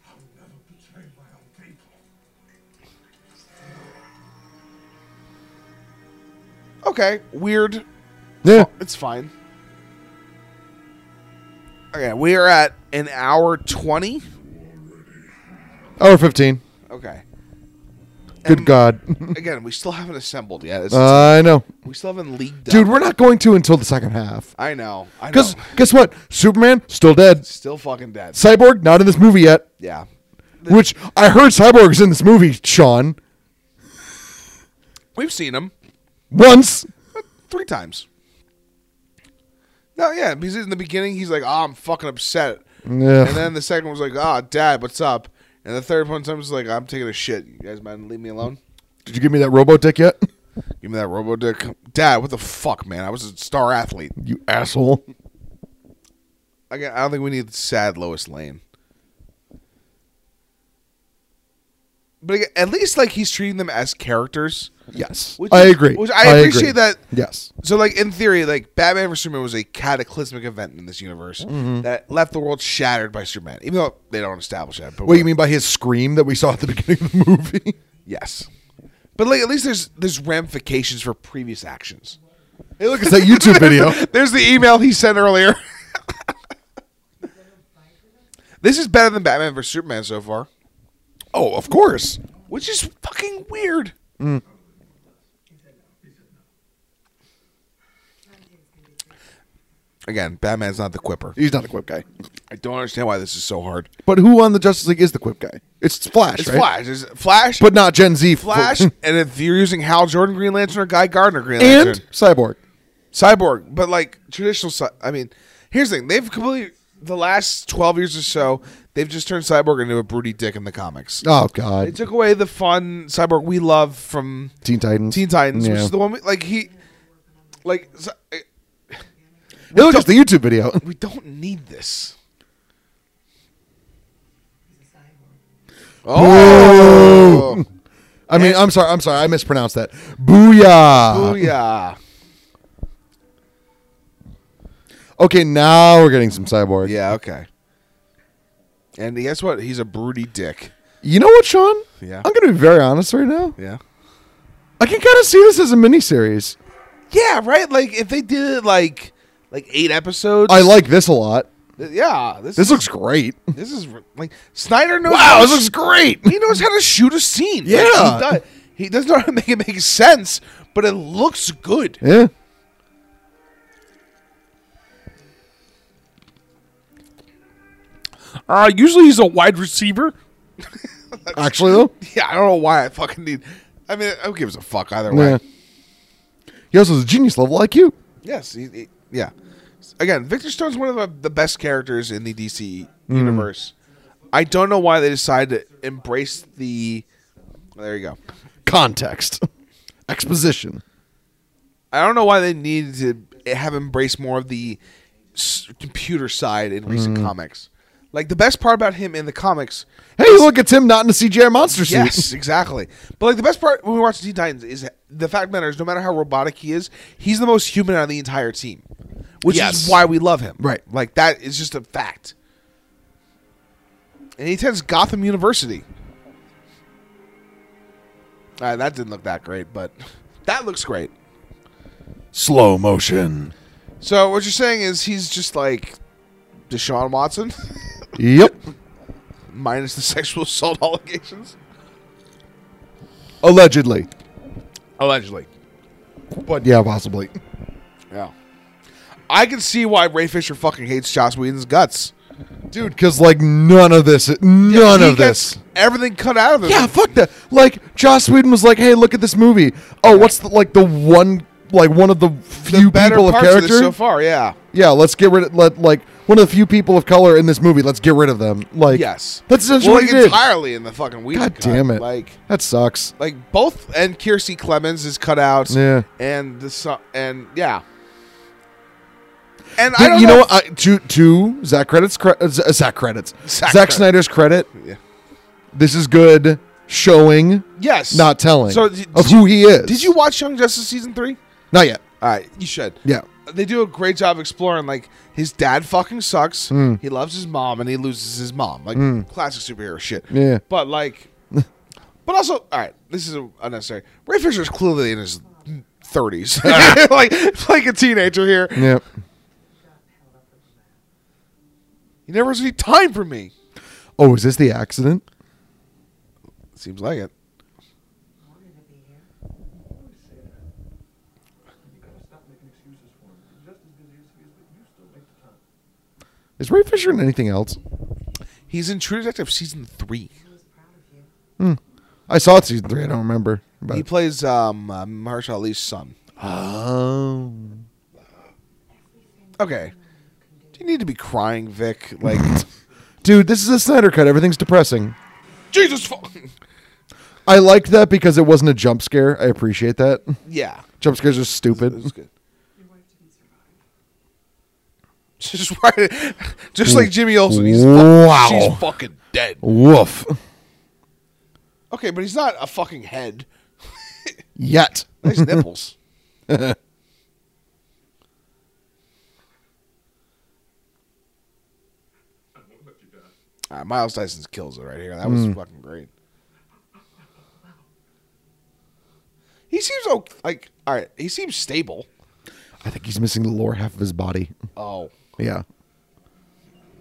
Speaker 9: I'll never betray my own people.
Speaker 3: Okay, weird.
Speaker 2: Yeah.
Speaker 3: It's fine. Okay, we are at an hour twenty.
Speaker 2: Hour fifteen.
Speaker 3: Okay.
Speaker 2: Good
Speaker 3: [laughs]
Speaker 2: God.
Speaker 3: Again, we still haven't assembled yet. This is-
Speaker 2: I know,
Speaker 3: we still haven't leaked.
Speaker 2: dude.
Speaker 3: up.
Speaker 2: We're not going to until the second half.
Speaker 3: I know. I know.
Speaker 2: Because guess what? Superman still dead.
Speaker 3: Still fucking dead.
Speaker 2: Cyborg not in this movie yet.
Speaker 3: Yeah.
Speaker 2: Which I heard Cyborg's in this movie, Sean.
Speaker 3: We've seen him
Speaker 2: Once.
Speaker 3: three times. No, yeah, because in the beginning he's like, "Ah, I'm fucking upset,"
Speaker 2: Yeah.
Speaker 3: and then the second one was like, "Ah, Dad, what's up?" And the third one sometimes like, "I'm taking a shit. You guys mind leave me alone?
Speaker 2: Did you give me that robo dick yet?
Speaker 3: Give me that robo dick, Dad. What the fuck, man? I was a star athlete.
Speaker 2: You asshole.
Speaker 3: Again, I don't think we need sad Lois Lane." But again, at least like he's treating them as characters.
Speaker 2: Yes.
Speaker 3: Which
Speaker 2: I
Speaker 3: is-
Speaker 2: agree.
Speaker 3: which I
Speaker 2: agree.
Speaker 3: appreciate that-
Speaker 2: Yes.
Speaker 3: So, like in theory, like Batman vs Superman was a cataclysmic event in this universe that left the world shattered by Superman, even though they don't establish that. But
Speaker 2: What you
Speaker 3: we're-
Speaker 2: mean by his scream that we saw at the [laughs] beginning of the movie?
Speaker 3: Yes, but like at least there's there's ramifications for previous actions.
Speaker 2: hey, look, it's that YouTube video.
Speaker 3: There's the email he sent earlier. [laughs] this is better than Batman vs Superman so far,
Speaker 2: Oh, of course.
Speaker 3: which is fucking weird. Again, Batman's not the quipper.
Speaker 2: He's not a quip guy.
Speaker 3: I don't understand why this is so hard.
Speaker 2: But who on the Justice League is the quip guy? It's Flash,
Speaker 3: It's
Speaker 2: right?
Speaker 3: Flash. It's Flash,
Speaker 2: But not Gen Z. [laughs]
Speaker 3: Flash,
Speaker 2: and
Speaker 3: and if you're using Hal Jordan Green Lantern or Guy Gardner Green Lantern,
Speaker 2: Cyborg.
Speaker 3: Cyborg, but like traditional. Cy- I mean, here's the thing: they've completely the last twelve years or so, they've just turned Cyborg into a broody dick in the comics.
Speaker 2: Oh
Speaker 3: They
Speaker 2: God.
Speaker 3: took away the fun Cyborg we love from
Speaker 2: Teen Titans.
Speaker 3: Teen Titans, which
Speaker 2: Yeah.
Speaker 3: is the one we, like he, like so- I-
Speaker 2: Hey, look, it's the YouTube video. [laughs]
Speaker 3: we don't need this. Oh,
Speaker 2: I mean, I'm sorry. I'm sorry. I mispronounced Uh-huh.
Speaker 3: Oh,
Speaker 2: that. Booyah.
Speaker 3: booyah!
Speaker 2: Okay, now we're getting some cyborg.
Speaker 3: Yeah, okay. And guess what? He's a broody dick.
Speaker 2: You know what, Sean?
Speaker 3: Yeah.
Speaker 2: I'm gonna be very honest right now.
Speaker 3: Yeah.
Speaker 2: I can kind of see this as a miniseries.
Speaker 3: Yeah, right? Like if they did it like like eight episodes.
Speaker 2: I like this a lot.
Speaker 3: th- yeah, this
Speaker 2: This
Speaker 3: is,
Speaker 2: looks great.
Speaker 3: this is r- like Snyder knows
Speaker 2: Wow,
Speaker 3: how
Speaker 2: this
Speaker 3: to
Speaker 2: looks
Speaker 3: sh-
Speaker 2: great.
Speaker 3: He knows how to shoot a scene. Like, he
Speaker 2: Yeah.
Speaker 3: does- he does not make it make sense, but it looks good.
Speaker 2: Yeah.
Speaker 1: Uh, usually he's a wide receiver.
Speaker 2: Actually, though,
Speaker 3: [laughs] Yeah, I don't know why I fucking need I mean, who gives a fuck either way.
Speaker 2: yeah. He also has a genius level IQ.
Speaker 3: Yes, he, he- yeah. Again, Victor Stone's one of the, the best characters in the DC universe. I don't know why they decided to embrace the. There you go.
Speaker 2: Context, [laughs] exposition.
Speaker 3: I don't know why they needed to have embraced more of the s- computer side in
Speaker 2: Mm.
Speaker 3: recent comics. Like the best part about him in
Speaker 2: [laughs]
Speaker 3: the comics,
Speaker 2: Hey, look, it's him not in a CGI monster suit.
Speaker 3: yes, exactly. But like the best part when we watch Teen Titans is the fact matter is no matter how robotic he is, he's the most human out of the entire team, which
Speaker 2: Yes.
Speaker 3: is why we love him.
Speaker 2: Right.
Speaker 3: like that is just a fact. And he attends Gotham University. All right, that didn't look that great, but [laughs] that looks great.
Speaker 2: Slow motion.
Speaker 3: So what you're saying is he's just like Deshaun Watson [laughs]
Speaker 2: Yep.
Speaker 3: minus the sexual assault [laughs] allegations,
Speaker 2: Allegedly,
Speaker 3: allegedly.
Speaker 2: but yeah, possibly.
Speaker 3: Yeah, I can see why Ray Fisher fucking hates Joss Whedon's guts.
Speaker 2: Dude, because like none of this, none
Speaker 3: He
Speaker 2: of
Speaker 3: gets
Speaker 2: this.
Speaker 3: everything cut out of him.
Speaker 2: Yeah, fuck that. Like Joss Whedon was like, "Hey, look at this movie. Oh, what's the, like the one like one of the
Speaker 3: the
Speaker 2: few
Speaker 3: better
Speaker 2: people of
Speaker 3: parts of
Speaker 2: character?
Speaker 3: this so far. Yeah,
Speaker 2: yeah, let's get rid of let like one of the few people of color in this movie. Let's get rid of them. Like
Speaker 3: yes,
Speaker 2: that's essentially
Speaker 3: Well,
Speaker 2: what
Speaker 3: like,
Speaker 2: he did.
Speaker 3: entirely in the fucking Whedon.
Speaker 2: God
Speaker 3: cut.
Speaker 2: damn it!
Speaker 3: Like,
Speaker 2: that sucks.
Speaker 3: like both and Kiersey Clemens is cut out.
Speaker 2: Yeah.
Speaker 3: and the so- and yeah, and I
Speaker 2: Dude,
Speaker 3: don't
Speaker 2: you know,
Speaker 3: know
Speaker 2: what? I, to to Zach credits cre- uh, Z- uh, Zach credits
Speaker 3: Zack
Speaker 2: Zack,
Speaker 3: credit.
Speaker 2: Snyder's credit.
Speaker 3: Yeah.
Speaker 2: This is good showing,
Speaker 3: Yes.
Speaker 2: not telling
Speaker 3: So d-
Speaker 2: of
Speaker 3: did you-
Speaker 2: who he is.
Speaker 3: Did you watch Young Justice season three?
Speaker 2: Not yet.
Speaker 3: All right, you should.
Speaker 2: Yeah.
Speaker 3: They do a great job exploring like his dad fucking sucks.
Speaker 2: Hmm.
Speaker 3: He loves his mom and he loses his mom. Like classic superhero shit.
Speaker 2: Yeah. [laughs]
Speaker 3: But like, but also, all right, this is unnecessary. Ray Fisher's clearly in his
Speaker 2: [laughs]
Speaker 3: thirties, like [laughs] like a teenager here.
Speaker 2: Yeah.
Speaker 3: He never has any time for me.
Speaker 2: Oh, is this the accident?
Speaker 3: Seems like it.
Speaker 7: Wanted to be here.
Speaker 4: You gotta stop making excuses for him. He's just as busy as he is, but you still make the time.
Speaker 2: Is Ray Fisher in anything else?
Speaker 3: He's in True Detective season three.
Speaker 7: I was proud of you.
Speaker 2: I saw it season three. I don't remember. But
Speaker 3: He plays um, uh, Mahershala Ali's son.
Speaker 2: oh,
Speaker 3: Okay. Do you need to be crying, Vic?
Speaker 2: [laughs]
Speaker 3: Like,
Speaker 2: dude, this is a Snyder cut. Everything's depressing.
Speaker 3: Jesus fucking.
Speaker 2: I liked that because it wasn't a jump scare. I appreciate that.
Speaker 3: [laughs] Yeah.
Speaker 2: Jump scares are stupid.
Speaker 3: That's good. [laughs] Just right, just like Jimmy Olsen. He's
Speaker 2: Wow.
Speaker 3: fucking, she's fucking dead.
Speaker 2: Woof.
Speaker 3: Okay, but he's not a fucking head.
Speaker 2: Yet.
Speaker 3: Nice nipples. All right, Ah, Miles Tyson kills it right here. That was fucking great. He seems okay, like all right. He seems stable.
Speaker 2: I think he's missing the lower half of his body.
Speaker 3: Oh,
Speaker 2: Yeah.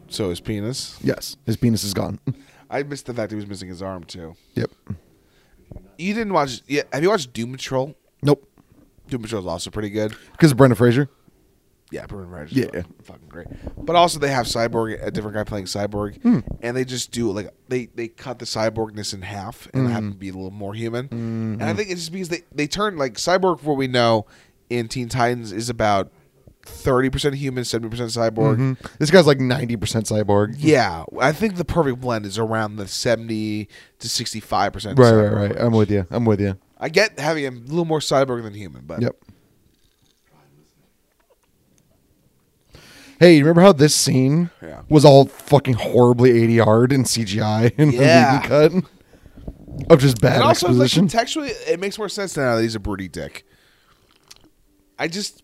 Speaker 3: so his penis.
Speaker 2: Yes. His penis is gone.
Speaker 3: I missed the fact he was missing his arm too.
Speaker 2: yep.
Speaker 3: You didn't watch? Yeah, have you watched Doom Patrol?
Speaker 2: Nope.
Speaker 3: Doom Patrol is also pretty good.
Speaker 2: Because of Brenda Fraser.
Speaker 3: Yeah, Brendan Fraser.
Speaker 2: Yeah.
Speaker 3: fucking, fucking great. But also they have Cyborg, a different guy playing Cyborg, and they just do like they they cut the cyborgness in half and have him be a little more human. And I think it's just because they they turn like Cyborg, what we know in Teen Titans, is about thirty percent human, seventy percent cyborg.
Speaker 2: This guy's like 90% cyborg.
Speaker 3: Mm-hmm. Yeah, I think the perfect blend is around the seventy to sixty-five percent.
Speaker 2: Right, right, right. I'm with you. I'm with you.
Speaker 3: I get having him a little more cyborg than human, but
Speaker 2: Yep. Hey, you remember how this scene
Speaker 3: Yeah.
Speaker 2: was all fucking horribly ADR'd and CGI and [laughs]
Speaker 3: Yeah.
Speaker 2: cut of just bad
Speaker 3: And also, like
Speaker 2: exposition?
Speaker 3: contextually, it makes more sense now that he's a broody dick. I just,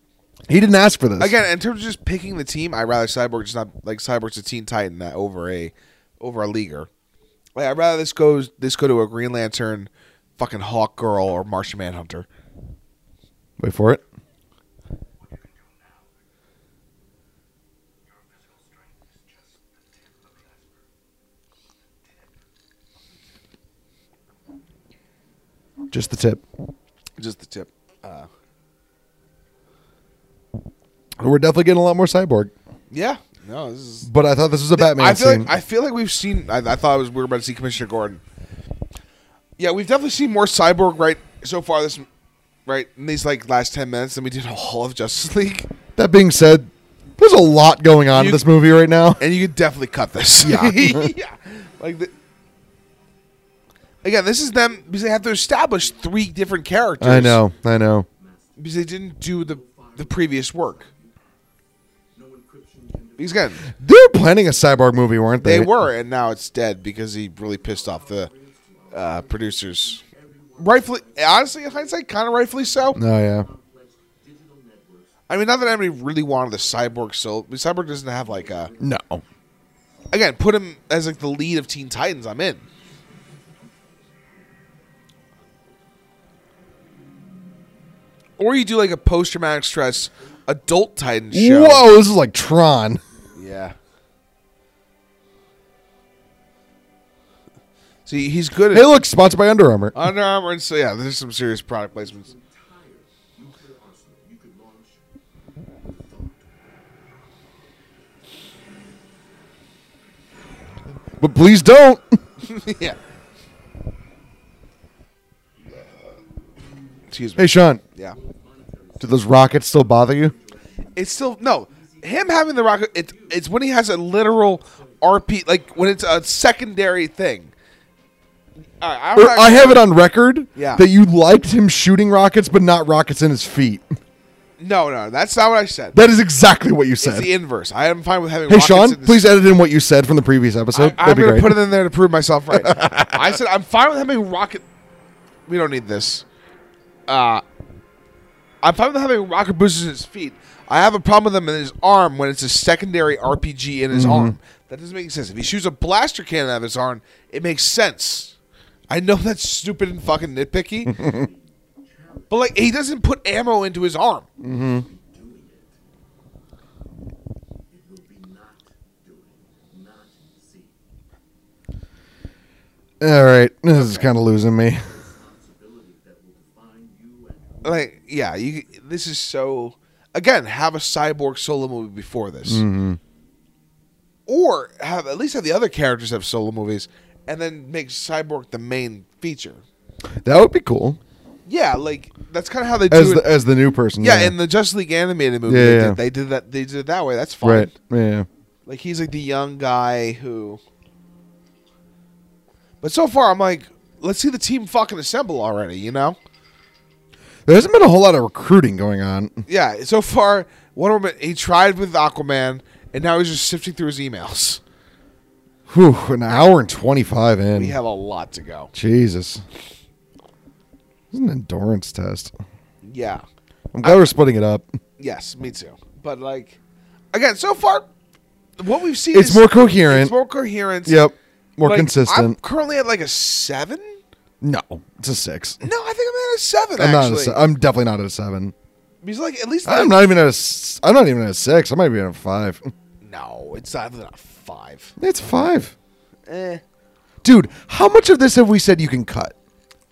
Speaker 2: He didn't ask for this.
Speaker 3: Again, in terms of just picking the team, I'd rather Cyborg just not like Cyborg's a Teen Titan that over a over a leaguer. Like I'd rather this goes this go to a Green Lantern, fucking Hawk Girl or Martian Manhunter.
Speaker 2: Wait for it. Just the tip.
Speaker 3: Just the tip. Uh,
Speaker 2: We're definitely getting a lot more cyborg.
Speaker 3: yeah. No, this is
Speaker 2: But I thought this was a Batman
Speaker 3: I feel
Speaker 2: scene.
Speaker 3: like I feel like we've seen. I, I thought it was we were about to see Commissioner Gordon. Yeah, we've definitely seen more Cyborg right so far this right in these like last ten minutes than we did all of Justice League.
Speaker 2: that being said, there's a lot going on
Speaker 3: You-
Speaker 2: in this movie right now.
Speaker 3: And you could definitely cut this. [laughs]
Speaker 2: Yeah.
Speaker 3: yeah. Like the, again, this is them because they have to establish three different characters.
Speaker 2: I know, I know.
Speaker 3: because they didn't do the the previous work. Because again,
Speaker 2: They were planning a cyborg movie, weren't they?
Speaker 3: they were, and now it's dead because he really pissed off the uh, producers. Rightfully, honestly, in hindsight, kind of rightfully so.
Speaker 2: Oh yeah.
Speaker 3: I mean, not that anybody really wanted the cyborg. So cyborg doesn't have like a
Speaker 2: No.
Speaker 3: again. Put him as like the lead of Teen Titans. I'm in. Or you do like a post traumatic stress adult Titan show.
Speaker 2: Whoa, this is like Tron.
Speaker 3: Yeah. See, he's good at
Speaker 2: Hey, look, sponsored by Under Armour.
Speaker 3: Under Armour, and so yeah, there's some serious
Speaker 2: [laughs]
Speaker 3: product placements.
Speaker 2: But please don't.
Speaker 3: yeah. Excuse me.
Speaker 2: hey, Sean,
Speaker 3: Yeah.
Speaker 2: do those rockets still bother you?
Speaker 3: It's still no. Him having the rocket, it's it's when he has a literal RP, like when it's a secondary thing. All right, I'm
Speaker 2: Or
Speaker 3: not-
Speaker 2: Er, I have it on record
Speaker 3: Yeah.
Speaker 2: that you liked him shooting rockets, but not rockets in his feet.
Speaker 3: No, no, that's not what I said.
Speaker 2: That is exactly what you
Speaker 3: It's
Speaker 2: said.
Speaker 3: the inverse. I am fine with having.
Speaker 2: Hey,
Speaker 3: rockets
Speaker 2: Sean,
Speaker 3: in the
Speaker 2: please edit in what you said from the previous episode.
Speaker 3: I, am going to put it in there to prove myself right. I said I'm fine with having rocket. We don't need this. Uh, I'm fine with having rocket boosters in his feet. I have a problem with them in his arm when it's a secondary RPG in his arm. That doesn't make sense. If he shoots a blaster cannon out of his arm, it makes sense. I know that's stupid and fucking nitpicky, but like he doesn't put ammo into his arm.
Speaker 2: All right, this is kind of losing me.
Speaker 3: like yeah you this is so again have a cyborg solo movie before this
Speaker 2: Mm-hmm.
Speaker 3: or have at least have the other characters have solo movies and then make cyborg the main feature
Speaker 2: That would be cool
Speaker 3: yeah like that's kind of how they do
Speaker 2: as
Speaker 3: it
Speaker 2: the, as the new person.
Speaker 3: yeah in the justice league animated movie
Speaker 2: Yeah,
Speaker 3: they,
Speaker 2: yeah.
Speaker 3: Did, they did that they did it that way that's fine
Speaker 2: right, yeah.
Speaker 3: like he's like the young guy who but so far i'm like let's see the team fucking assemble already you know
Speaker 2: There hasn't been a whole lot of recruiting going on.
Speaker 3: Yeah, so far, Wonder Woman, he tried with Aquaman, and now he's just sifting through his emails.
Speaker 2: Whew, an hour and twenty five in.
Speaker 3: We have a lot to go.
Speaker 2: Jesus, this is an endurance test.
Speaker 3: Yeah.
Speaker 2: I'm glad we're splitting it up.
Speaker 3: Yes, me too. But, like, again, so far, what we've seen
Speaker 2: It's
Speaker 3: is-
Speaker 2: more coherent.
Speaker 3: It's more coherence.
Speaker 2: Yep, more
Speaker 3: Like, I'm
Speaker 2: consistent.
Speaker 3: currently at like a seven.
Speaker 2: no, it's a six.
Speaker 3: No, I think I'm at a seven,
Speaker 2: I'm not. At a
Speaker 3: actually.
Speaker 2: se- I'm definitely not at a seven.
Speaker 3: He's like, at least.
Speaker 2: I'm
Speaker 3: like-
Speaker 2: not even at a. s- I'm not even at a six. I might be at a five. [laughs]
Speaker 3: No, it's not, not a five.
Speaker 2: It's five,
Speaker 3: Eh.
Speaker 2: dude. How much of this have we said you can cut?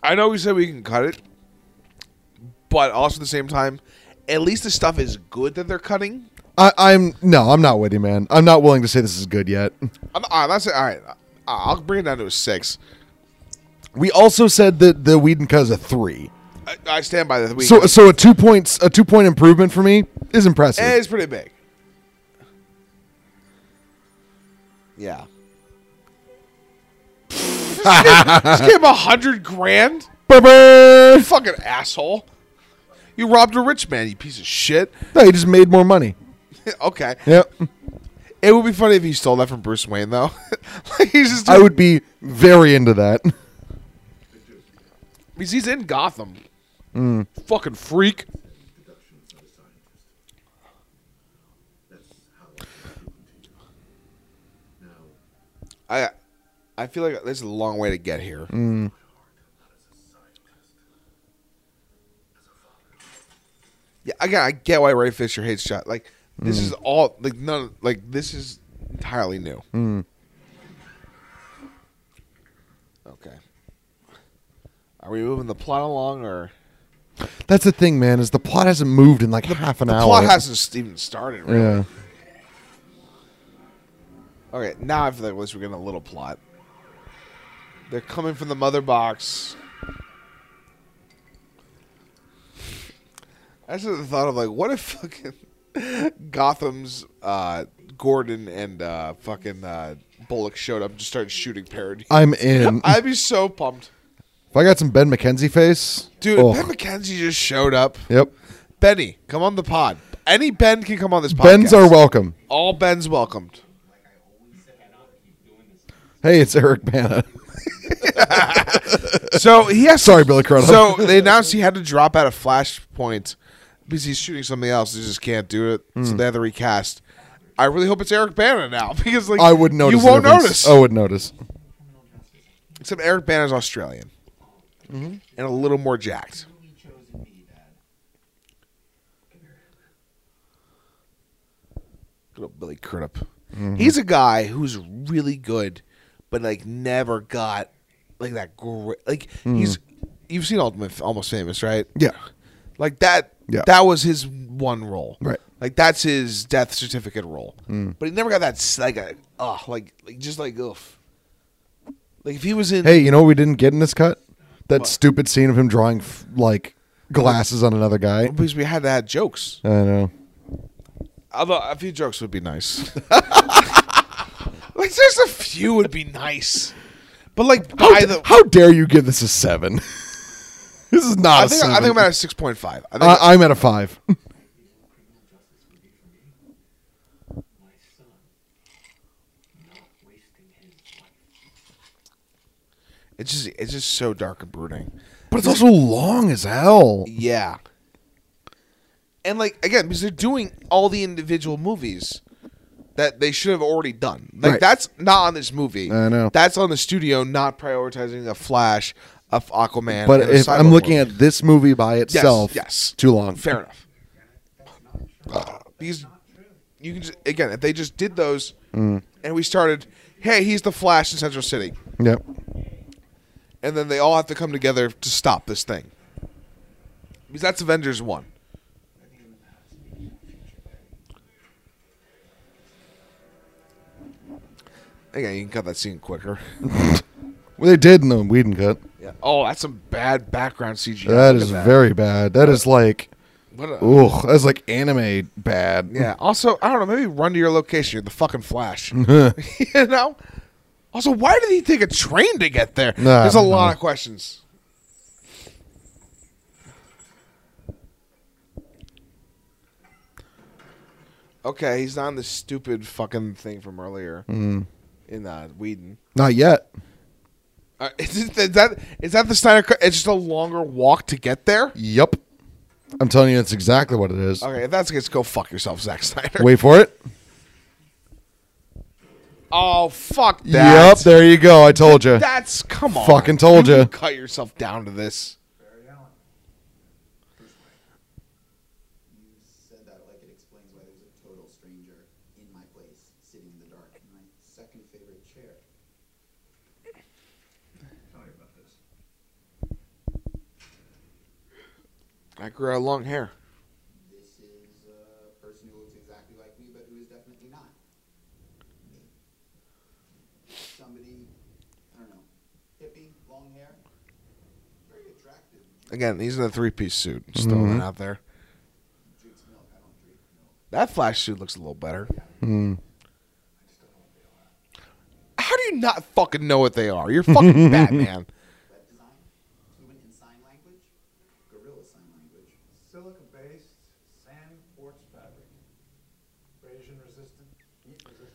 Speaker 3: I know we said we can cut it, but also at the same time, at least the stuff is good that they're cutting.
Speaker 2: I, I'm no, I'm not with you, man. I'm not willing to say this is good yet. [laughs]
Speaker 3: I'm, I'm not saying. All right, I- I'll bring it down to a six.
Speaker 2: We also said that the Whedon cut is a three.
Speaker 3: I, I stand by that. We,
Speaker 2: So uh, so a two points a two point improvement for me is impressive.
Speaker 3: Eh, it's pretty big. Yeah. just, give, just give him a hundred grand,
Speaker 2: Ba-ba!
Speaker 3: fucking asshole. You robbed a rich man, you piece of shit.
Speaker 2: No, he just made more money.
Speaker 3: okay,
Speaker 2: Yep.
Speaker 3: it would be funny if he stole that from Bruce Wayne, though. [laughs] like he's just
Speaker 2: I would be very into that. [laughs]
Speaker 3: because he's in Gotham. Fucking freak. I I feel like there's a long way to get here. Yeah, again, I get why Ray Fisher hates shot. Like this is all like none. Like this is entirely new. Okay. Are we moving the plot along, or
Speaker 2: That's the thing, man. Is the plot hasn't moved in like half an
Speaker 3: the
Speaker 2: hour.
Speaker 3: plot hasn't even started? Really.
Speaker 2: Yeah.
Speaker 3: Okay, now I feel like at least we're getting a little plot. They're coming from the mother box. I just had the thought of like, what if fucking [laughs] Gotham's uh, Gordon and uh, fucking uh, Bullock showed up and just started shooting parody?
Speaker 2: I'm
Speaker 3: [laughs]
Speaker 2: in.
Speaker 3: I'd be so pumped,
Speaker 2: if I got some Ben McKenzie face,
Speaker 3: dude.
Speaker 2: oh,
Speaker 3: Ben McKenzie just showed up.
Speaker 2: Yep.
Speaker 3: Benny, come on the pod. Any Ben can come on this podcast.
Speaker 2: Ben's are welcome.
Speaker 3: All Ben's welcomed.
Speaker 2: Hey, it's Eric
Speaker 3: [laughs]
Speaker 2: Bana.
Speaker 3: So Oh, he has
Speaker 2: Sorry, Billy Crudup. [laughs]
Speaker 3: So they announced he had to drop out of Flashpoint because he's shooting something else. He just can't do it.
Speaker 2: Hmm.
Speaker 3: So they had to recast. I really hope it's Eric Banner now [laughs] because like
Speaker 2: I would notice.
Speaker 3: You won't
Speaker 2: the difference. Oh.
Speaker 3: notice.
Speaker 2: I would notice.
Speaker 3: Except Eric Banner's Australian
Speaker 2: Mm-hmm.
Speaker 3: and a little more jacked.
Speaker 10: He chose me, Dad.
Speaker 3: Good old Billy Crudup.
Speaker 2: Mm-hmm.
Speaker 3: He's a guy who's really good, but like never got like that great. Like
Speaker 2: Hmm.
Speaker 3: he's you've seen Ultimate Almost Famous, right?
Speaker 2: Yeah.
Speaker 3: Like that.
Speaker 2: Yeah.
Speaker 3: That was his one role.
Speaker 2: Right. Mm.
Speaker 3: Like that's his death certificate role. But he never got that s- like a oh like like just like oof. Like if he was in
Speaker 2: Hey, you know what we didn't get in this cut? That stupid scene of him drawing f- like glasses on another guy.
Speaker 3: because we had to have jokes.
Speaker 2: I know.
Speaker 3: Although a few jokes would
Speaker 2: [laughs]
Speaker 3: be nice. like just a few would be nice. But like
Speaker 2: How,
Speaker 3: by the
Speaker 2: how dare you give this a seven? [laughs] this is not.
Speaker 3: I
Speaker 2: a
Speaker 3: think
Speaker 2: seven.
Speaker 3: I think I'm at a six point five. I think
Speaker 2: I- I'm at a five.
Speaker 4: My son, not wasting his life.
Speaker 3: it's just it's just so dark and brooding.
Speaker 2: But it's also long as hell.
Speaker 3: Yeah. And like again, because they're doing all the individual movies that they should have already done. Like
Speaker 2: Right.
Speaker 3: that's not on this movie.
Speaker 2: I know.
Speaker 3: That's on the studio not prioritizing a Flash, a F- Aquaman.
Speaker 2: But
Speaker 3: and a
Speaker 2: if I'm
Speaker 3: Cyborg
Speaker 2: looking
Speaker 3: movie.
Speaker 2: at this movie by itself,
Speaker 3: yes.
Speaker 2: too long.
Speaker 3: fair enough. Because you can just, again, if they just did those
Speaker 2: Mm.
Speaker 3: and we started, hey, he's the Flash in Central City,
Speaker 2: Yep.
Speaker 3: and then they all have to come together to stop this thing. Because that's Avengers one. Again, you can cut that
Speaker 2: [laughs]
Speaker 3: scene quicker.
Speaker 2: Well, they did in the Whedon cut.
Speaker 3: Yeah. Oh, that's some bad background CGI.
Speaker 2: that
Speaker 3: Look
Speaker 2: is
Speaker 3: at
Speaker 2: very bad. That is like,
Speaker 3: What a-
Speaker 2: ugh, that's like anime bad. [laughs]
Speaker 3: Yeah. Also, I don't know. Maybe run to your location. You're the fucking Flash. you know. Also, why did he take a train to get there?
Speaker 2: Nah,
Speaker 3: There's a
Speaker 2: I don't
Speaker 3: lot
Speaker 2: know.
Speaker 3: of questions. Okay, he's on this stupid fucking thing from earlier
Speaker 2: Mm.
Speaker 3: in uh, Whedon.
Speaker 2: Not yet.
Speaker 3: Uh, [laughs] is, it- is that is that the Steiner? Cut? It's just a longer walk to get there.
Speaker 2: Yep. I'm telling you, that's exactly what it is.
Speaker 3: Okay, if that's the case, go fuck yourself, Zack Snyder.
Speaker 2: Wait for it.
Speaker 3: Oh fuck that.
Speaker 2: Yep. There you go. I told you.
Speaker 3: That's come on.
Speaker 2: Fucking told
Speaker 3: you.
Speaker 2: ya.
Speaker 3: Cut yourself down to this.
Speaker 10: Barry Allen. You said that like it explains why there's a total stranger in my place, sitting in the dark, in my second favorite chair.
Speaker 4: Tell me about this.
Speaker 3: I grew out long hair.
Speaker 10: This is a person who looks exactly like me, but who is definitely not. Somebody, I don't know, hippie, long hair, very attractive.
Speaker 3: Again, he's in a three piece suit. Just throwing
Speaker 2: Mm-hmm.
Speaker 3: it out there.
Speaker 10: Drinks milk. I don't drink milk.
Speaker 3: That flash suit looks a little better.
Speaker 2: Hmm.
Speaker 3: How do you not fucking know what they are?
Speaker 2: [laughs]
Speaker 3: You're fucking Batman.
Speaker 10: Web design, fluent in sign language, gorilla sign language.
Speaker 4: Silica-based sand quartz fabric. Abrasion resistant, heat resistant.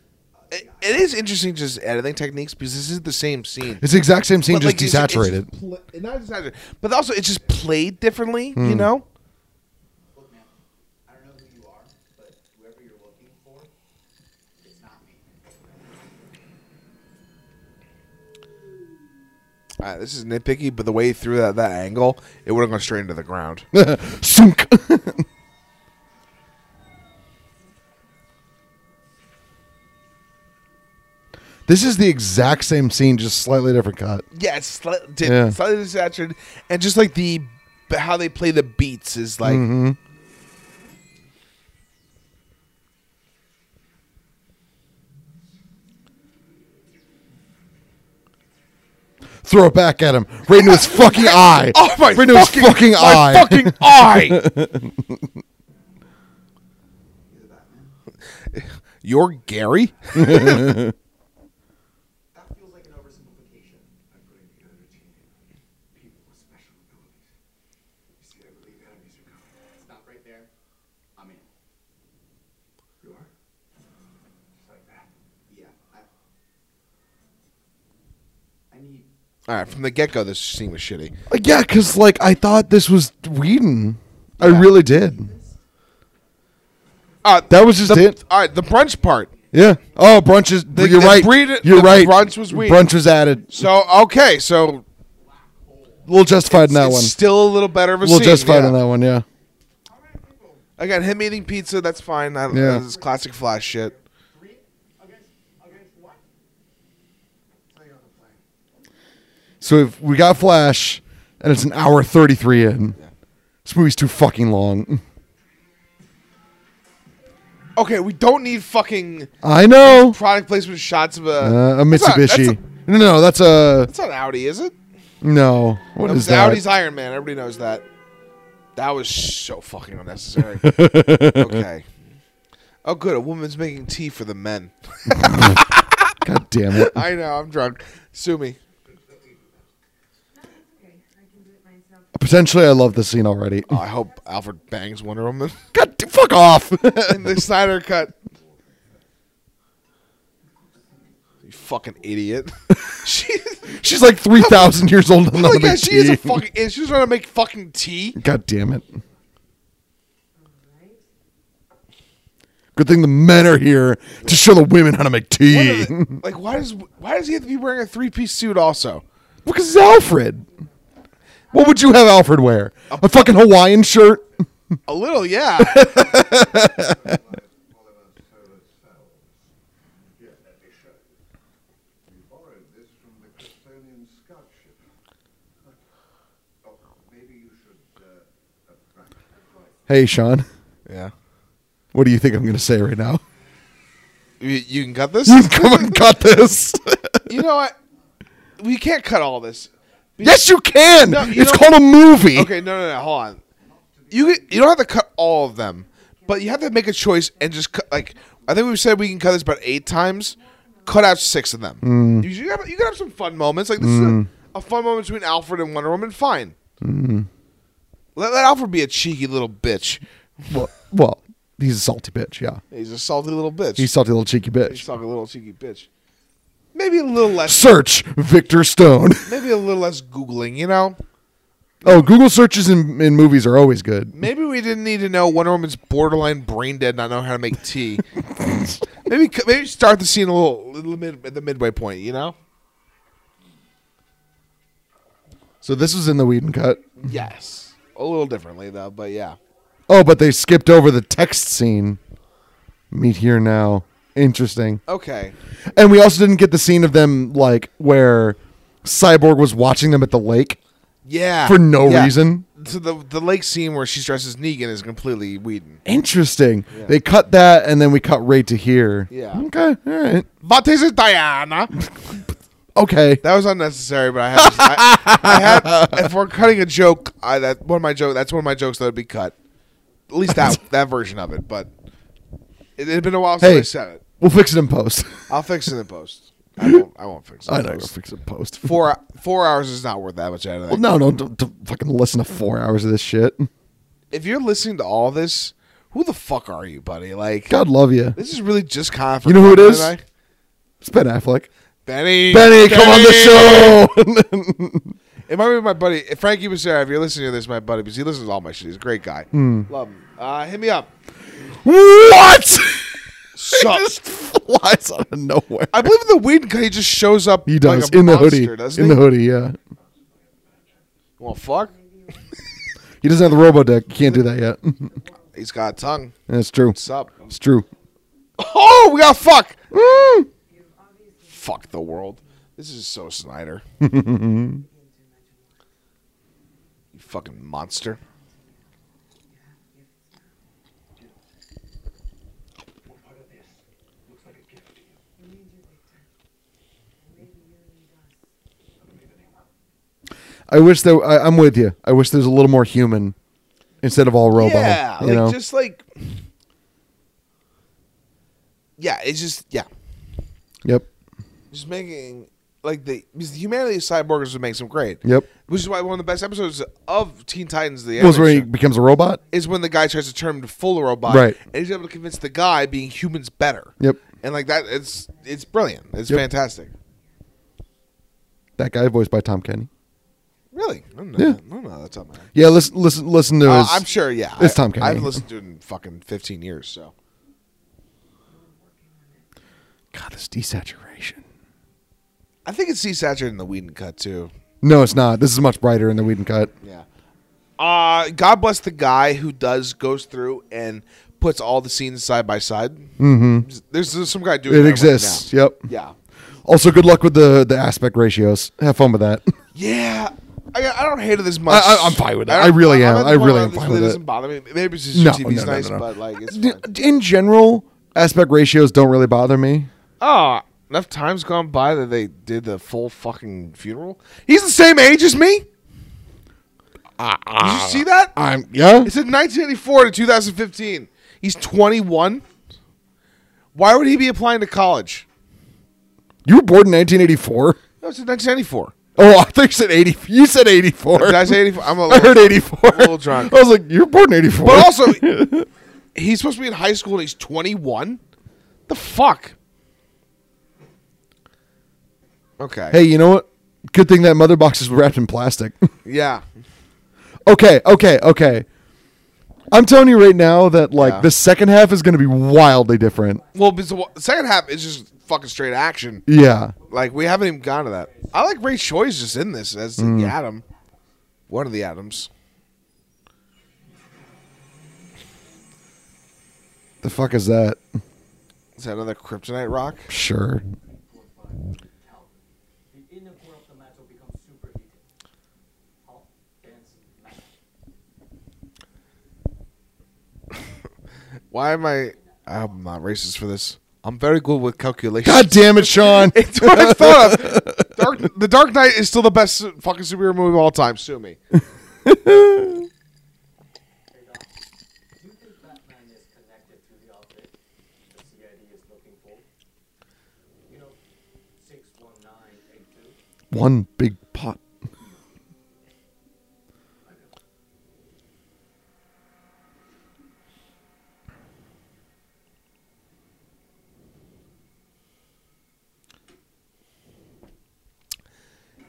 Speaker 3: It, it is interesting just editing techniques because this is the same scene.
Speaker 2: It's the exact same scene,
Speaker 3: But, like,
Speaker 2: just
Speaker 3: it's- it's
Speaker 2: desaturated.
Speaker 3: just pla- not desaturated, but also it's just played differently, you
Speaker 2: Hmm.
Speaker 3: know?
Speaker 10: Look, man, I don't know who you are, but whoever you're looking for, it's not me.
Speaker 3: Uh, this is nitpicky, but the way he threw that that angle, it would have gone straight into the ground.
Speaker 2: [laughs] Sunk. this is the exact same scene, just slightly different cut.
Speaker 3: yeah, it's sli- di-
Speaker 2: Yeah.
Speaker 3: slightly saturated, and just like the but how they play the beats is like
Speaker 2: Mm-hmm. Throw it back at him, right into his fucking eye.
Speaker 3: [laughs] oh my
Speaker 2: right into
Speaker 3: fucking,
Speaker 2: his fucking
Speaker 3: my
Speaker 2: eye.
Speaker 1: [laughs]
Speaker 3: fucking eye. You're Gary.
Speaker 10: That feels like an oversimplification.
Speaker 4: I'm putting together a team. People with special abilities. You see, I believe enemies are coming.
Speaker 10: Stop right there. I'm in.
Speaker 4: You are? Just like that.
Speaker 10: Yeah, I. I need.
Speaker 3: All right, from the get go, this scene was shitty.
Speaker 2: Yeah, because like I thought this was Whedon. I really did.
Speaker 3: Uh,
Speaker 2: That was just
Speaker 3: the,
Speaker 2: it.
Speaker 3: All right, the brunch part.
Speaker 2: Yeah. Oh, brunch is.
Speaker 3: The-
Speaker 2: you're
Speaker 3: the
Speaker 2: right.
Speaker 3: breed-
Speaker 2: you're
Speaker 3: the
Speaker 2: right.
Speaker 3: brunch was Whedon.
Speaker 2: Brunch was added.
Speaker 3: So okay, so
Speaker 2: A little justified in that
Speaker 3: it's
Speaker 2: one.
Speaker 3: still a little better of a
Speaker 2: A little
Speaker 3: scene.
Speaker 2: justified
Speaker 3: yeah.
Speaker 2: in that one. Yeah.
Speaker 3: Again, him eating pizza, that's fine. That,
Speaker 2: Yeah.
Speaker 3: That's classic Flash shit.
Speaker 10: Three? Against. Against what?
Speaker 4: Play on the plane.
Speaker 2: So if we got Flash, and it's an hour thirty-three in. This movie's too fucking long.
Speaker 3: Okay, we don't need fucking
Speaker 2: I know.
Speaker 3: product placement shots of a,
Speaker 2: Uh, a
Speaker 3: That's not- that's
Speaker 2: Mitsubishi.
Speaker 3: a-
Speaker 2: No, no, that's a
Speaker 3: That's not Audi, is it?
Speaker 2: no. What
Speaker 3: That
Speaker 2: is
Speaker 3: was
Speaker 2: that?
Speaker 3: Audi's Iron Man. Everybody knows that. That was so fucking
Speaker 2: [laughs]
Speaker 3: unnecessary. okay. Oh, good. A woman's making tea for the
Speaker 2: [laughs]
Speaker 3: men.
Speaker 2: God damn it!
Speaker 3: I know. I'm drunk. Sue me.
Speaker 7: Okay, I can do it myself.
Speaker 2: Potentially, I love this scene already.
Speaker 3: Oh, I hope Alfred bangs
Speaker 2: [laughs]
Speaker 3: Wonder Woman [laughs]
Speaker 2: God, d- fuck off!
Speaker 3: in the Snyder cut. You fucking
Speaker 2: [laughs]
Speaker 3: idiot. she,
Speaker 2: [laughs] She's like three thousand years old. And on
Speaker 3: look
Speaker 2: the
Speaker 3: at, she is a
Speaker 2: team.
Speaker 3: fucking idiot. She's trying to make fucking tea.
Speaker 2: God damn it!
Speaker 7: Alright?
Speaker 2: Good thing the men are here to show the women how to make
Speaker 3: What
Speaker 2: tea. [laughs]
Speaker 3: is [laughs] it- like why does why does he have to be wearing a three piece suit also?
Speaker 2: Because it's Alfred. What would you have Alfred wear? A fucking Hawaiian shirt?
Speaker 3: A little, [laughs] yeah.
Speaker 4: All of us solar cells. Here, let me show you. We borrowed this from the Crestonian scout ship. Oh, maybe you should, uh, uh, right. right.
Speaker 2: Hey, Sean,
Speaker 3: yeah.
Speaker 2: what do you think I'm going to say right now? [laughs]
Speaker 3: You, [laughs] you can cut this?
Speaker 2: You come and cut this. [laughs]
Speaker 3: you know what? We can't cut all this.
Speaker 2: yes, you can.
Speaker 3: No, you
Speaker 2: it's
Speaker 3: don't-
Speaker 2: called a [laughs] movie.
Speaker 3: Okay, no, no, no. Hold on. You you don't have to cut all of them, but you have to make a choice and just cut. Like I think we said, we can cut this about eight times. Cut out six of them. You, you, have, you can have some fun moments. Like this is a, a fun moment between Alfred and Wonder Woman. Fine. Let, let Alfred be a cheeky little bitch.
Speaker 2: Well, well, he's a salty bitch. Yeah,
Speaker 3: He's a salty little bitch.
Speaker 2: he's a salty little cheeky
Speaker 3: He's
Speaker 2: bitch.
Speaker 3: talking a little cheeky bitch. Maybe a little less.
Speaker 2: Search Victor Stone. [laughs]
Speaker 3: Maybe a little less googling. You know.
Speaker 2: Oh, Google searches in, in movies are always good.
Speaker 3: Maybe we didn't need to know Wonder Woman's borderline brain dead, not knowing how to make tea. maybe maybe start the scene a little, little mid, at the midway point, you know?
Speaker 2: So this was in the Whedon cut.
Speaker 3: Yes, a little differently though, but yeah.
Speaker 2: Oh, but they skipped over the text scene. Meet here now. Interesting.
Speaker 3: Okay,
Speaker 2: And we also didn't get the scene of them like where Cyborg was watching them at the lake
Speaker 3: yeah,
Speaker 2: for no
Speaker 3: Ah, Yeah.
Speaker 2: reason.
Speaker 3: So the the lake scene where she dresses Negan is completely Whedon.
Speaker 2: Interesting. They cut that and then we cut right to here.
Speaker 3: Yeah.
Speaker 2: Okay. All right.
Speaker 3: But is Diana?
Speaker 2: Okay.
Speaker 3: That was unnecessary, but I had, to, I, I had. If we're cutting a joke, I, that one of my joke. That's one of my jokes that would be cut. At
Speaker 2: [laughs]
Speaker 3: least that that version of it. But it had been a while since
Speaker 2: Hey.
Speaker 3: I said it.
Speaker 2: We'll fix it in post. [laughs]
Speaker 3: I'll fix it in post. I won't. I won't fix it.
Speaker 2: I
Speaker 3: in
Speaker 2: know you'll
Speaker 3: post.
Speaker 2: fix it in post.
Speaker 3: Four four hours is not worth that much out of that.
Speaker 2: Well, no, no, don't, don't fucking listen to four hours of this shit.
Speaker 3: If you're listening to all this, who the fuck are you, buddy? Like,
Speaker 2: God love you.
Speaker 3: this is really just kind of. for
Speaker 2: You know who it
Speaker 3: fun
Speaker 2: is?
Speaker 3: tonight.
Speaker 2: It's Ben Affleck.
Speaker 3: Benny.
Speaker 2: Benny, come on the show. [laughs]
Speaker 3: It might be my buddy if Frankie was there. If you're listening to this, my buddy, because he listens to all my shit. He's a great guy.
Speaker 2: Hmm.
Speaker 3: Love him. Uh, hit me up.
Speaker 2: what? [laughs]
Speaker 3: Sup?
Speaker 2: Flies out of nowhere.
Speaker 3: [laughs] I believe in the Whedon guy. He just shows up.
Speaker 2: He does
Speaker 3: like a
Speaker 2: in the
Speaker 3: monster,
Speaker 2: hoodie.
Speaker 3: doesn't
Speaker 2: In
Speaker 3: he?
Speaker 2: the hoodie, yeah.
Speaker 3: Well, fuck.
Speaker 2: He doesn't have the robo deck. He can't do that yet. [laughs]
Speaker 3: He's got a tongue.
Speaker 2: That's true.
Speaker 3: What's up?
Speaker 2: It's true.
Speaker 3: [laughs] Oh, we got fuck. Fuck the world. This is so
Speaker 2: [laughs]
Speaker 3: Snyder. you fucking monster.
Speaker 4: What part of this looks like a gift to you?
Speaker 2: I wish that I, I'm with you. I wish there's a little more human instead of all robo.
Speaker 3: Yeah,
Speaker 2: you
Speaker 3: like
Speaker 2: know?
Speaker 3: just like. Yeah, it's just yeah,
Speaker 2: yep,
Speaker 3: just making like the because the humanity of Cyborg is what makes him great.
Speaker 2: yep.
Speaker 3: Which is why one of the best episodes of Teen Titans the
Speaker 2: Was when he
Speaker 3: animation,
Speaker 2: becomes a robot.
Speaker 3: is when the guy tries to turn him to full robot,
Speaker 2: Right.
Speaker 3: And he's able to convince the guy being humans better.
Speaker 2: Yep.
Speaker 3: And like that, it's it's brilliant. It's
Speaker 2: Yep.
Speaker 3: fantastic.
Speaker 2: That guy voiced by Tom Kenny.
Speaker 3: Really? I don't know.
Speaker 2: Yeah.
Speaker 3: that. I don't know that's on there.
Speaker 2: Yeah, listen, listen, listen to
Speaker 3: Uh,
Speaker 2: his.
Speaker 3: I'm sure. Yeah,
Speaker 2: it's
Speaker 3: I,
Speaker 2: Tom Kenny.
Speaker 3: I've listened to it in fucking 15 years. So
Speaker 2: God, this desaturation.
Speaker 3: I think it's desaturated in the Whedon cut too.
Speaker 2: No, it's not. This is much brighter in the Whedon cut.
Speaker 3: Yeah. Uh God bless the guy who does goes through and puts all the scenes side by side. Mm-hmm. There's, there's some guy doing
Speaker 2: It
Speaker 3: that right
Speaker 2: exists.
Speaker 3: now.
Speaker 2: Yep.
Speaker 3: Yeah.
Speaker 2: Also, good luck with the the aspect ratios. Have fun with that.
Speaker 3: Yeah. I, I don't hate it as much.
Speaker 2: I- I'm fine with it.
Speaker 3: that.
Speaker 2: I really am. I really am
Speaker 3: This
Speaker 2: fine
Speaker 3: really
Speaker 2: with it.
Speaker 3: doesn't bother me. Maybe it's
Speaker 2: [laughs]
Speaker 3: just
Speaker 2: No,
Speaker 3: TV's
Speaker 2: no, no,
Speaker 3: nice,
Speaker 2: no, no.
Speaker 3: but like it's
Speaker 2: D-
Speaker 3: fine.
Speaker 2: in general, aspect ratios don't really bother me.
Speaker 3: Oh, enough time's gone by that they did the full fucking funeral. He's the same age as me. Did you see that?
Speaker 2: I'm yeah.
Speaker 3: It said 1984 to 2015. He's 21. Why would he be applying to college?
Speaker 2: You were born in 1984.
Speaker 3: No, it's 1994.
Speaker 2: [laughs] Oh, I think you said 80. You said 84.
Speaker 3: Did I say 84? I'm
Speaker 2: [laughs]
Speaker 3: a
Speaker 2: I heard
Speaker 3: little-
Speaker 2: 84.
Speaker 3: a little drunk.
Speaker 2: I was like, you're born in 84.
Speaker 3: But also, he's supposed to be in high school and he's 21. The fuck. Okay.
Speaker 2: [laughs] hey, you know what? Good thing that mother box is wrapped in plastic. [laughs]
Speaker 3: Yeah.
Speaker 2: okay, okay, okay. I'm telling you right now that like
Speaker 3: Yeah.
Speaker 2: the second half is going to be wildly different.
Speaker 3: Well, because the wa- second half is just fucking straight action.
Speaker 2: Yeah.
Speaker 3: Like we haven't even gone to that. I like Ray Choi's just in this as the Atom, one of the Atoms.
Speaker 2: The fuck is that?
Speaker 3: Is that another Kryptonite rock?
Speaker 2: Sure.
Speaker 4: The inner core of the matter becomes superheated. Hot, dense matter.
Speaker 3: Why am I? I'm not racist for this. I'm very good with calculations.
Speaker 2: God damn it, Sean.
Speaker 3: It's what I thought of. [laughs] Dark, the Dark Knight is still the best fucking superhero movie of all time. Sue me.
Speaker 4: Do you think Batman is connected to the outfit the CID is looking for? You know, 61982?
Speaker 2: [laughs] One big pot.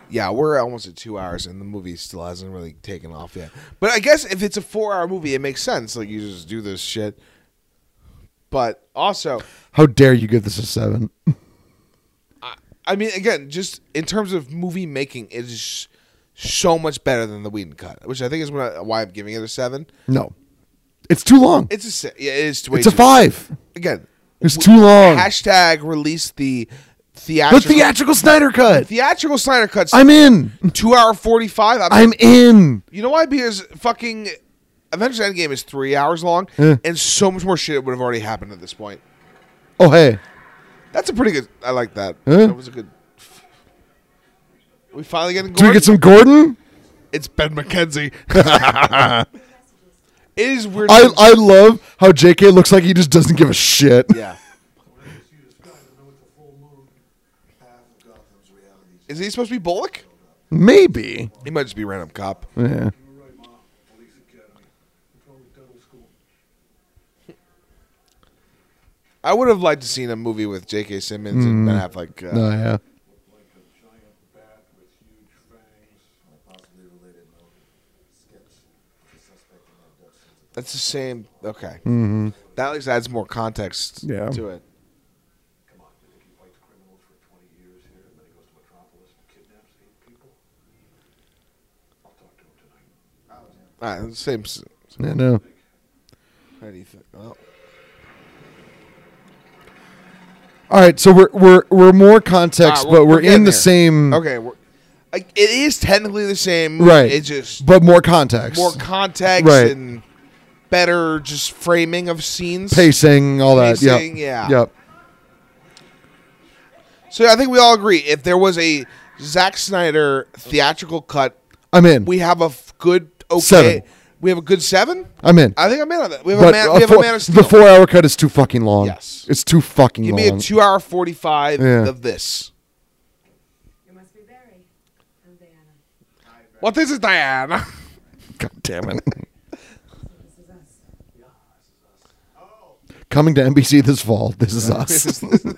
Speaker 3: Yeah, we're almost at two hours, and the movie still hasn't really taken off yet. But I guess if it's a four-hour movie, it makes sense. Like you just do this shit. But also,
Speaker 2: How dare you give this a seven?
Speaker 3: I mean, again, just in terms of movie making, it is so much better than the Whedon cut, which I think is what I, why I'm giving it a seven.
Speaker 2: No. It's too long.
Speaker 3: It's a si- yeah, it is way
Speaker 2: It's a
Speaker 3: too-
Speaker 2: five.
Speaker 3: again.
Speaker 2: It's too long.
Speaker 3: Hashtag release the
Speaker 2: The
Speaker 3: theatrical
Speaker 2: theatrical Snyder cut.
Speaker 3: theatrical Snyder cuts.
Speaker 2: I'm in.
Speaker 3: two hour forty five.
Speaker 2: I'm in.
Speaker 3: You know why? Because fucking Avengers Endgame is three hours long,
Speaker 2: Yeah.
Speaker 3: and so much more shit would have already happened at this point.
Speaker 2: Oh hey.
Speaker 3: That's a pretty good. I like that.
Speaker 2: Yeah.
Speaker 3: That was a good. We finally getting.
Speaker 2: Do we
Speaker 3: Gordon?
Speaker 2: get some Gordon?
Speaker 3: It's
Speaker 2: [laughs]
Speaker 3: Ben McKenzie. it is weird.
Speaker 2: I, I love how JK looks like he just doesn't give a shit. [laughs]
Speaker 3: yeah. Is he supposed to be Bullock?
Speaker 2: Maybe.
Speaker 3: He might just be random cop.
Speaker 2: Yeah.
Speaker 3: I would have liked to seen a movie with J.K. Simmons
Speaker 2: Mm-hmm.
Speaker 3: and Ben Affleck. Uh,
Speaker 2: No, yeah.
Speaker 9: Like a giant bat with huge fangs. On a possibly related note, sketch the suspect in abductions.
Speaker 3: That's the same. Okay. That at least adds more context
Speaker 2: Mm-hmm. Yeah.
Speaker 3: to it.
Speaker 9: Come on, you think he fights criminals for 20 years here and then he goes to Metropolis and kidnaps eight people? I'll talk to him.
Speaker 3: Uh, same. s- oh.
Speaker 2: Yeah, no.
Speaker 3: How do you think? Well,
Speaker 2: All right, so we're we're we're more context,
Speaker 3: Ah,
Speaker 2: but we're,
Speaker 3: getting
Speaker 2: in the
Speaker 3: there.
Speaker 2: same
Speaker 3: Okay, we're, like, it is technically the same.
Speaker 2: right.
Speaker 3: It just
Speaker 2: but more context,
Speaker 3: more context
Speaker 2: Right.
Speaker 3: and better just framing of scenes.
Speaker 2: pacing, all that. Yep.
Speaker 3: Pacing, yeah.
Speaker 2: Yep.
Speaker 3: So I think we all agree if there was a Zack Snyder theatrical cut,
Speaker 2: I'm in.
Speaker 3: we have a f- good okay.
Speaker 2: Seven.
Speaker 3: We have a good seven.
Speaker 2: I'm in.
Speaker 3: I think I'm in on that. We have a
Speaker 2: but
Speaker 3: man.
Speaker 2: a
Speaker 3: we have
Speaker 2: four,
Speaker 3: a man of steel.
Speaker 2: the four-hour cut is too fucking long.
Speaker 3: Yes.
Speaker 2: it's too fucking
Speaker 3: Give
Speaker 2: long.
Speaker 3: me a two-hour forty-five
Speaker 2: Yeah.
Speaker 3: of this.
Speaker 7: You must be Barry. I'm Diana.
Speaker 1: Well, this is Diana.
Speaker 2: God damn it!
Speaker 7: This is us.
Speaker 2: Coming to NBC this fall. This is
Speaker 3: [laughs]
Speaker 2: us. [laughs]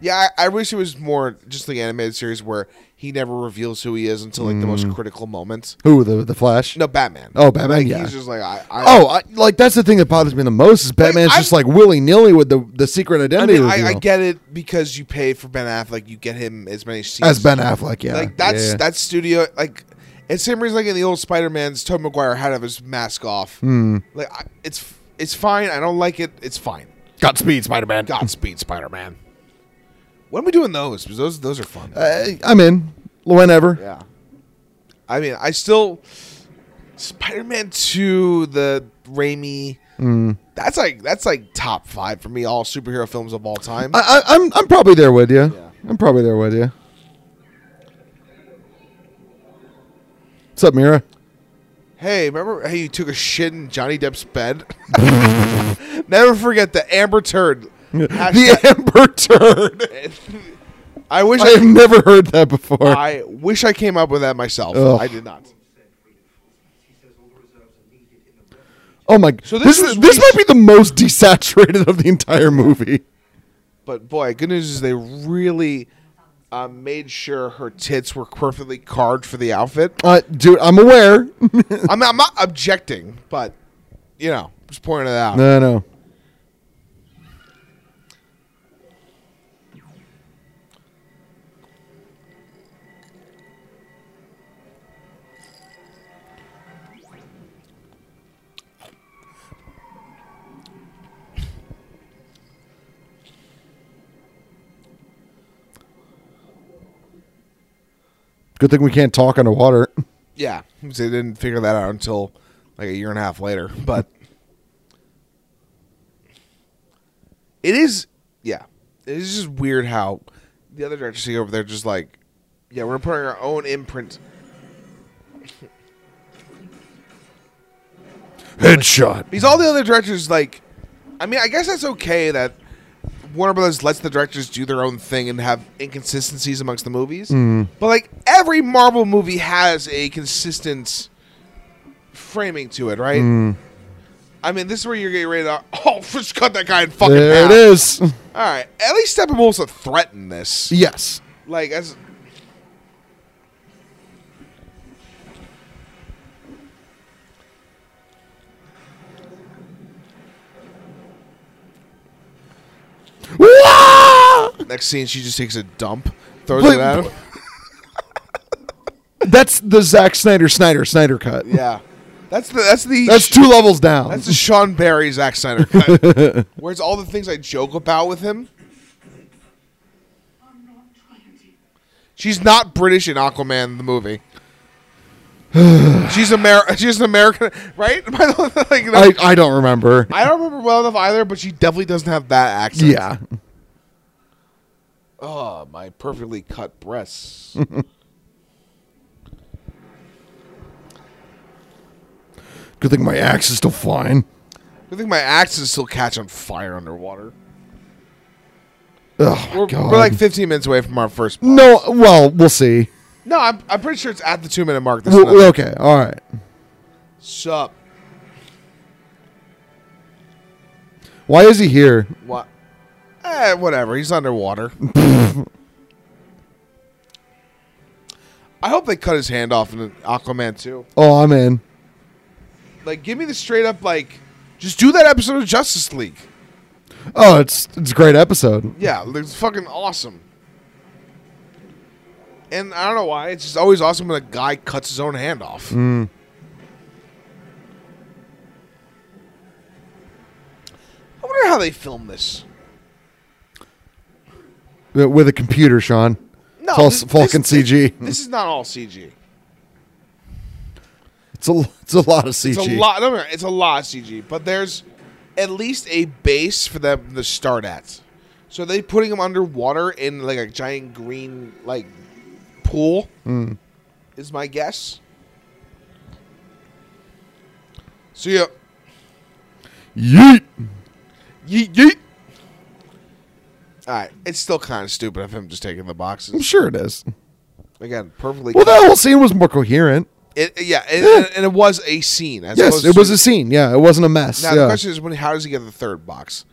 Speaker 3: Yeah, I, I wish it was more just the animated series where he never reveals who he is until like the most critical moments.
Speaker 2: Who the the Flash?
Speaker 3: No, Batman.
Speaker 2: Mm. Oh, Batman,
Speaker 3: Like,
Speaker 2: yeah.
Speaker 3: he's just like I. I
Speaker 2: Oh, I, like that's the thing that bothers me the most is Batman's
Speaker 3: I'm-
Speaker 2: just like willy nilly with the, the secret
Speaker 3: I
Speaker 2: identity
Speaker 3: mean, I, I
Speaker 2: reveal.
Speaker 3: get it because you paid for Ben Affleck, you get him as many scenes
Speaker 2: as Ben Affleck. Yeah,
Speaker 3: Like that's
Speaker 2: yeah.
Speaker 3: that's studio. Like it's same reason like in the old Spider Man's, Tobey Maguire had to have his mask off.
Speaker 2: Hmm.
Speaker 3: Like I, it's it's fine. I don't like it. It's fine.
Speaker 1: Godspeed, Spider Man.
Speaker 3: Godspeed, Spider Man. When are we doing those? Because those those are fun.
Speaker 2: Uh, I'm in. Whenever.
Speaker 3: yeah. I mean, I still Spider Man Two, the Raimi.
Speaker 2: Hmm.
Speaker 3: That's like that's like top five for me. All superhero films of all time.
Speaker 2: I, I, I'm I'm probably there with you.
Speaker 3: Yeah.
Speaker 2: I'm probably there with you. What's up, Mira?
Speaker 3: Hey, remember how you took a shit in Johnny Depp's bed? [laughs] Never forget the Amber Turd.
Speaker 2: [laughs] The
Speaker 3: Hashtag-
Speaker 2: Amber Turd.
Speaker 3: I wish
Speaker 2: I
Speaker 3: I,
Speaker 2: have never heard that before.
Speaker 3: I wish I came up with that myself.
Speaker 2: Ugh.
Speaker 3: I did not.
Speaker 2: oh my! So
Speaker 3: So this
Speaker 2: this
Speaker 3: was
Speaker 2: is, this
Speaker 3: rec-
Speaker 2: might be the most desaturated of the entire movie.
Speaker 3: But boy, good news is they really uh, made sure her tits were perfectly carved for the outfit.
Speaker 2: Uh, dude, I'm [laughs] aware.
Speaker 3: I'm not, I'm not objecting, but you know, just pointing it out.
Speaker 2: no, no. Good thing we can't talk underwater.
Speaker 3: Yeah, because they didn't figure that out until like a year and a half later. [laughs] But it is, yeah, it is just weird how the other directors see over there just like, yeah, we're putting our own imprint.
Speaker 2: Headshot.
Speaker 3: Because all the other directors, like, I mean, I guess that's okay that Warner Brothers lets the directors do their own thing and have inconsistencies amongst the movies.
Speaker 2: Mm-hmm.
Speaker 3: But like every Marvel movie has a consistent framing to it, right?
Speaker 2: Mm-hmm.
Speaker 3: I mean, this is where you're getting ready to [laughs] oh, just cut that guy and fucking
Speaker 2: There
Speaker 3: half.
Speaker 2: it is.
Speaker 3: All right, at least Steppenwolf's a threat in this.
Speaker 2: Yes.
Speaker 3: Like, as next scene, she just takes a dump, throws
Speaker 2: Wait,
Speaker 3: it
Speaker 2: [laughs]
Speaker 3: at him.
Speaker 2: That's the Zack Snyder Snyder Snyder cut.
Speaker 3: Yeah, that's the that's the
Speaker 2: That's two levels down.
Speaker 3: That's a Sean Barry Zack Snyder cut. [laughs] Whereas all the things I joke about with him. She's not British in Aquaman the movie. [sighs] she's Amer- she's an American, right? [laughs] Am I the one- like, no.
Speaker 2: I, I don't remember.
Speaker 3: I don't remember well enough either, but she definitely doesn't have that accent.
Speaker 2: yeah.
Speaker 3: Oh, my perfectly cut
Speaker 2: [laughs]
Speaker 3: breasts.
Speaker 2: Good thing my axe is still fine.
Speaker 3: I think my axes still catch on fire underwater.
Speaker 2: Oh,
Speaker 3: We're,
Speaker 2: God.
Speaker 3: we're like 15 minutes away from our first.
Speaker 2: no, well, we'll see.
Speaker 3: No, I'm, I'm pretty sure it's at the two minute mark. This
Speaker 2: Well,
Speaker 3: time.
Speaker 2: okay, all right.
Speaker 3: Sup?
Speaker 2: Why is he here?
Speaker 3: What? Eh, whatever. He's underwater. I hope they cut his hand off in Aquaman too.
Speaker 2: Oh, I'm in.
Speaker 3: Like, give me the straight up like, just do that episode of Justice League.
Speaker 2: Oh, it's it's a great episode.
Speaker 3: Yeah, it's fucking awesome. And I don't know why. It's just always awesome when a guy cuts his own hand off. I wonder how they film this.
Speaker 2: Uh, with a computer, Sean.
Speaker 3: No,
Speaker 2: it's all
Speaker 3: this-
Speaker 2: s- fucking
Speaker 3: this-
Speaker 2: CG.
Speaker 3: This is not all CG.
Speaker 2: It's a l- it's a lot of CG.
Speaker 3: It's a lot. No, no, it's a lot of CG, but there's at least a base for them to start at. So they putting them underwater in like a giant green like pool
Speaker 2: Hmm.
Speaker 3: is my guess. So yeah,
Speaker 2: Yeet.
Speaker 3: yeet yeet. All right, it's still kind of stupid of him just taking the
Speaker 2: I'm
Speaker 3: boxes
Speaker 2: sure it is.
Speaker 3: again. Perfectly.
Speaker 2: Well, that whole scene was more coherent.
Speaker 3: it, yeah, and,
Speaker 2: Yeah.
Speaker 3: and it was a scene. As
Speaker 2: Yes,
Speaker 3: opposed
Speaker 2: it was
Speaker 3: to-
Speaker 2: a scene. Yeah, it wasn't a mess.
Speaker 3: Now
Speaker 2: yeah.
Speaker 3: the question is, when how does he get the third box?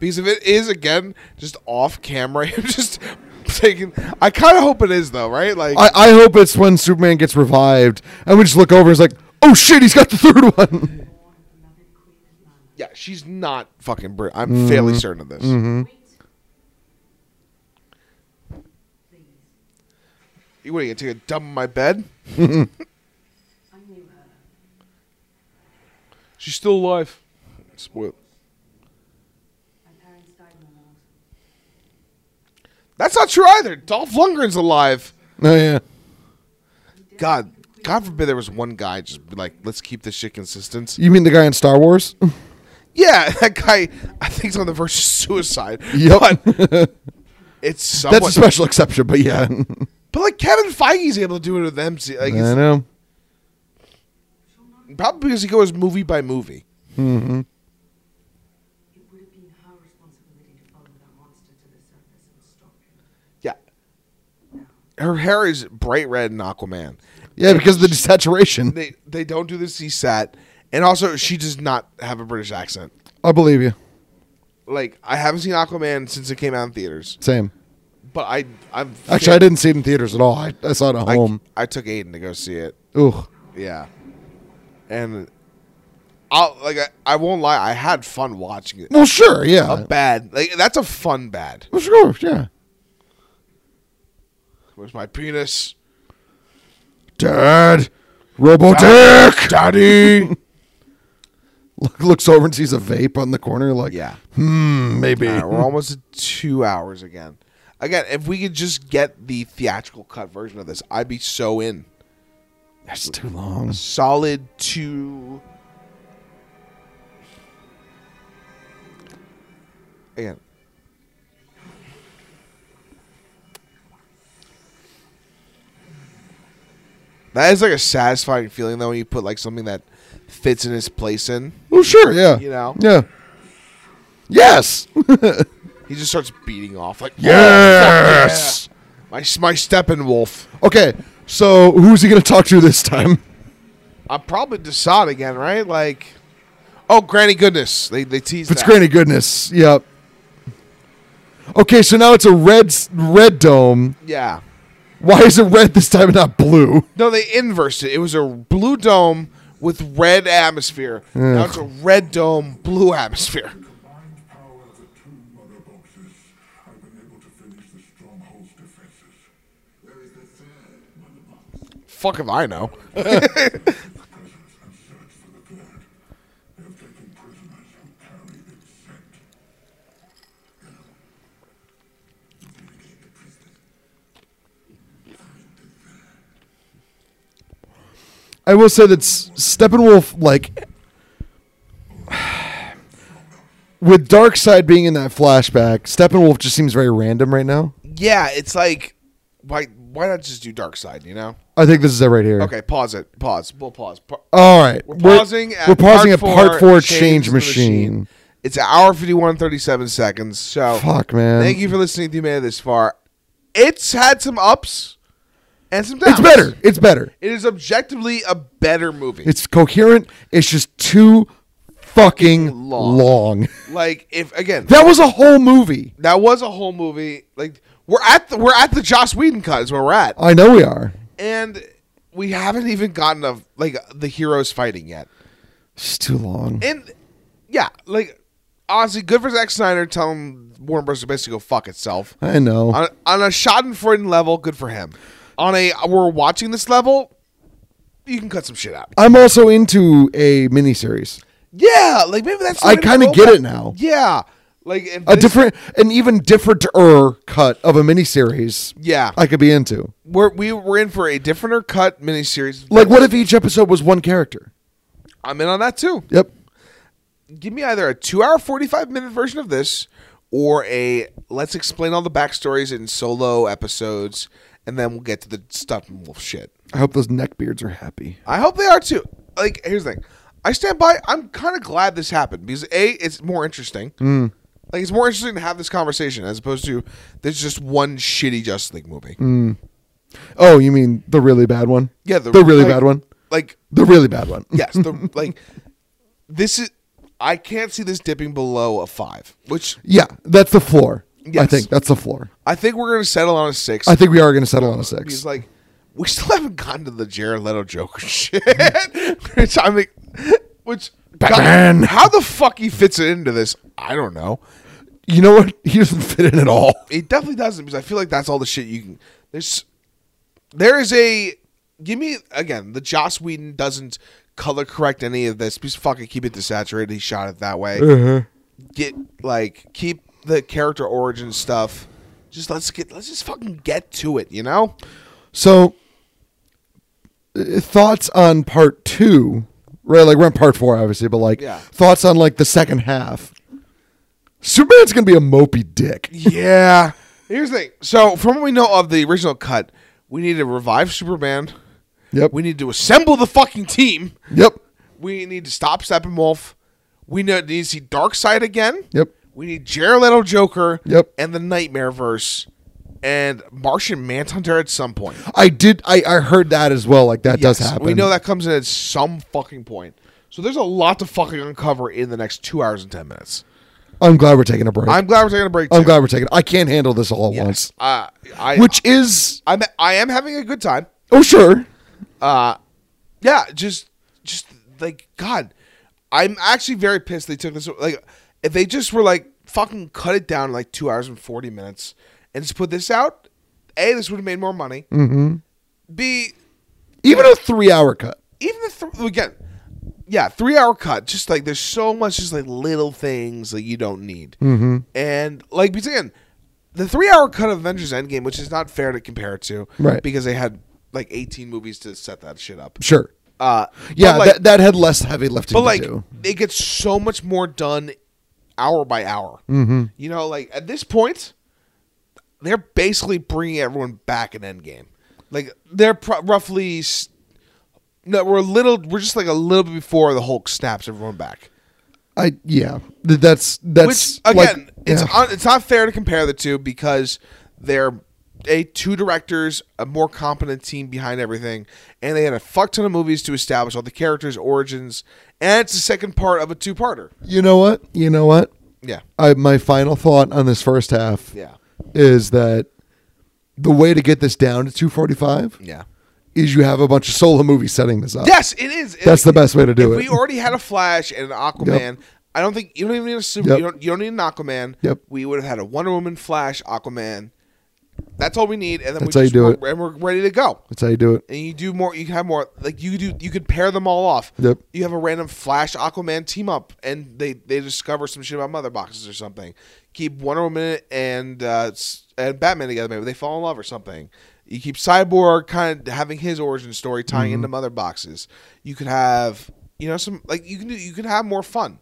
Speaker 3: Because if it is again just off camera, [laughs] him just taking. I kind of hope it is though, right? Like
Speaker 2: I, I hope it's when Superman gets revived and we just look over and it's like, oh shit, he's got the third [laughs] one.
Speaker 7: Another quick lunch.
Speaker 3: yeah, she's not fucking. Brit- I'm fairly certain of this.
Speaker 7: Wait, please.
Speaker 3: You what are you gonna take a dump in my
Speaker 7: [laughs]
Speaker 3: bed?
Speaker 7: I knew her.
Speaker 3: She's still alive. Spoil.
Speaker 7: My parents died in the war.
Speaker 3: That's not true either. Dolph Lundgren's alive.
Speaker 2: oh yeah.
Speaker 3: God, God forbid there was one guy just be like, let's keep this shit consistent.
Speaker 2: You mean the guy in Star Wars? [laughs]
Speaker 3: Yeah, [laughs] that guy. I think he's on the verge of suicide.
Speaker 2: Yep. [laughs]
Speaker 3: But it's somewhat.
Speaker 2: That's a special exception, but yeah.
Speaker 3: But like Kevin Feige's able to do it with MC. Like
Speaker 2: I
Speaker 3: it's,
Speaker 2: know.
Speaker 3: Probably because he goes movie by movie.
Speaker 2: Mm-hmm.
Speaker 7: It would have been her responsibility to follow that monster to the surface and stop him.
Speaker 3: Yeah. Her hair is bright red in Aquaman.
Speaker 2: Yeah, because of the desaturation.
Speaker 3: They they don't do the CSAT. And also she does not have a British accent.
Speaker 2: I believe you.
Speaker 3: Like I haven't seen Aquaman since it came out in theaters.
Speaker 2: Same.
Speaker 3: But I I'm
Speaker 2: Actually, I didn't see it in theaters at all. I, I saw it at
Speaker 3: I,
Speaker 2: home.
Speaker 3: I took Aiden to go see it.
Speaker 2: Ugh.
Speaker 3: Yeah. And I'll like I, I won't lie, I had fun watching [laughs] it.
Speaker 2: Well, sure, yeah.
Speaker 3: A bad like that's a fun bad.
Speaker 2: well, sure, yeah.
Speaker 3: Where's my penis?
Speaker 2: Dad, Robotech, Daddy. [laughs] Look, looks over and sees a vape on the corner. Like,
Speaker 3: Yeah.
Speaker 2: hmm, maybe.
Speaker 3: All right, we're almost at two hours again. Again, if we could just get the theatrical cut version of this, I'd be so in.
Speaker 2: That's too long.
Speaker 3: Solid two. Again. That is like a satisfying feeling though when you put like something that fits in its place in.
Speaker 2: Well, sure, yeah.
Speaker 3: You know?
Speaker 2: Yeah. Yes.
Speaker 3: He just starts beating off like
Speaker 2: yes.
Speaker 3: my my Steppenwolf.
Speaker 2: Okay, so who's he going to talk to this time?
Speaker 3: I'm probably Desaad again, right? Like, oh, Granny Goodness, they they tease.
Speaker 2: If it's
Speaker 3: that.
Speaker 2: Granny Goodness, yep. Okay, so now it's a red s- red dome.
Speaker 3: Yeah.
Speaker 2: Why is it red this time and not blue?
Speaker 3: No, they inversed it. It was a blue dome with red atmosphere. Now it's a red dome, blue atmosphere.
Speaker 9: Combined power of the two mother boxes, I've been able to finish the stronghold's defenses. There is the third mother box.
Speaker 3: Fuck if I know.
Speaker 9: Presence and search for the third. They have taken prisoners who carry its scent. Now, interrogate the prisoner. Find the third.
Speaker 2: I will say that S- Steppenwolf, like, [sighs] with Darkseid being in that flashback, Steppenwolf just seems very random right now.
Speaker 3: Yeah, it's like, why why not just do Dark Side? You know?
Speaker 2: I think this is it right here.
Speaker 3: Okay, pause it. Pause. We'll pause. Pa-
Speaker 2: All right.
Speaker 3: We're pausing. at
Speaker 2: we're pausing at part four
Speaker 3: Change
Speaker 2: change,
Speaker 3: the
Speaker 2: machine.
Speaker 3: It's an hour fifty one thirty seven seconds. So
Speaker 2: Fuck, man.
Speaker 3: Oh, Thank you for listening to me this far. It's had some ups and some
Speaker 2: It's
Speaker 3: downs.
Speaker 2: better. It's better.
Speaker 3: It is objectively a better movie.
Speaker 2: It's coherent. It's just too fucking
Speaker 3: Long.
Speaker 2: long.
Speaker 3: like if again that,
Speaker 2: That was a whole movie.
Speaker 3: was a whole movie. Like we're at the we're at the Joss Whedon cut is where we're at,
Speaker 2: I know we are.
Speaker 3: and we haven't even gotten of like the heroes fighting yet.
Speaker 2: It's too long.
Speaker 3: And yeah, like honestly, good for Zack Snyder telling Warner Bros. to basically go fuck itself.
Speaker 2: I know.
Speaker 3: on, on a Schadenfreude level, good for him. on a we're watching this level, you can cut some shit out.
Speaker 2: I'm also into a miniseries.
Speaker 3: Yeah, like maybe that's. the
Speaker 2: I
Speaker 3: way to
Speaker 2: kinda
Speaker 3: go,
Speaker 2: get
Speaker 3: but-
Speaker 2: it now.
Speaker 3: Yeah, like and
Speaker 2: A
Speaker 3: this-
Speaker 2: different, an even different cut of a miniseries.
Speaker 3: Yeah,
Speaker 2: I could be into.
Speaker 3: we're we we're in for a differenter cut miniseries.
Speaker 2: Like, what if each episode was one character?
Speaker 3: I'm in on that too.
Speaker 2: Yep.
Speaker 3: Give me either a two-hour, forty-five minute version of this, or a let's explain all the backstories in solo episodes, and then we'll get to the stuff and wolf shit.
Speaker 2: I hope those neckbeards are happy.
Speaker 3: I hope they are too. Like, here's the thing. I stand by. I'm kind of glad this happened because a, it's more interesting. Like, it's more interesting to have this conversation as opposed to there's just one shitty Justice League movie.
Speaker 2: Oh, you mean the really bad one?
Speaker 3: Yeah,
Speaker 2: the, really
Speaker 3: like-
Speaker 2: bad one.
Speaker 3: Like,
Speaker 2: The really bad one.
Speaker 3: yes, the, like this is. I can't see this dipping below a five, which
Speaker 2: [laughs] Yeah, that's the floor. I
Speaker 3: Yes.
Speaker 2: think that's the floor.
Speaker 3: I think we're gonna settle on a six.
Speaker 2: I think we are going to settle on a six.
Speaker 3: He's like, we still haven't gotten to the Jared Leto Joker [laughs] shit, which I'm like, which
Speaker 2: Batman.
Speaker 3: God, how the fuck he fits it into this? I don't know.
Speaker 2: you know what? [laughs] He doesn't fit in at all.
Speaker 3: It definitely doesn't because I feel like that's all the shit you can. There's, there is a give me again. The Joss Whedon doesn't color correct any of this. Please fucking keep it desaturated. He shot it that way. Get like keep the character origin stuff. Just let's get let's just fucking get to it. You know.
Speaker 2: So, uh, thoughts on part two? Right, like we're on part four, obviously, but like
Speaker 3: Yeah.
Speaker 2: thoughts on like the second half. Superman's gonna be a mopey dick.
Speaker 3: Yeah. Here's the thing. So, from what we know of the original cut, we need to revive Superman.
Speaker 2: Yep.
Speaker 3: We need to assemble the fucking team.
Speaker 2: Yep.
Speaker 3: We need to stop Steppenwolf. We know- need to see Darkseid again.
Speaker 2: Yep.
Speaker 3: We need Jared Leto Joker.
Speaker 2: Yep.
Speaker 3: And the Nightmare Verse. And Martian Manhunter at some point.
Speaker 2: I did. I I heard that as well. Like that does
Speaker 3: Yes,
Speaker 2: happen.
Speaker 3: We know that comes in at some fucking point. So there's a lot to fucking uncover in the next two hours and ten minutes.
Speaker 2: I'm glad we're taking a break. I'm,
Speaker 3: I'm glad we're taking a break. too.
Speaker 2: glad we're taking. I can't handle this all at once.
Speaker 3: Uh, I,
Speaker 2: Which is
Speaker 3: I'm, I am having a good time.
Speaker 2: oh sure.
Speaker 3: yeah, just just like God, I'm actually very pissed they took this. Like, if they just were like fucking cut it down to, like two hours and forty minutes and just put this out, a this would have made more money. Mm-hmm. B
Speaker 2: Even a three hour cut.
Speaker 3: even the th- again, yeah, three hour cut. Just like there's so much, just like little things that you don't need, mm-hmm. and like because again, the three hour cut of Avengers Endgame, which is not fair to compare it to,
Speaker 2: Right.
Speaker 3: Because they had like 18 movies to set that shit up.
Speaker 2: Sure.
Speaker 3: Uh,
Speaker 2: Yeah.
Speaker 3: but, like,
Speaker 2: that that had less heavy lifting
Speaker 3: but
Speaker 2: to
Speaker 3: like
Speaker 2: do.
Speaker 3: it gets so much more done hour by hour mm-hmm. you know like at this point they're basically bringing everyone back in endgame like they're pro- roughly s- no we're a little we're just like a little bit before the hulk snaps everyone back
Speaker 2: I yeah. Th- That's that's
Speaker 3: which again
Speaker 2: like,
Speaker 3: it's
Speaker 2: yeah.
Speaker 3: un- it's not fair to compare the two because they're a two directors a more competent team behind everything and they had a fuck ton of movies to establish all the characters origins and it's the second part of a two-parter
Speaker 2: You know what? You know what?
Speaker 3: yeah
Speaker 2: I my final thought on this first half
Speaker 3: Yeah.
Speaker 2: is that the way to get this down to 245
Speaker 3: Yeah.
Speaker 2: is you have a bunch of solo movies setting this up.
Speaker 3: Yes, it is. It-
Speaker 2: That's the best way to do
Speaker 3: if
Speaker 2: it.
Speaker 3: We already had a Flash and an Aquaman. I don't think you don't even need a super.
Speaker 2: Yep.
Speaker 3: You, don't, you don't need an Aquaman.
Speaker 2: Yep.
Speaker 3: We would have had a Wonder Woman, Flash, Aquaman. That's all we need, and then
Speaker 2: That's
Speaker 3: we
Speaker 2: how you
Speaker 3: just,
Speaker 2: do
Speaker 3: we're-
Speaker 2: it.
Speaker 3: and we're ready to go.
Speaker 2: That's how you do it.
Speaker 3: And you do more. You have more. Like you do. You could pair them all off.
Speaker 2: Yep.
Speaker 3: You have a random Flash Aquaman team up, and they they discover some shit about mother boxes or something. Keep Wonder Woman and uh, s- and Batman together. Maybe they fall in love or something. You keep Cyborg kind of having his origin story
Speaker 2: Mm-hmm.
Speaker 3: tying into mother boxes. You could have you know some like you can do, you can have more fun.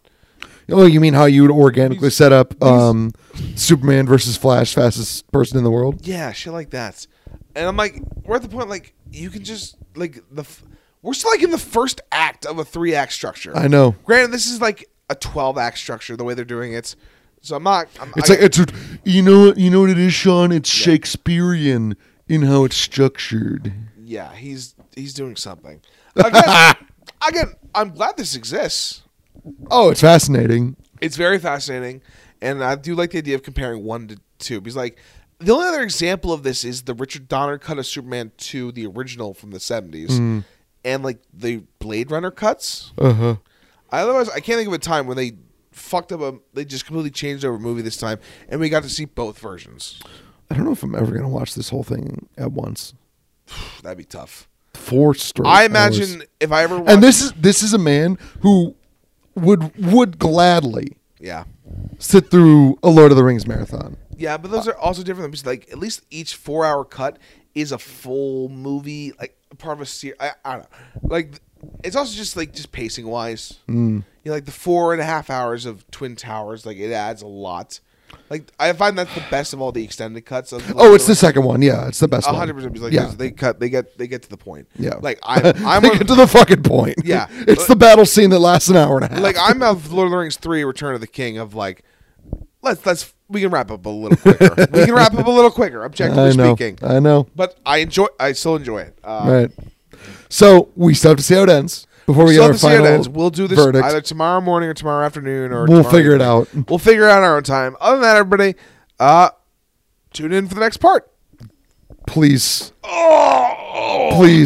Speaker 2: Oh, you mean how you would organically set up um, Superman versus Flash, fastest person in the world?
Speaker 3: Yeah, shit like that. And I'm like, we're at the point like you can just like the f- we're still like in the first act of a three act structure.
Speaker 2: I know.
Speaker 3: Granted, this is like a twelve act structure the way they're doing it. So I'm not. I'm,
Speaker 2: It's
Speaker 3: I-
Speaker 2: like it's a, you know you know what it is, Sean. It's Shakespearean in how it's structured.
Speaker 3: yeah, he's he's doing something.
Speaker 2: [laughs]
Speaker 3: Again, again, I'm glad this exists.
Speaker 2: Oh, it's fascinating.
Speaker 3: It's very fascinating, and I do like the idea of comparing one to two. Because like the only other example of this is the Richard Donner cut of Superman two, the original from the '70s,
Speaker 2: Mm.
Speaker 3: and like the Blade Runner cuts.
Speaker 2: Uh huh.
Speaker 3: I otherwise I can't think of a time when they fucked up a they just completely changed over a movie this time and we got to see both versions.
Speaker 2: I don't know if I'm ever gonna watch this whole thing at once.
Speaker 3: That'd be tough.
Speaker 2: Four straight.
Speaker 3: I
Speaker 2: hours.
Speaker 3: imagine if I ever watched,
Speaker 2: and this is this is a man who would would gladly
Speaker 3: yeah,
Speaker 2: sit through a Lord of the Rings marathon. Oh,
Speaker 3: yeah, but those are also different because like at least each four hour cut is a full movie, like part of a series. I, I don't know. Like it's also just like just pacing wise. Mm. You know, like the four and a half hours of Twin Towers, like it adds a lot. Like I find that's the best of all the extended cuts. of
Speaker 2: Oh, it's the second one. Yeah, it's the best.
Speaker 3: A
Speaker 2: one.
Speaker 3: hundred percent. because, Like
Speaker 2: Yeah.
Speaker 3: they cut, they get, they get to the point.
Speaker 2: Yeah. [laughs]
Speaker 3: Like I'm, I'm
Speaker 2: they
Speaker 3: a-
Speaker 2: get to the fucking point.
Speaker 3: Yeah.
Speaker 2: [laughs] it's the battle scene that lasts an hour and a half.
Speaker 3: like I'm of Lord of the Rings three, Return of the King. Of like, let's let's we can wrap up a
Speaker 2: [laughs]
Speaker 3: little quicker. we can wrap up a little quicker, objectively
Speaker 2: I know.
Speaker 3: speaking.
Speaker 2: I know.
Speaker 3: But I enjoy. I still enjoy it. Uh,
Speaker 2: right. So we still have to see how it ends before we,
Speaker 3: so
Speaker 2: get our
Speaker 3: the
Speaker 2: final
Speaker 3: CNN ends. We'll do this
Speaker 2: verdict.
Speaker 3: either tomorrow morning or tomorrow afternoon, or
Speaker 2: We'll
Speaker 3: tomorrow
Speaker 2: figure it
Speaker 3: evening.
Speaker 2: out.
Speaker 3: We'll figure it out our own time. Other than that, everybody, uh, tune in for the next part. Oh!
Speaker 2: Please, please.